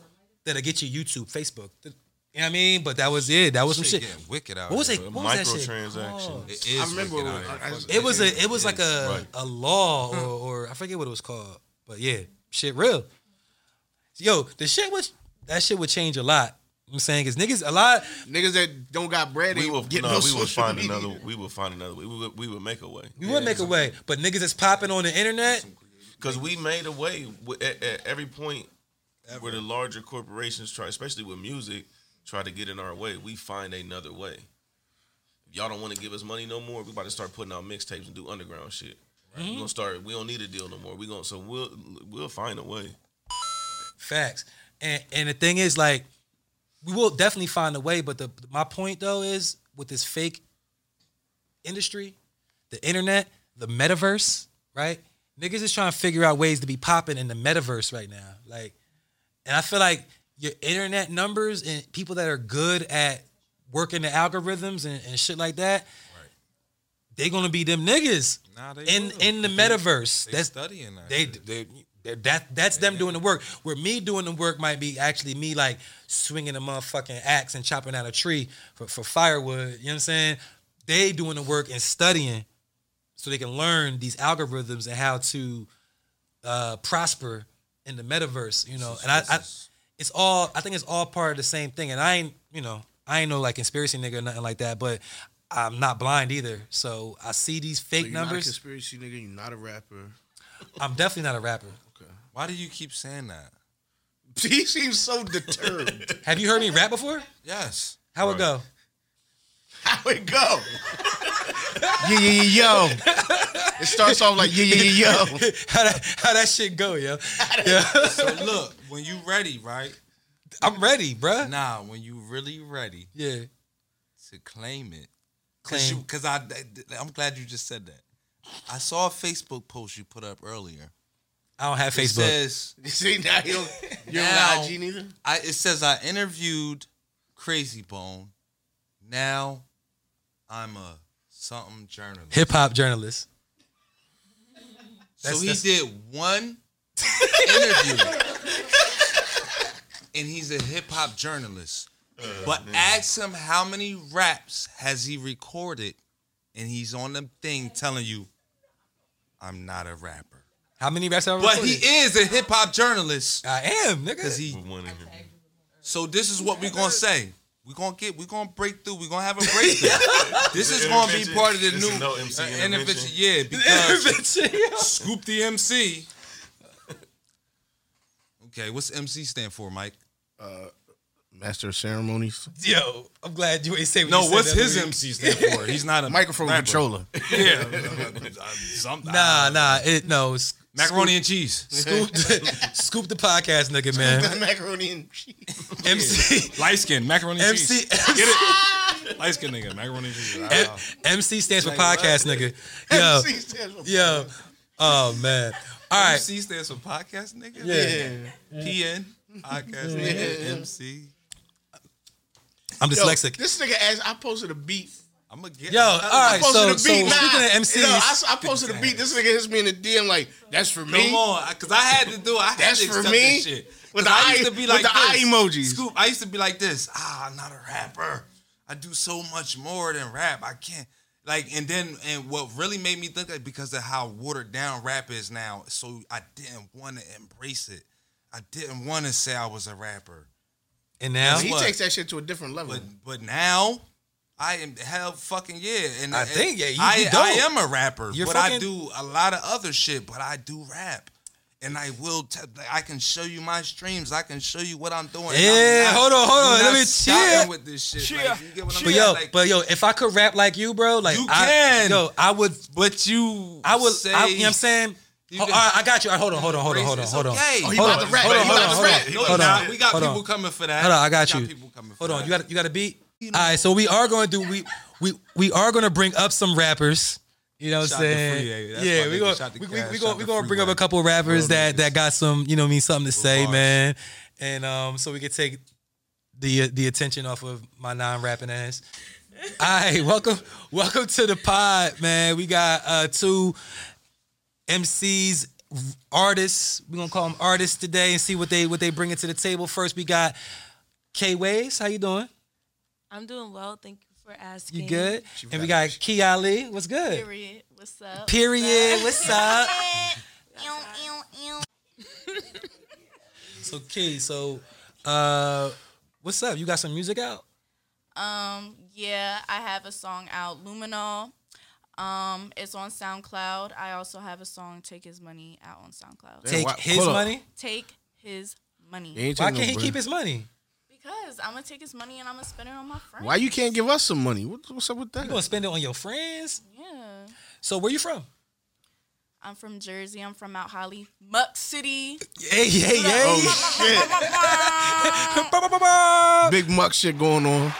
Speaker 1: that'll get you YouTube, Facebook. You know what I mean? But that was it. That was some shit.
Speaker 6: Getting wicked out
Speaker 1: What was
Speaker 6: here,
Speaker 1: it?
Speaker 6: bro.
Speaker 1: What was that shit?
Speaker 7: Microtransactions.
Speaker 6: It is
Speaker 2: I remember
Speaker 6: wicked out
Speaker 2: when
Speaker 6: here.
Speaker 2: I- I-
Speaker 6: Fuck
Speaker 1: It was a it was like a
Speaker 7: Right.
Speaker 1: a law or, or I forget what it was called, but yeah, shit real. Yo, the shit was that shit would change a lot. You know what I'm saying because niggas a lot.
Speaker 2: Niggas that don't got bread,
Speaker 7: We
Speaker 2: they
Speaker 7: will,
Speaker 2: will get
Speaker 7: no,
Speaker 2: no
Speaker 7: we will
Speaker 2: social
Speaker 7: find
Speaker 2: media.
Speaker 7: another. We will find another. We will, we will make a way.
Speaker 1: We would make a way, but niggas that's popping on the internet.
Speaker 7: Because we made a way wi- at, at every point where the larger corporations try, especially with music, try to get in our way. We find another way. If y'all don't want to give us money no more, we about to start putting out mixtapes and do underground shit. We're gonna start. We don't need a deal no more. We gonna so we'll we'll find a way.
Speaker 1: Facts. And and the thing is, like, we will definitely find a way. But the my point though is with this fake industry, the internet, the metaverse, right? Niggas is trying to figure out ways to be popping in the metaverse right now. Like, and I feel like your internet numbers and people that are good at working the algorithms and, and shit like that, they gonna be them niggas
Speaker 6: Nah, they
Speaker 1: in
Speaker 6: will.
Speaker 1: in the metaverse.
Speaker 6: They
Speaker 1: That's
Speaker 6: studying that.
Speaker 1: they,
Speaker 6: shit.
Speaker 1: they, they that that's them doing the work. Where me doing the work might be actually me like swinging a motherfucking axe and chopping out a tree for, for firewood. You know what I'm saying? They doing the work and studying so they can learn these algorithms and how to uh, prosper in the metaverse. You know, and I, I, it's all I think it's all part of the same thing. And I ain't you know I ain't no like conspiracy nigga or nothing like that, but. I'm not blind either, so I see these
Speaker 2: So
Speaker 1: fake
Speaker 2: you not a
Speaker 1: numbers.
Speaker 2: conspiracy nigga. You not a rapper. *laughs*
Speaker 1: I'm definitely not a rapper.
Speaker 6: Why do you keep saying that?
Speaker 2: He seems so determined.
Speaker 1: Have you heard me rap before?
Speaker 6: Yes.
Speaker 1: How it go? *laughs*
Speaker 2: How it go? yeah, yeah, yeah, yo. It starts off like yeah, yeah, yeah, yo.
Speaker 1: How that, how that shit go,
Speaker 6: *laughs*
Speaker 1: yo?
Speaker 6: So look, when you ready, right?
Speaker 1: *laughs* I'm ready, bruh.
Speaker 6: Nah, when you really ready
Speaker 1: Yeah.
Speaker 6: to claim it. Cause,
Speaker 1: Claim.
Speaker 6: you, Cause I, I'm glad you just said that. I saw a Facebook post you put up earlier.
Speaker 1: I don't have
Speaker 6: It
Speaker 1: Facebook.
Speaker 6: says
Speaker 2: See now you don't you don't
Speaker 6: Now-
Speaker 2: got IG neither.
Speaker 6: I it says I interviewed Crazy Bone. Now I'm a something journalist.
Speaker 1: Hip hop journalist.
Speaker 6: so
Speaker 1: that's-
Speaker 6: he
Speaker 1: that's-
Speaker 6: did one interview. *laughs* and he's a hip hop journalist. but ask him how many raps has he recorded and he's on the thing telling you I'm not a rapper.
Speaker 1: How many raps have I
Speaker 6: But
Speaker 1: recorded?
Speaker 6: he is a hip hop journalist.
Speaker 1: I am, nigga.
Speaker 6: Cause he. So this is what we gonna say. We gonna get. We gonna break through. We gonna have a breakthrough. this is gonna be part of the
Speaker 7: This is
Speaker 6: new
Speaker 7: no MC
Speaker 6: uh,
Speaker 7: intervention.
Speaker 6: Yeah, because *laughs* scoop the MC. *laughs* Okay, what's MC stand for, Mike?
Speaker 2: Uh, Master of ceremonies.
Speaker 1: Yo, I'm glad you ain't say what
Speaker 6: No,
Speaker 1: you said
Speaker 6: what's
Speaker 1: the other
Speaker 6: his
Speaker 1: week.
Speaker 6: MC stand *laughs* for? He's not a
Speaker 2: Microphone
Speaker 6: rapper.
Speaker 2: *laughs* controller.
Speaker 6: Yeah. *laughs* Some-
Speaker 1: Nah, nah, it no. it's
Speaker 6: Macaroni
Speaker 1: scoop-
Speaker 6: and cheese.
Speaker 1: Scoop, *laughs* the- scoop the podcast, nigga,
Speaker 6: *laughs*
Speaker 1: man.
Speaker 2: macaroni and cheese.
Speaker 1: MC,
Speaker 6: light skin, macaroni and
Speaker 1: MC,
Speaker 6: cheese. Get it? Light skin nigga, macaroni and cheese.
Speaker 1: *laughs* M- MC stands for
Speaker 6: Like,
Speaker 1: podcast,
Speaker 6: what? *laughs*
Speaker 1: nigga. Yo,
Speaker 2: MC stands for
Speaker 1: yo, oh man. All right,
Speaker 6: MC stands for podcast nigga.
Speaker 2: Yeah.
Speaker 6: PN podcast nigga. MC.
Speaker 1: I'm
Speaker 2: Yo,
Speaker 1: dyslexic.
Speaker 2: this nigga asked. I posted a beat.
Speaker 6: I'm gonna get.
Speaker 1: Yo, all right,
Speaker 2: I posted
Speaker 1: so,
Speaker 2: a
Speaker 1: so speaking
Speaker 2: beat.
Speaker 1: of
Speaker 2: nah,
Speaker 1: MCs,
Speaker 2: no, I, I posted a beat. This nigga hits me in the DM like, "That's for me."
Speaker 6: Come on, because I had to do. I had
Speaker 2: That's
Speaker 6: to
Speaker 2: for
Speaker 6: accept
Speaker 2: me?
Speaker 6: this shit. 'Cause
Speaker 2: With the
Speaker 6: I used
Speaker 2: eye-
Speaker 6: to be
Speaker 2: with
Speaker 6: like
Speaker 2: the eye
Speaker 6: this.
Speaker 2: emojis.
Speaker 6: Scoop. I used to be like this. Ah, I'm not a rapper. I do so much more than rap. I can't. Like and then and what really made me think that because of how watered down rap is now, so I didn't want to embrace it. I didn't want to say I was a rapper.
Speaker 1: and now
Speaker 2: He
Speaker 6: What?
Speaker 2: takes that shit to a different level.
Speaker 6: But but now I am hell fucking yeah. And
Speaker 1: I
Speaker 6: and
Speaker 1: think, yeah, you-
Speaker 6: I,
Speaker 1: you dope.
Speaker 6: I am a rapper,
Speaker 1: You're
Speaker 6: but I
Speaker 1: fucking-
Speaker 6: do a lot of other shit. But I do rap, and I will. T- I can show you my streams. I can show you what I'm doing. and I'm
Speaker 1: Yeah, hold on, hold
Speaker 6: I'm
Speaker 1: on, let
Speaker 6: not
Speaker 1: me
Speaker 6: scouting
Speaker 1: cheer.
Speaker 6: with this shit. Like, you get what
Speaker 1: But
Speaker 6: I'm saying?
Speaker 1: yo,
Speaker 6: Like,
Speaker 1: but yo, if I could rap like you, bro, like
Speaker 6: You
Speaker 1: I,
Speaker 6: can.
Speaker 1: Yo, I would.
Speaker 6: but you,
Speaker 1: I would.
Speaker 6: say
Speaker 1: I, you know what I'm saying?
Speaker 6: You
Speaker 1: Ho- all
Speaker 6: can-
Speaker 1: right, I got you. All right, hold on, hold on, hold on, hold on,
Speaker 6: It's
Speaker 1: hold on.
Speaker 6: okay. Oh, he
Speaker 1: Hold
Speaker 2: about
Speaker 1: on,
Speaker 2: to rap.
Speaker 1: Hold
Speaker 2: He
Speaker 1: on, hold
Speaker 2: about
Speaker 1: on,
Speaker 2: to
Speaker 1: hold on,
Speaker 2: rap.
Speaker 6: No,
Speaker 1: hold
Speaker 6: nah,
Speaker 1: on.
Speaker 6: we got
Speaker 1: Hold
Speaker 6: people
Speaker 1: on.
Speaker 6: coming for that.
Speaker 1: Hold on, I got
Speaker 6: We
Speaker 1: you.
Speaker 6: people coming for
Speaker 1: Hold on,
Speaker 6: that.
Speaker 1: you got you got a beat. All right, so we are going to do we we we are going to bring up some rappers. You know what I'm
Speaker 6: Shout to
Speaker 1: saying?
Speaker 6: Freeway. That's
Speaker 1: yeah,
Speaker 6: my
Speaker 1: we
Speaker 6: nigga.
Speaker 1: going
Speaker 6: Shout to
Speaker 1: we,
Speaker 6: Cash.
Speaker 1: we, we
Speaker 6: Shout
Speaker 1: going
Speaker 6: to
Speaker 1: we going to bring up
Speaker 6: Freeway.
Speaker 1: a couple rappers
Speaker 6: Real
Speaker 1: that
Speaker 6: niggas.
Speaker 1: that got some you know what I mean something to say,
Speaker 6: bars.
Speaker 1: man, and um so we could take the uh, the attention off of my non rapping ass. All right, welcome welcome to the pod, man. We got uh two MCs, artists. We're gonna call them artists today and see what they what they bring to the table. First, we got K Ways. How you doing?
Speaker 4: I'm doing well. Thank you for asking.
Speaker 1: You good? And we got Key Ali. What's good?
Speaker 4: Period. What's up?
Speaker 1: Period. What's up? *laughs* So Key, so uh, what's up? You got some music out?
Speaker 4: Um, yeah, I have a song out, Luminol. Um, it's on SoundCloud. I also have a song, Take His Money, out on SoundCloud.
Speaker 2: Damn,
Speaker 1: Take
Speaker 2: why-
Speaker 1: his
Speaker 2: hold up.
Speaker 1: money.
Speaker 4: Take his money.
Speaker 2: He ain't
Speaker 1: Why
Speaker 2: taking
Speaker 1: can't he
Speaker 2: no
Speaker 1: keep
Speaker 2: bread.
Speaker 1: his money?
Speaker 4: Because I'm gonna take his money and I'm gonna spend it on my friends.
Speaker 2: Why you can't give us some money? What, what's up with that?
Speaker 1: You gonna spend it on your friends?
Speaker 4: Yeah.
Speaker 1: So where you from?
Speaker 4: I'm from Jersey. I'm from Mount Holly, Muck City.
Speaker 1: Hey, hey, hey!
Speaker 2: Oh. Big muck shit going on.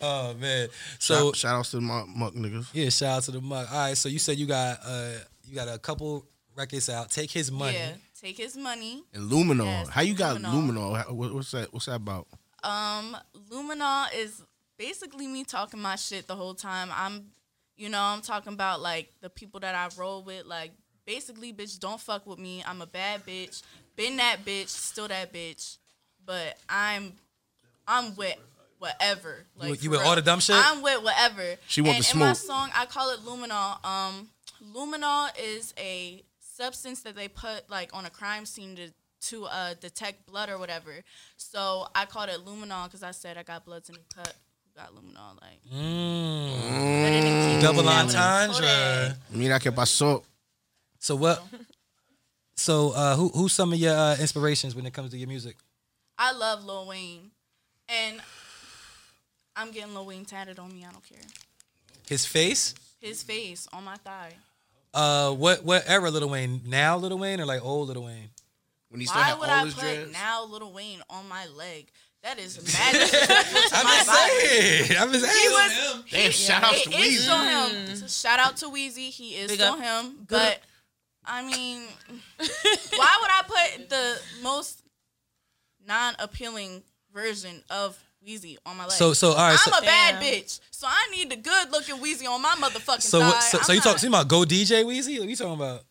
Speaker 1: Oh man.
Speaker 2: So
Speaker 1: So
Speaker 2: shout, shout outs to my muck niggas.
Speaker 1: yeah, shout out to the mug. All right, so you said you got uh you got a couple records out. Take his money.
Speaker 4: Yeah. Take his money.
Speaker 2: And Luminol.
Speaker 4: Yes,
Speaker 2: How you got
Speaker 4: Luminol.
Speaker 2: Luminol? How, what, what's that? What's that about?
Speaker 4: Um, Luminol is basically me talking my shit the whole time. I'm, you know, I'm talking about like the people that I roll with. Like, basically, bitch, don't fuck with me. I'm a bad bitch. Been that bitch, still that bitch. But I'm, I'm with whatever. Like,
Speaker 1: with- you
Speaker 4: for
Speaker 1: with all the dumb shit?
Speaker 4: I'm with whatever.
Speaker 2: She want
Speaker 4: and
Speaker 2: the
Speaker 4: in my
Speaker 2: smoke.
Speaker 4: song, I call it Luminol. Um, Luminol is a substance that they put like on a crime scene to to uh, detect blood or whatever. So I called it Luminol because I said I got bloods in the cut. Who Got Luminol like better than keep
Speaker 1: Mm. Double
Speaker 4: it down with a
Speaker 1: entendre.
Speaker 4: Kodak.
Speaker 2: Mira que pasó.
Speaker 1: So what? So uh, who who's some of your uh, inspirations when it comes to your music?
Speaker 4: I love Lil Wayne, and I'm getting Lil Wayne tatted on me. I don't care.
Speaker 1: His face.
Speaker 4: His face on my thigh.
Speaker 1: Uh, what what era Little Wayne? Now Little Wayne or like old Little Wayne?
Speaker 2: When he still
Speaker 4: Why
Speaker 2: had
Speaker 4: would
Speaker 2: all
Speaker 4: I
Speaker 2: his
Speaker 4: put
Speaker 2: dreads.
Speaker 4: now Lil Wayne on my leg? That
Speaker 2: *laughs*
Speaker 4: is magic to my body.
Speaker 1: Hey, I'm just
Speaker 4: He was,
Speaker 1: asking.
Speaker 4: he,
Speaker 2: Damn, shout outs to
Speaker 4: it is
Speaker 2: Weezy.
Speaker 4: still him. So shout out to Weezy. He is
Speaker 9: Mm. Big
Speaker 4: still
Speaker 9: up.
Speaker 4: him. But I
Speaker 9: *laughs*
Speaker 4: mean, why would I put the most non-appealing version of Weezy on my leg?
Speaker 1: So so all right.
Speaker 4: I'm
Speaker 1: So,
Speaker 4: a bad
Speaker 9: Damn.
Speaker 4: bitch, so I need the good-looking Weezy on my motherfucking
Speaker 1: so,
Speaker 4: thigh.
Speaker 1: what, so, so
Speaker 4: I'm
Speaker 1: you talking
Speaker 4: not-
Speaker 1: so you about Go DJ Weezy? What you talking about?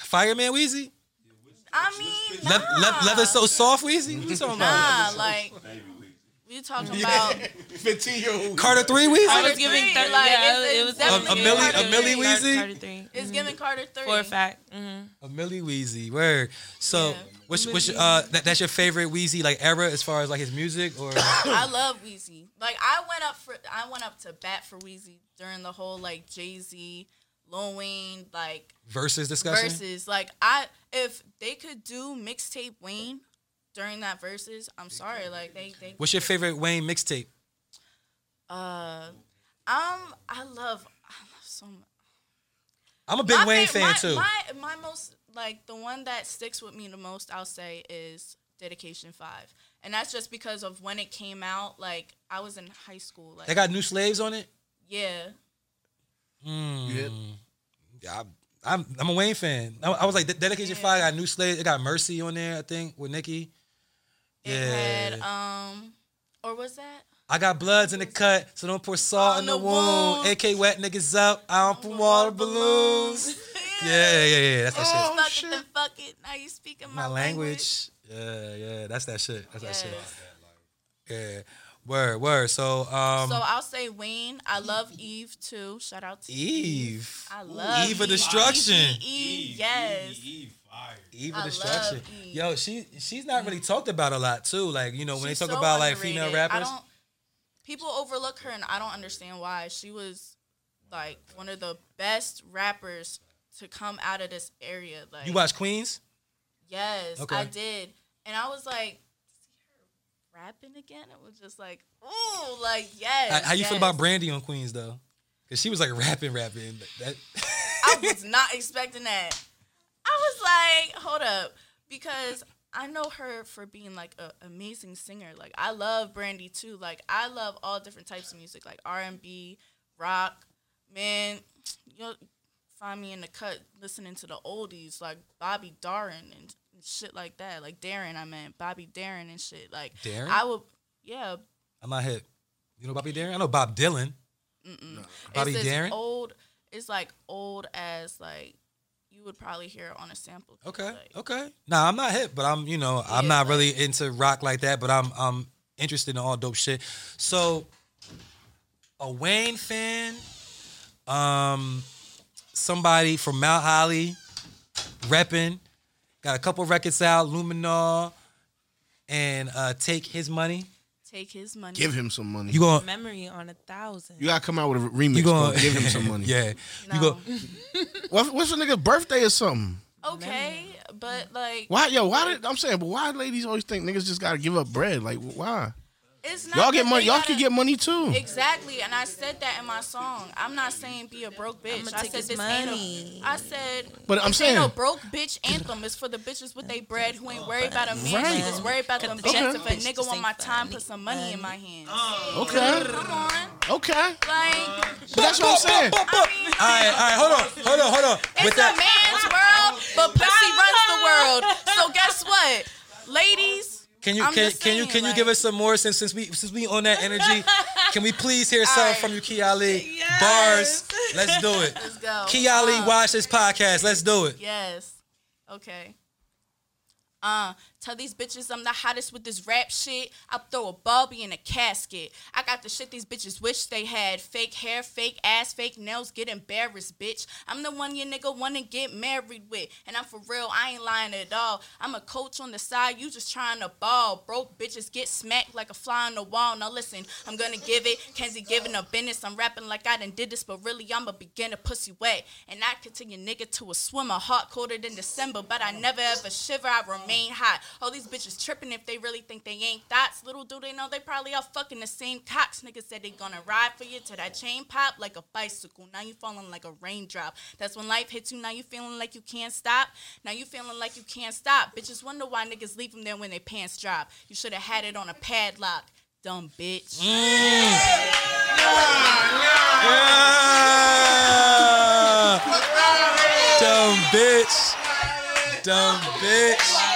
Speaker 1: Fireman Weezy?
Speaker 4: I mean,
Speaker 1: Le- le-
Speaker 4: nah.
Speaker 1: leather so soft Weezy? What you talking about?
Speaker 4: Nah, like
Speaker 1: *laughs*
Speaker 4: We talking about
Speaker 12: 15 year old.
Speaker 1: Carter three Weezy?
Speaker 4: I was giving
Speaker 1: Three.
Speaker 4: thirty.
Speaker 1: Like,
Speaker 4: Yeah,
Speaker 1: it's-
Speaker 4: it
Speaker 1: it's
Speaker 4: was
Speaker 1: A- a
Speaker 4: definitely
Speaker 1: Millie-
Speaker 4: Carter
Speaker 1: a Millie
Speaker 4: three.
Speaker 1: Weezy?
Speaker 4: Carter three. mm. It's giving Carter three
Speaker 14: For a fact.
Speaker 1: A Millie Weezy, word. So, which which uh that, that's your favorite Weezy like era as far as like his music
Speaker 4: *laughs*
Speaker 1: or
Speaker 4: I love Weezy. Like I went up for I went up to bat for Weezy during the whole like Jay Z, Lil Wayne like
Speaker 1: versus discussion?
Speaker 4: versus. Like I if they could do mixtape Wayne during that versus, I'm sorry. Like they they
Speaker 1: What's your favorite Wayne mixtape?
Speaker 4: uh um I love I love so much.
Speaker 1: I'm a big
Speaker 4: My
Speaker 1: Wayne
Speaker 4: fa-
Speaker 1: fan
Speaker 4: my-
Speaker 1: too.
Speaker 4: My my most like the one that sticks with me the most, I'll say, is Dedication Five, and that's just because of when it came out. Like I was in high school. Like
Speaker 1: they got new slaves on it.
Speaker 4: yeah.
Speaker 1: Mm. Yeah, I, I'm I'm a Wayne fan. I, I was like, Ded- Dedication Five got new slaves. It got Mercy on there, I think, with Nicki. Yeah,
Speaker 4: Had, um, or was that?
Speaker 1: I got bloods in the cut, so don't pour salt in the, wound. AK wet niggas up, I don't put water
Speaker 4: *laughs*
Speaker 1: balloons. *laughs* yeah, yeah, yeah, yeah, that's that
Speaker 4: oh,
Speaker 1: shit.
Speaker 4: fuck it, then fuck it. Now you speaking Oh, my,
Speaker 1: My
Speaker 4: language.
Speaker 1: language. Yeah, yeah, that's that shit. That's that shit. Yeah, word, word. So, um,
Speaker 4: so I'll say Wayne. I love Eve too. Shout out to
Speaker 1: Eve.
Speaker 4: I love
Speaker 1: Eve of Destruction.
Speaker 4: Eve, Eve, yes.
Speaker 1: Eve
Speaker 4: I
Speaker 1: of Destruction.
Speaker 4: love
Speaker 1: Yo, she she's not really talked about a lot too. Like you know when
Speaker 4: She's
Speaker 1: they talk
Speaker 4: so
Speaker 1: about
Speaker 4: underrated.
Speaker 1: like female
Speaker 4: I
Speaker 1: rappers.
Speaker 4: don't, people overlook her, and I don't understand why. She was like one of the best rappers to come out of this area. Like
Speaker 1: You watch Queens?
Speaker 4: Yes, I
Speaker 1: Okay.
Speaker 4: did, and I was like, "See her rapping again?" It was just like, "Ooh, like yes."
Speaker 1: How, how you
Speaker 4: yes.
Speaker 1: feel about Brandy on Queens though? Cause she was like rapping, rapping. That *laughs*
Speaker 4: I was not expecting that. I was like, hold up, because I know her for being like an amazing singer. Like I love Brandy too. Like I love all different types of music, like R and B, rock. Man, you'll find me in the cut listening to the oldies, like Bobby Darin and shit like that. Like Darren, I meant Bobby Darren and shit. Like
Speaker 1: Darin?
Speaker 4: I would, yeah.
Speaker 1: I'm not hip. You know Bobby Darin? I know Bob Dylan.
Speaker 4: Mm-mm.
Speaker 1: Bobby
Speaker 4: it's this
Speaker 1: Darin?
Speaker 4: Old. It's like old as like you would probably hear it on a sample. kit,
Speaker 1: Okay,
Speaker 4: like-
Speaker 1: okay. Nah, I'm not hip, but I'm you know I'm not really into rock like that. But I'm I'm interested in all dope shit. So a Wayne fan, um, somebody from Mount Holly, repping, got a couple records out, Luminol, and uh, take his money.
Speaker 4: Take his money.
Speaker 2: Give him some money.
Speaker 1: You gonna-
Speaker 14: memory on a thousand.
Speaker 2: You gotta come out with a remix.
Speaker 1: You
Speaker 2: You
Speaker 1: gonna-
Speaker 2: going give him
Speaker 1: *laughs*
Speaker 2: some money?
Speaker 1: yeah.
Speaker 2: You
Speaker 1: go-
Speaker 2: what, what's a nigga birthday or something?
Speaker 4: Okay, but like
Speaker 2: Why, yo? Why did I'm saying? But why ladies always think niggas just gotta give up bread? Like why?
Speaker 4: it's not
Speaker 2: Y'all get
Speaker 4: that
Speaker 2: money.
Speaker 4: they
Speaker 2: Y'all
Speaker 4: gotta-
Speaker 2: can get money too.
Speaker 4: Exactly, and I said that in my song. I'm not saying be a broke bitch.
Speaker 14: I'ma
Speaker 4: I
Speaker 14: take
Speaker 4: said
Speaker 14: his
Speaker 4: this ain't.
Speaker 14: money.
Speaker 4: A, I said.
Speaker 2: But I'm
Speaker 4: this ain't no
Speaker 2: saying-
Speaker 4: broke bitch anthem. It's for the bitches with they bread who ain't worried about a man.
Speaker 2: Right.
Speaker 4: Who is worried about
Speaker 2: Cut
Speaker 4: them
Speaker 2: the
Speaker 4: bitches.
Speaker 2: check.
Speaker 4: If a nigga want my time, put some money in my hand.
Speaker 2: Um, Okay.
Speaker 4: Come on,
Speaker 2: Okay.
Speaker 4: like.
Speaker 2: But that's what I'm saying.
Speaker 1: All right, all right. Hold on, hold on, hold on.
Speaker 4: It's
Speaker 1: With
Speaker 4: a
Speaker 1: that,
Speaker 4: man's world, but pussy runs the world. So guess what, ladies?
Speaker 1: Can you
Speaker 4: I'm
Speaker 1: can,
Speaker 4: just
Speaker 1: can you
Speaker 4: saying,
Speaker 1: can you
Speaker 4: like-
Speaker 1: give us some more since since we since we on that
Speaker 4: *laughs*
Speaker 1: energy? Can we please hear something from you, Kiali? Bars. Let's do it.
Speaker 4: Let's go.
Speaker 1: Kiali, watch this podcast. Let's do it.
Speaker 4: Yes. Okay. Uh, tell these bitches I'm the hottest with this rap shit. I'll throw a Barbie in a casket. I got the shit these bitches wish they had. Fake hair, fake ass, fake nails. Get embarrassed, bitch. I'm the one your nigga wanna get married with. And I'm for real, I ain't lying at all. I'm a coach on the side, you just trying to ball. Broke bitches get smacked like a fly on the wall. Now listen, I'm gonna give it. Kenzie giving up business. I'm rapping like I done did this, but really I'm a beginner pussy wet. And I could take your nigga to a swimmer, hot colder than December, but I never ever shiver. I remain hot. All these bitches tripping if they really think they ain't thoughts. Little do they know they probably all fucking the same cocks. Niggas said they gonna ride for you till that chain pop like a bicycle. Now you falling like a raindrop. That's when life hits you. Now you feeling like you can't stop. Now you feeling like you can't stop. Bitches wonder why niggas leave them there when their pants drop. You should have had it on a padlock. Dumb bitch.
Speaker 1: Yeah. *laughs* Dumb bitch. Dumb bitch.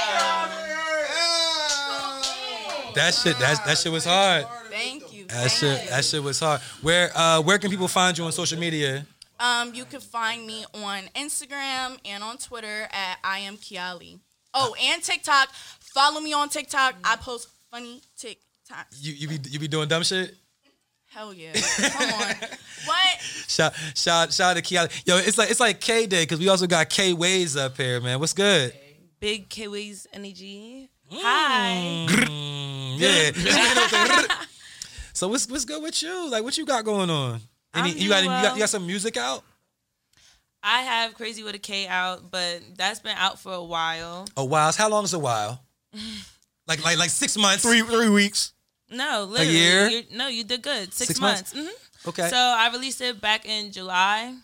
Speaker 1: That shit that that shit was hard.
Speaker 4: Thank you.
Speaker 1: That
Speaker 4: thank
Speaker 1: shit
Speaker 4: you.
Speaker 1: that shit was hard. Where uh where can people find you on social media?
Speaker 4: Um, you can find me on Instagram and on Twitter at I am Kiali. Oh, and TikTok. Follow me on TikTok. I post funny TikToks. times.
Speaker 1: You you be you be doing dumb shit.
Speaker 4: Hell yeah. Come
Speaker 14: *laughs*
Speaker 4: on. What?
Speaker 1: Shout shout shout out to Kiala. Yo, it's like it's like K Day because we also got K Ways up here, man. What's good?
Speaker 14: Big Kiwis energy. Hi.
Speaker 1: Mm,
Speaker 14: *laughs*
Speaker 1: yeah. so what's what's good with you? Like what you got going on? Any,
Speaker 14: I'm
Speaker 1: you got
Speaker 14: doing
Speaker 1: any- you got
Speaker 14: well.
Speaker 1: you got some music out?
Speaker 14: I have Crazy with a K out, but that's been out for a while.
Speaker 1: A while. How long is a
Speaker 14: *laughs*
Speaker 1: while? Like like like six months. *laughs* Three
Speaker 2: three weeks.
Speaker 14: No, literally.
Speaker 1: year?
Speaker 14: you no, you did good. Six,
Speaker 1: Six months?
Speaker 14: months. Mhm.
Speaker 1: Okay.
Speaker 14: So I released it back in July.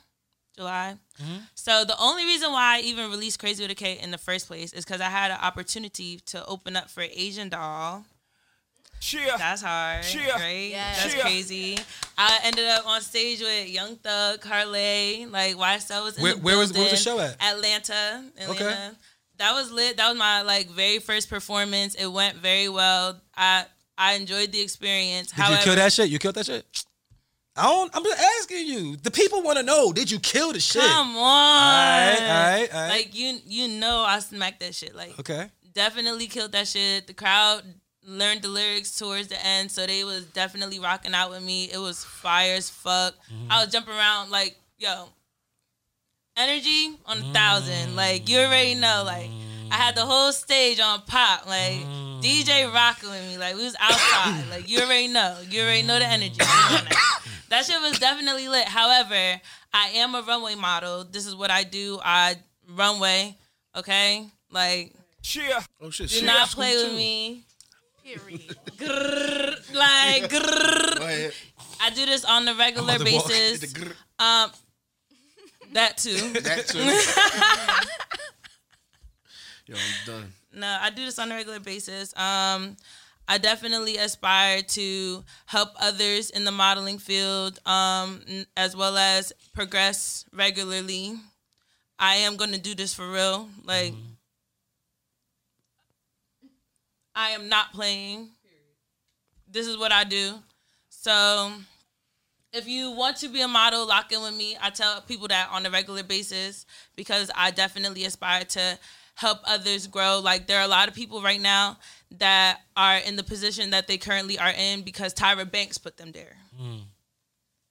Speaker 14: July.
Speaker 1: Mm-hmm.
Speaker 14: So the only reason why I even released Crazy with a K in the first place is because I had an opportunity to open up for Asian Doll. Cheer. That's hard.
Speaker 9: Cheer.
Speaker 14: Right?
Speaker 9: Yes.
Speaker 14: That's
Speaker 9: Cheer.
Speaker 14: crazy. I ended up on stage with Young Thug, Carlay, like YSL was in
Speaker 1: Where-
Speaker 14: the
Speaker 1: where was- where was the
Speaker 14: building.
Speaker 1: show at?
Speaker 14: Atlanta. Atlanta.
Speaker 1: Okay.
Speaker 14: That was lit. That was my like very first performance. It went very well. I I enjoyed the experience.
Speaker 1: Did you kill that shit? You killed that shit? I don't. I'm just asking you. The people want to know. Did you kill the shit?
Speaker 14: Come on.
Speaker 1: All right, all right, all right.
Speaker 14: Like you you know I smacked that shit. Like
Speaker 1: Okay.
Speaker 14: definitely killed that shit. The crowd learned the lyrics towards the end, so they was definitely rocking out with me. It was fire as fuck. I was jumping around like, yo, energy on a thousand. Like you already know, like I had the whole stage on pop. Like DJ rocking with me. Like we was outside. like you already know. You already know the energy. that shit was definitely lit. However, I am a runway model. This is what I do. I runway. Okay, like
Speaker 9: Cheer.
Speaker 2: Oh
Speaker 14: do
Speaker 2: shit.
Speaker 14: not play with me.
Speaker 4: Period.
Speaker 14: Grrr, like grrr.
Speaker 4: *laughs*
Speaker 14: I do this on a regular
Speaker 9: about to walk.
Speaker 14: basis.
Speaker 9: The grrr.
Speaker 14: Um, that too.
Speaker 9: That
Speaker 2: Yo, I'm done.
Speaker 14: no, I do this on a regular basis. Um, I definitely aspire to help others in the modeling field, um, n- as well as progress regularly. I am going to do this for real. Like,
Speaker 9: Mm-hmm.
Speaker 14: I am not playing. This is what I do. So, if you want to be a model, lock in with me. I tell people that on a regular basis because I definitely aspire to help others grow. Like there are a lot of people right now that are in the position that they currently are in because Tyra Banks put them there.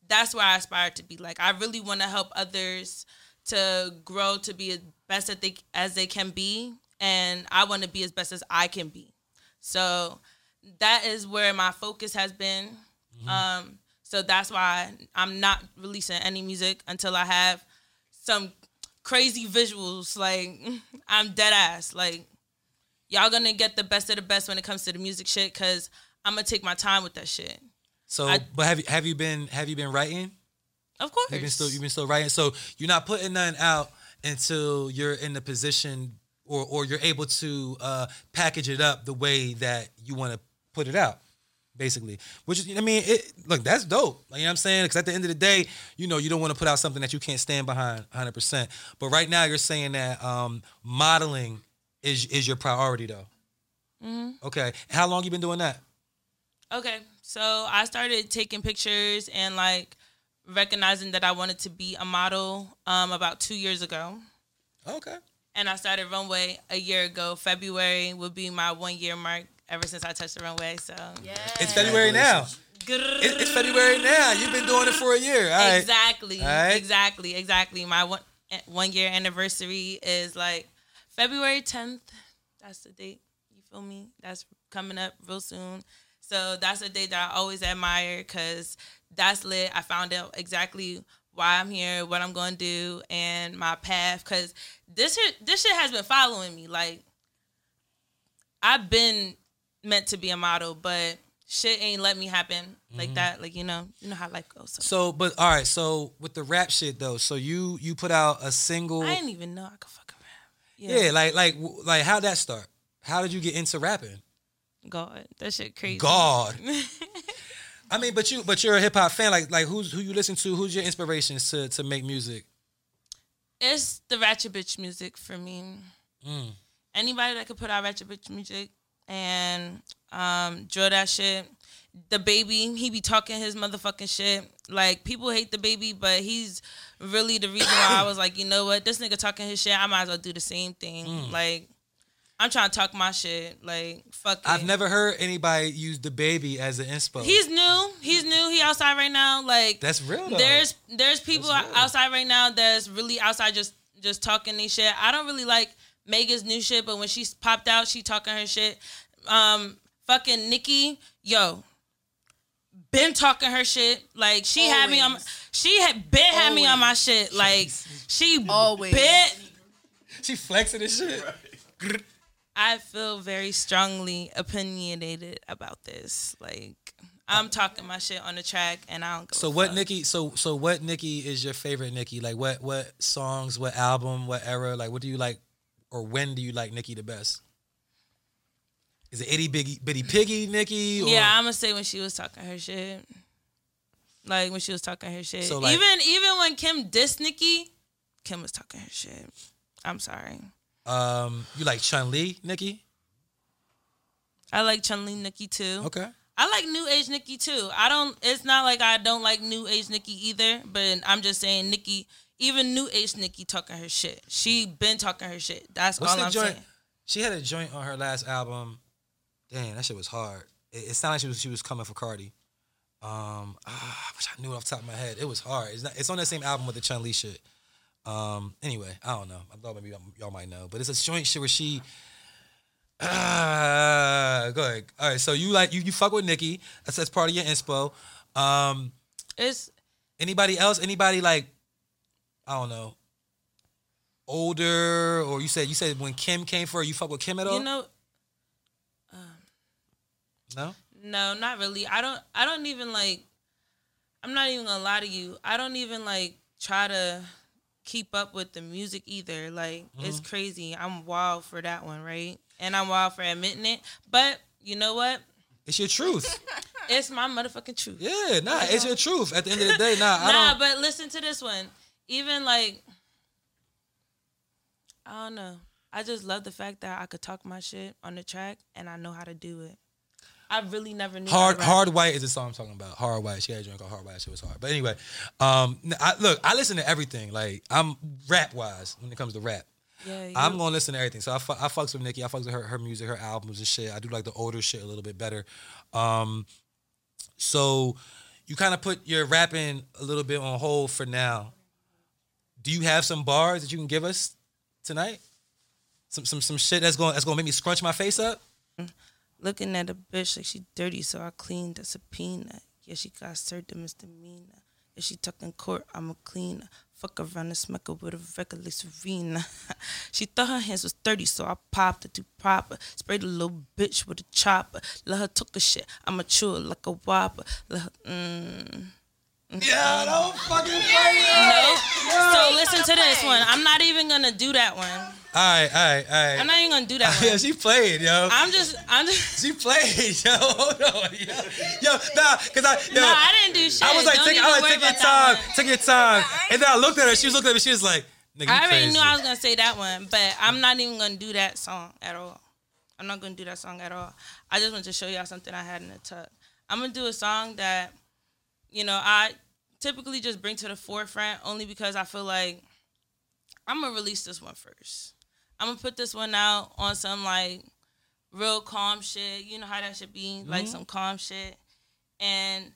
Speaker 14: That's where I aspire to be. Like I really want to help others to grow to be as best as they as they can be, and I want to be as best as I can be. So that is where my focus has been. Um, so that's why I'm not releasing any music until I have some crazy visuals. Like *laughs* I'm dead ass. Like y'all gonna get the best of the best when it comes to the music shit. Cause I'm gonna take my time with that shit.
Speaker 1: So,
Speaker 14: I-
Speaker 1: but have you have you been have you been writing?
Speaker 14: Of course.
Speaker 1: You've been still you've been still writing. So you're not putting nothing out until you're in the position or or you're able to uh, package it up the way that you want to put it out. Basically, which is, I mean, it, look, that's dope. Like, you know what I'm saying? Because at the end of the day, you know, you don't want to put out something that you can't stand behind 100%. But right now, you're saying that um, modeling is is your priority, though.
Speaker 14: Mhm.
Speaker 1: Okay. How long you been doing that?
Speaker 14: Okay, so I started taking pictures and like recognizing that I wanted to be a model um, about two years ago.
Speaker 1: Okay.
Speaker 14: And I started runway a year ago. February will be my one year mark ever since I touched the runway. So
Speaker 1: It's February now.
Speaker 14: Grrr.
Speaker 1: It- It's February now. You've been doing it for a year. All right.
Speaker 14: Exactly.
Speaker 1: All right.
Speaker 14: Exactly. Exactly. My one one year anniversary is like February 10th. That's the date. You feel me? That's coming up real soon. So that's a date that I always admire because that's lit. I found out exactly why I'm here, what I'm going to do, and my path. Because this shit, this shit has been following me. Like I've been meant to be a model, but shit ain't let me happen like
Speaker 1: Mhm.
Speaker 14: that. Like you know, you know how life goes. So.
Speaker 1: So, but all right. So with the rap shit though, so you you put out a single.
Speaker 14: I didn't even know I could fucking rap.
Speaker 1: yeah. like like w- like how that start? How did you get into rapping?
Speaker 14: God, that shit crazy. *laughs*
Speaker 1: God. I mean, but you but you're a hip hop fan. Like like who's who you listen to? Who's your inspirations to to make music?
Speaker 14: it's the ratchet bitch music for me.
Speaker 1: Mm.
Speaker 14: Anybody that could put out ratchet bitch music and um, drill that shit. The baby, he be talking his motherfucking shit. Like people hate the baby, but he's really the reason why I was like, you know what, this nigga talking his shit. I might as well do the same thing.
Speaker 1: Mm.
Speaker 14: Like I'm trying to talk my shit. Like fuck.
Speaker 1: I've never heard anybody use the baby as an inspo.
Speaker 14: He's new. He's new. He outside right now. Like
Speaker 1: That's real, though.
Speaker 14: There's there's people outside right now that's really outside just just talking these shit. I don't really like Megan's new shit, but when she popped out, she talking her shit. Um, fucking Nikki, yo, been talking her shit. Like she had me on. my- She had been had me on my shit. Like she always been
Speaker 1: she flexing and shit.
Speaker 14: I feel very strongly opinionated about this. Like I'm talking my shit on the track, and I don't. Go
Speaker 1: So what Nikki? So so what Nikki is your favorite Nikki? Like what what songs? What album? What era? Like what do you like, or when do you like Nikki the best? Is it itty bitty bitty piggy Nikki? Or,
Speaker 14: Yeah, I'm gonna say when she was talking her shit. Like when she was talking her shit.
Speaker 1: So, like-
Speaker 14: even even when Kim dissed Nikki, Kim was talking her shit. I'm sorry.
Speaker 1: um, you like Chun Li Nikki?
Speaker 14: I like Chun Li Nikki too.
Speaker 1: Okay.
Speaker 14: I like New Age Nikki too. I don't. It's not like I don't like New Age Nikki either. But I'm just saying Nikki, even New Age Nikki talking her shit. She been talking her shit. That's all
Speaker 1: the
Speaker 14: I'm
Speaker 1: joint?
Speaker 14: saying.
Speaker 1: She had a joint on her last album. Damn, that shit was hard. It, it sounded like she was she was coming for Cardi. Um, ah, I wish I knew it off the top of my head. It was hard. It's not. It's on that same album with the Chun Li shit. Um, anyway, I don't know. I thought maybe y'all, y'all might know, but it's a joint shit where she. *sighs* Ah, go ahead. All right, so you like you you fuck with Nikki. That's that's part of your inspo. Um,
Speaker 14: it's
Speaker 1: anybody else? Anybody like? I don't know. Older, or you said you said when Kim came for her, you fuck with Kim at all?
Speaker 14: You know,
Speaker 1: no.
Speaker 14: No, not really. I don't. I don't even like. I'm not even gonna lie to you. I don't even like try to keep up with the music either. Like it's
Speaker 1: Mm-hmm.
Speaker 4: Mhm.
Speaker 14: crazy. I'm wild for that one, right? And I'm wild for admitting it. But you know what?
Speaker 1: It's your
Speaker 14: *laughs*
Speaker 1: truth.
Speaker 14: It's my motherfucking truth.
Speaker 1: Yeah, nah, it's your truth. At the end of the day, nah, I
Speaker 14: *laughs* nah,
Speaker 1: don't.
Speaker 14: but listen to this one. Even like, I don't know. I just love the fact that I could talk my shit on the track and I know how to do it. I really never knew. how to
Speaker 1: Hard,
Speaker 14: rap.
Speaker 1: hard white is the song I'm talking about. Hard white. She had a drink called Hard White. She was hard. But anyway, um, n- I, look, I listen to everything. Like I'm rap wise when it comes to rap.
Speaker 14: Yeah, you-
Speaker 1: I'm gonna listen to everything. So I, fu- I fucks with Nicki. I fucks with her, her music, her albums and shit. I do like the older shit a little bit better. Um, so you kind of put your rapping a little bit on hold for now. Do you have some bars that you can give us tonight? Some some some shit that's going that's gonna make me scrunch my face up.
Speaker 14: looking at a bitch like she dirty, so I cleaned the subpoena. Yeah, she got served a misdemeanor. If she tucked in court, I'm a cleaner. Fuck around and smack her with a record like Serena. *laughs* she thought her hands was dirty, so I popped her too proper. Sprayed a little bitch with a chopper. Let her took a shit. I'm a chew like a whopper. Let her, mm.
Speaker 1: Yeah, don't fucking play
Speaker 14: No. So listen to this one. I'm not even gonna do that one.
Speaker 1: All right, all right, all right.
Speaker 14: I'm not even gonna do that
Speaker 1: *laughs*
Speaker 14: one.
Speaker 1: yeah, she played, yo.
Speaker 14: I'm just, I'm just.
Speaker 1: She played, *laughs* yo. Hold on, yo, yo nah, cause I, yo,
Speaker 14: No, I didn't do shit.
Speaker 1: I was like,
Speaker 14: Don't
Speaker 1: take,
Speaker 14: even
Speaker 1: I was
Speaker 14: worry
Speaker 1: like, take your
Speaker 14: about that
Speaker 1: time, take your
Speaker 14: *laughs*
Speaker 1: time. And then I looked at her. She was looking at me. She was like, nigga, you
Speaker 14: I already
Speaker 1: crazy.
Speaker 14: knew I was gonna say that one, but I'm not even gonna do that song at all. I'm not gonna do that song at all. I just want to show y'all something I had in the tuck. I'm gonna do a song that, you know, I typically just bring to the forefront only because I feel like I'm gonna release this one first. I'm gonna put this one out on some like real calm shit. You know how that should be, like
Speaker 4: Mhm.
Speaker 14: some calm shit, and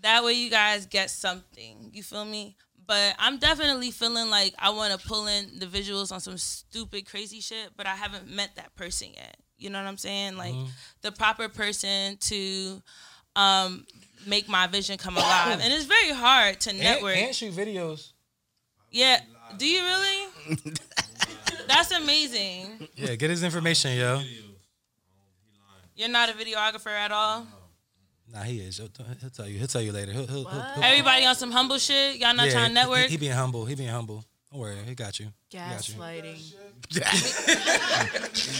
Speaker 14: that way you guys get something. You feel me? But I'm definitely feeling like I want to pull in the visuals on some stupid, crazy shit. But I haven't met that person yet. You know what I'm saying? Like
Speaker 4: Mhm.
Speaker 14: the proper person to um, make my vision come alive. and it's very hard to network.
Speaker 1: and shoot videos.
Speaker 14: yeah. Do you really?
Speaker 1: *laughs*
Speaker 14: That's amazing.
Speaker 1: Yeah, get his information, yo.
Speaker 14: You're not a videographer at all.
Speaker 1: Nah, he is. He'll, he'll tell you. He'll tell you later. He'll, he'll, he'll, he'll-
Speaker 14: Everybody on some humble shit. Y'all not
Speaker 1: Yeah,
Speaker 14: trying to
Speaker 1: he-
Speaker 14: network.
Speaker 1: He, he being humble. He being humble. Don't worry, he got *laughs* you. He got you.
Speaker 4: Gaslighting.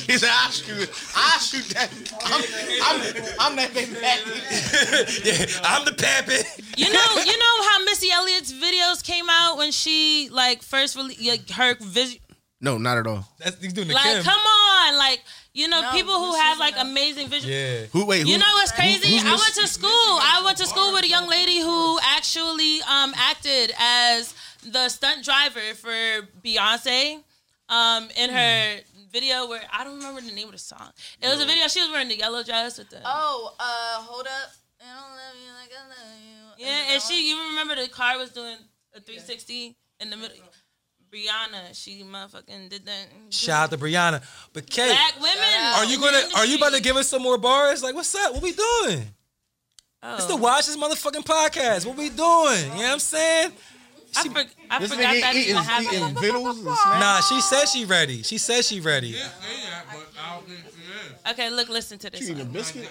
Speaker 12: He said, "I shoot, I shoot that. I'm, I'm, I'm that baby daddy.
Speaker 1: *laughs* yeah, I'm the pappy. *laughs*
Speaker 14: You know, you know how Missy Elliott's videos came out when she like first really like her vis-
Speaker 2: No, not at all.
Speaker 1: That's, he's doing
Speaker 14: like come on like you know people who have like amazing visuals.
Speaker 2: Yeah. Who? Wait. Who,
Speaker 14: you know what's
Speaker 2: who-
Speaker 14: crazy?
Speaker 2: who's
Speaker 14: I
Speaker 2: Miss-
Speaker 14: went to school. I went to school with a young lady who actually um, acted
Speaker 2: Hmm.
Speaker 14: as the stunt driver for Beyonce um, in her video where I don't remember the name of the song. It was a video. She was wearing the yellow dress with the
Speaker 4: Oh, uh, hold up. I don't love you like I love you.
Speaker 14: yeah, and she. You remember the car was doing a three sixty in the middle. Brianna, she motherfucking did that.
Speaker 1: Shout out to Brianna. But Kate,
Speaker 14: Black women
Speaker 1: are you
Speaker 14: in
Speaker 1: gonna
Speaker 14: the
Speaker 1: are you about to give us some more bars? Like, what's up? What we doing?
Speaker 14: Oh.
Speaker 1: It's the Watch This Motherfucking Podcast. What we doing? You know what I'm saying?
Speaker 14: I, forg- I forgot that even happened.
Speaker 2: vittles and
Speaker 1: Nah, she says she ready. She says she ready.
Speaker 14: Okay, look, listen to this.
Speaker 1: eating a
Speaker 14: one.
Speaker 1: biscuit?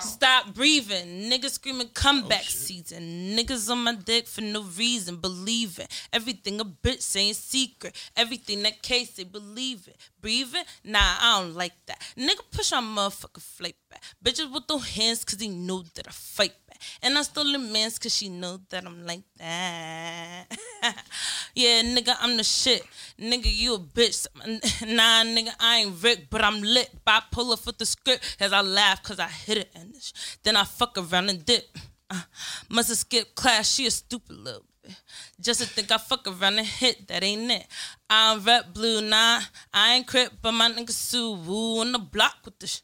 Speaker 14: Stop breathing. Niggas screaming
Speaker 1: Oh,
Speaker 14: comeback season. Niggas on my dick for no reason. Believing everything a bitch saying secret. Everything that case they believe it. Breathing? Nah, I don't like that. Nigga push our motherfucking flight back. Bitches with their hands cause they know that I fight back. And I stole the man's cause she know that I'm like that. *laughs* yeah, nigga, I'm the shit. Nigga, you a bitch. *laughs* Nah, nigga, I ain't Rick, but I'm lit. Bipolar for the script, cause I laugh, cause I hit it. And this. Then I fuck around and dip. Uh, must have skipped class, she a stupid little bitch. Just to think I fuck around and hit, that ain't it. I'm red blue, nah, I ain't crip, but my nigga Sue Woo on the block with the sh-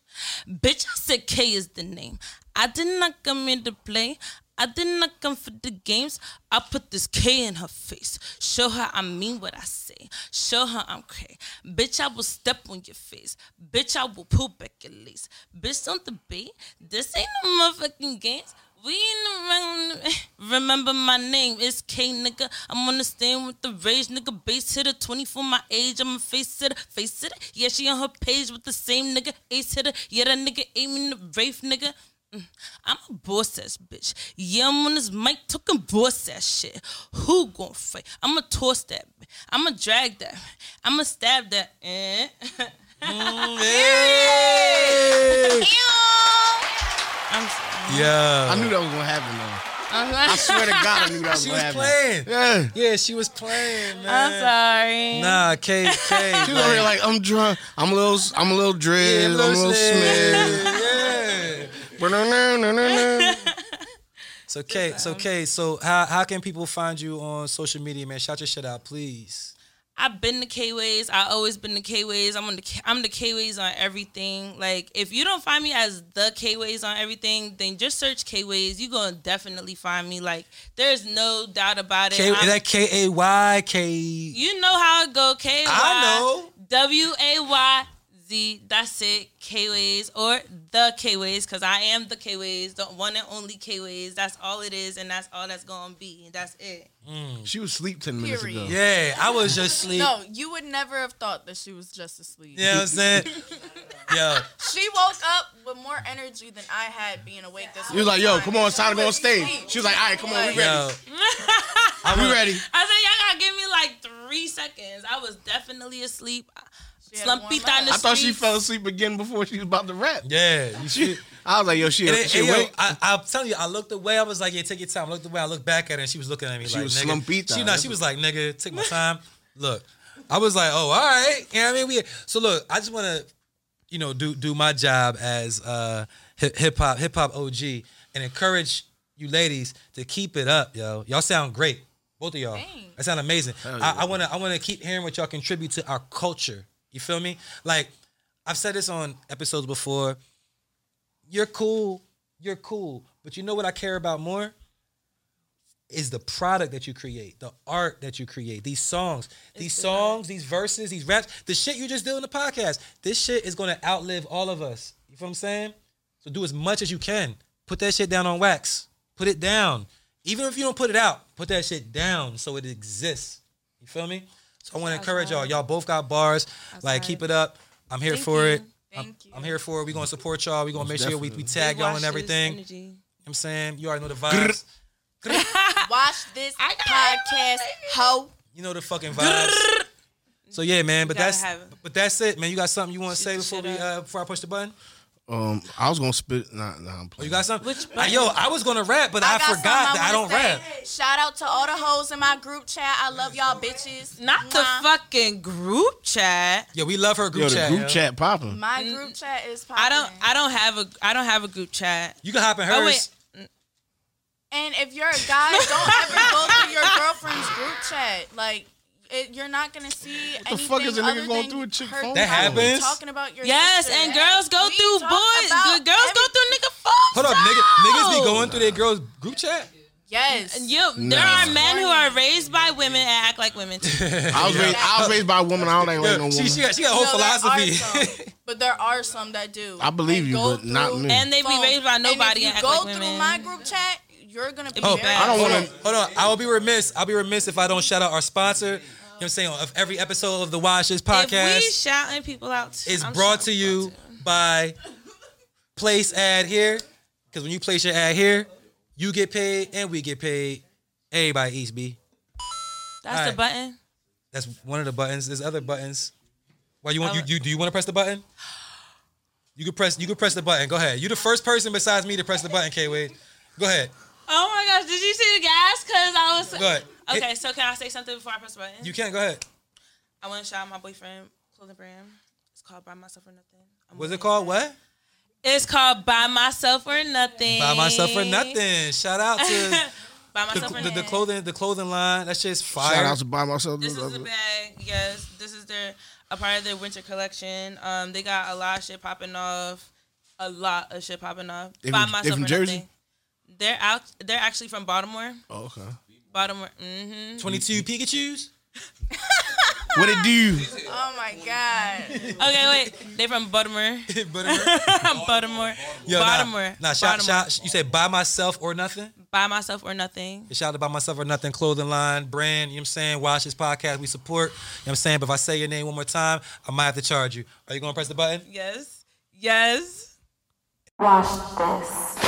Speaker 14: Bitch, I said K is the name. I did not come here to play. I did not come for the games. I put this K in her face. Show her I mean what I say. Show her I'm K. Bitch, I will step on your face. Bitch, I will pull back your lace. Bitch, don't debate. This ain't no motherfucking games. We ain't around. *laughs* Remember my name is K nigga. I'm on the stand with the rage nigga. Base hitter, 24 my age. I'm a face sitter, face hitter. Yeah, she on her page with the same nigga. Ace hitter. Yeah, that nigga aiming the Rafe nigga. Mm, I'm a boss ass bitch. Yeah, I'm on this mic talking boss ass shit. Who gon' fight? I'ma toss that. bi- I'ma drag that. I'ma stab that. Eh? *laughs* I'm
Speaker 1: Yeah.
Speaker 2: I knew that was gonna happen though.
Speaker 14: I'm
Speaker 2: I swear to God, I knew that was
Speaker 1: She
Speaker 2: gonna
Speaker 1: was
Speaker 2: happen.
Speaker 1: playing.
Speaker 2: Yeah.
Speaker 1: Yeah, she was playing,
Speaker 14: *laughs* I'm
Speaker 1: man.
Speaker 14: sorry.
Speaker 1: Nah, Kate, Kate. *laughs*
Speaker 2: She was over here like, I'm drunk. I'm a little, I'm a little Driz. I'm a little Smith. Ba-na-na-na-na-na.
Speaker 1: So Kate, so Kate, so how how can people find you on social media, man? Shout your shit out, please.
Speaker 14: I've been to K Ways. I always been to K Ways. I'm on the K- I'm the K Ways on everything. Like if you don't find me as the K Ways on everything, then just search K Ways. You gonna definitely find me. Like there's no doubt about it.
Speaker 1: K
Speaker 14: I'm-
Speaker 1: that K A Y K. E?
Speaker 14: you know how it go. K Y
Speaker 1: I know.
Speaker 14: W A Y Z. That's it. K Ways or the K Ways because I am the K Ways, the one and only K Ways. That's all it is, and that's all that's gonna be. That's it.
Speaker 2: She was asleep ten minutes ago.
Speaker 1: Period. Yeah, I was just sleep.
Speaker 4: No, you would never have thought that she was just asleep.
Speaker 1: You know what I'm saying? Yo,
Speaker 4: She woke up with more energy than I had being awake this
Speaker 2: You was like, yo, come on, it's time to go on stage. She was like, all right, come on, we
Speaker 1: yo.
Speaker 2: ready. We ready.
Speaker 14: I said, y'all gotta give me like three seconds. I was definitely asleep. Slumpita in the
Speaker 2: I thought she
Speaker 14: streets.
Speaker 2: fell asleep again before she was about to rap.
Speaker 1: Yeah, you should.
Speaker 2: I was like, yo, she,
Speaker 1: And then-
Speaker 2: she
Speaker 1: and yo,
Speaker 2: awake.
Speaker 1: I, I'm telling you, I looked away. I was like, yeah, take your time. I looked away. I looked back at her, and she was looking at me
Speaker 2: She
Speaker 1: like,
Speaker 2: was
Speaker 1: nigga.
Speaker 2: slumpita.
Speaker 1: She, no, she was like, nigga, take my time. Look, I was like, oh, all right. You know what I mean? We, so look, I just want to, you know, do do my job as uh, hip hop hip hop OG and encourage you ladies to keep it up, yo. Y'all sound great, both of y'all. That sound amazing. I, I wanna I wanna keep hearing what y'all contribute to our culture. You feel me? Like I've said this on episodes before you're cool, you're cool. But you know what I care about more? Is the product that you create, the art that you create, these songs, these songs, these verses, these raps, the shit you just did on the podcast. This shit is gonna outlive all of us. You feel what I'm saying? So do as much as you can. Put that shit down on wax. Put it down. Even if you don't put it out, put that shit down so it exists. You feel me? So I want to encourage y'all. Y'all both got bars. Like keep it up. I'm here
Speaker 14: Thank
Speaker 1: for
Speaker 14: you.
Speaker 1: it. I'm, I'm here for it. We're gonna support y'all. We're gonna
Speaker 2: Most
Speaker 1: make sure we, we
Speaker 2: definitely.
Speaker 1: tag y'all
Speaker 14: Watch
Speaker 1: and
Speaker 14: this
Speaker 1: everything. You know
Speaker 14: energy.
Speaker 1: what I'm saying? You already know the vibes.
Speaker 4: Watch this podcast, ho.
Speaker 1: You know the fucking vibes. So yeah, man. But
Speaker 4: gotta
Speaker 1: that's
Speaker 4: have it.
Speaker 1: but that's it, man. You got something you want to say before we uh, before I push the button?
Speaker 2: Um, I was gonna spit. Nah, nah, I'm
Speaker 1: Oh, you
Speaker 2: playing.
Speaker 1: got something? Uh, yo, I was gonna rap, but I,
Speaker 4: got
Speaker 1: forgot
Speaker 4: something
Speaker 1: that I
Speaker 4: wanna
Speaker 1: don't
Speaker 4: say.
Speaker 1: rap.
Speaker 4: Shout out to all the hoes in my group chat. I love y'all bitches.
Speaker 14: Not the fucking group chat.
Speaker 1: Yeah, we love her group
Speaker 2: Yo, the
Speaker 1: chat.
Speaker 2: group
Speaker 1: yo.
Speaker 2: chat popping.
Speaker 4: My group chat is popping.
Speaker 14: Mm-hmm. I don't. I don't have a. I don't have a group chat.
Speaker 1: You can hop in hers.
Speaker 14: Oh, wait. *laughs*
Speaker 4: And if you're a guy, don't ever go through your girlfriend's group chat. Like It, you're not gonna see
Speaker 2: What the
Speaker 4: anything
Speaker 2: fuck is a nigga
Speaker 4: other
Speaker 2: going
Speaker 4: than
Speaker 2: through a chick
Speaker 4: her
Speaker 2: phone
Speaker 4: talking-
Speaker 1: call? That
Speaker 4: Talking about your
Speaker 14: Yes,
Speaker 4: sister.
Speaker 14: and girls go
Speaker 4: We
Speaker 14: through
Speaker 4: talk
Speaker 14: boys.
Speaker 4: about
Speaker 14: Good girls go through nigga phones.
Speaker 1: Hold up, nigga, niggas be going through their girls group chat.
Speaker 4: Yes.
Speaker 14: You, there
Speaker 2: Nah.
Speaker 14: are men who are raised by women and act like
Speaker 1: *laughs*
Speaker 14: women. Too.
Speaker 2: I was raised. I was raised by a woman. I don't like like no woman.
Speaker 1: She, she got she got a whole
Speaker 4: No, there are
Speaker 1: philosophy. *laughs*
Speaker 4: But there are some that do.
Speaker 2: Oh, I believe you, but not me.
Speaker 14: And they be
Speaker 4: Phones.
Speaker 14: raised by nobody and,
Speaker 4: And if you
Speaker 14: act
Speaker 4: go
Speaker 14: like
Speaker 4: through
Speaker 14: women.
Speaker 4: my group chat, you're gonna be.
Speaker 1: Oh,
Speaker 4: very
Speaker 1: I don't want
Speaker 4: upset.
Speaker 1: to. Hold on. I will be remiss. I'll be remiss if I don't shout out our sponsor. You know what I'm saying? Of every episode of the Watch This
Speaker 14: If we
Speaker 1: podcast
Speaker 14: shouting people out, too,
Speaker 1: is
Speaker 14: I'm
Speaker 1: brought to
Speaker 14: shouting.
Speaker 1: you by Place Ad Here. Because when you place your ad here, you get paid and we get paid. Everybody eats, B.
Speaker 14: That's
Speaker 1: All
Speaker 14: the
Speaker 1: right.
Speaker 14: button.
Speaker 1: That's one of the buttons. There's other buttons. Why you want you,
Speaker 14: Alright.
Speaker 1: you do you want to press the button? You could press you could press the button. Go ahead. You're the first person besides me to press the button, K Wade. Go ahead.
Speaker 14: Oh my gosh! Did you see the gas? Cause I was
Speaker 1: Go ahead.
Speaker 14: *laughs* okay. so can I say something before I press the button?
Speaker 1: You can go ahead.
Speaker 14: I want to shout out my boyfriend clothing brand. It's called Buy Myself or Nothing. I'm
Speaker 1: What's it
Speaker 14: wearing
Speaker 1: called? What?
Speaker 14: It's called Buy Myself or Nothing.
Speaker 1: Buy myself for
Speaker 14: *laughs*
Speaker 1: nothing. Shout out to
Speaker 14: Buy
Speaker 1: the,
Speaker 14: myself or
Speaker 1: the, the
Speaker 14: nothing.
Speaker 1: clothing the clothing line. That shit's fire.
Speaker 2: Shout out to buy myself.
Speaker 14: This is a bag. Yes, this is their a part of their winter collection. Um, they got a lot of shit popping off. A lot of shit popping off.
Speaker 2: They
Speaker 14: Buy
Speaker 2: from- they
Speaker 14: myself
Speaker 2: from
Speaker 14: or
Speaker 2: Jersey?
Speaker 14: Nothing. They're out. They're actually from Baltimore.
Speaker 2: oh, okay.
Speaker 14: Baltimore. Mm-hmm.
Speaker 1: 22 Pikachu's.
Speaker 2: What it do?
Speaker 4: Oh my god.
Speaker 14: Okay, wait. They from Baltimore. *laughs*
Speaker 1: *laughs* Baltimore.
Speaker 14: Baltimore.
Speaker 1: Yo, nah,
Speaker 14: Baltimore.
Speaker 1: Nah, shout,
Speaker 14: Baltimore.
Speaker 1: shout, you said by myself or nothing?
Speaker 14: Buy myself or nothing.
Speaker 1: Shout out to By Myself or Nothing clothing line, brand, you know what I'm saying? Watch this podcast, we support. You know what I'm saying? But if I say your name one more time, I might have to charge you. Are you going to press the button?
Speaker 14: Yes. Yes.
Speaker 15: Watch this.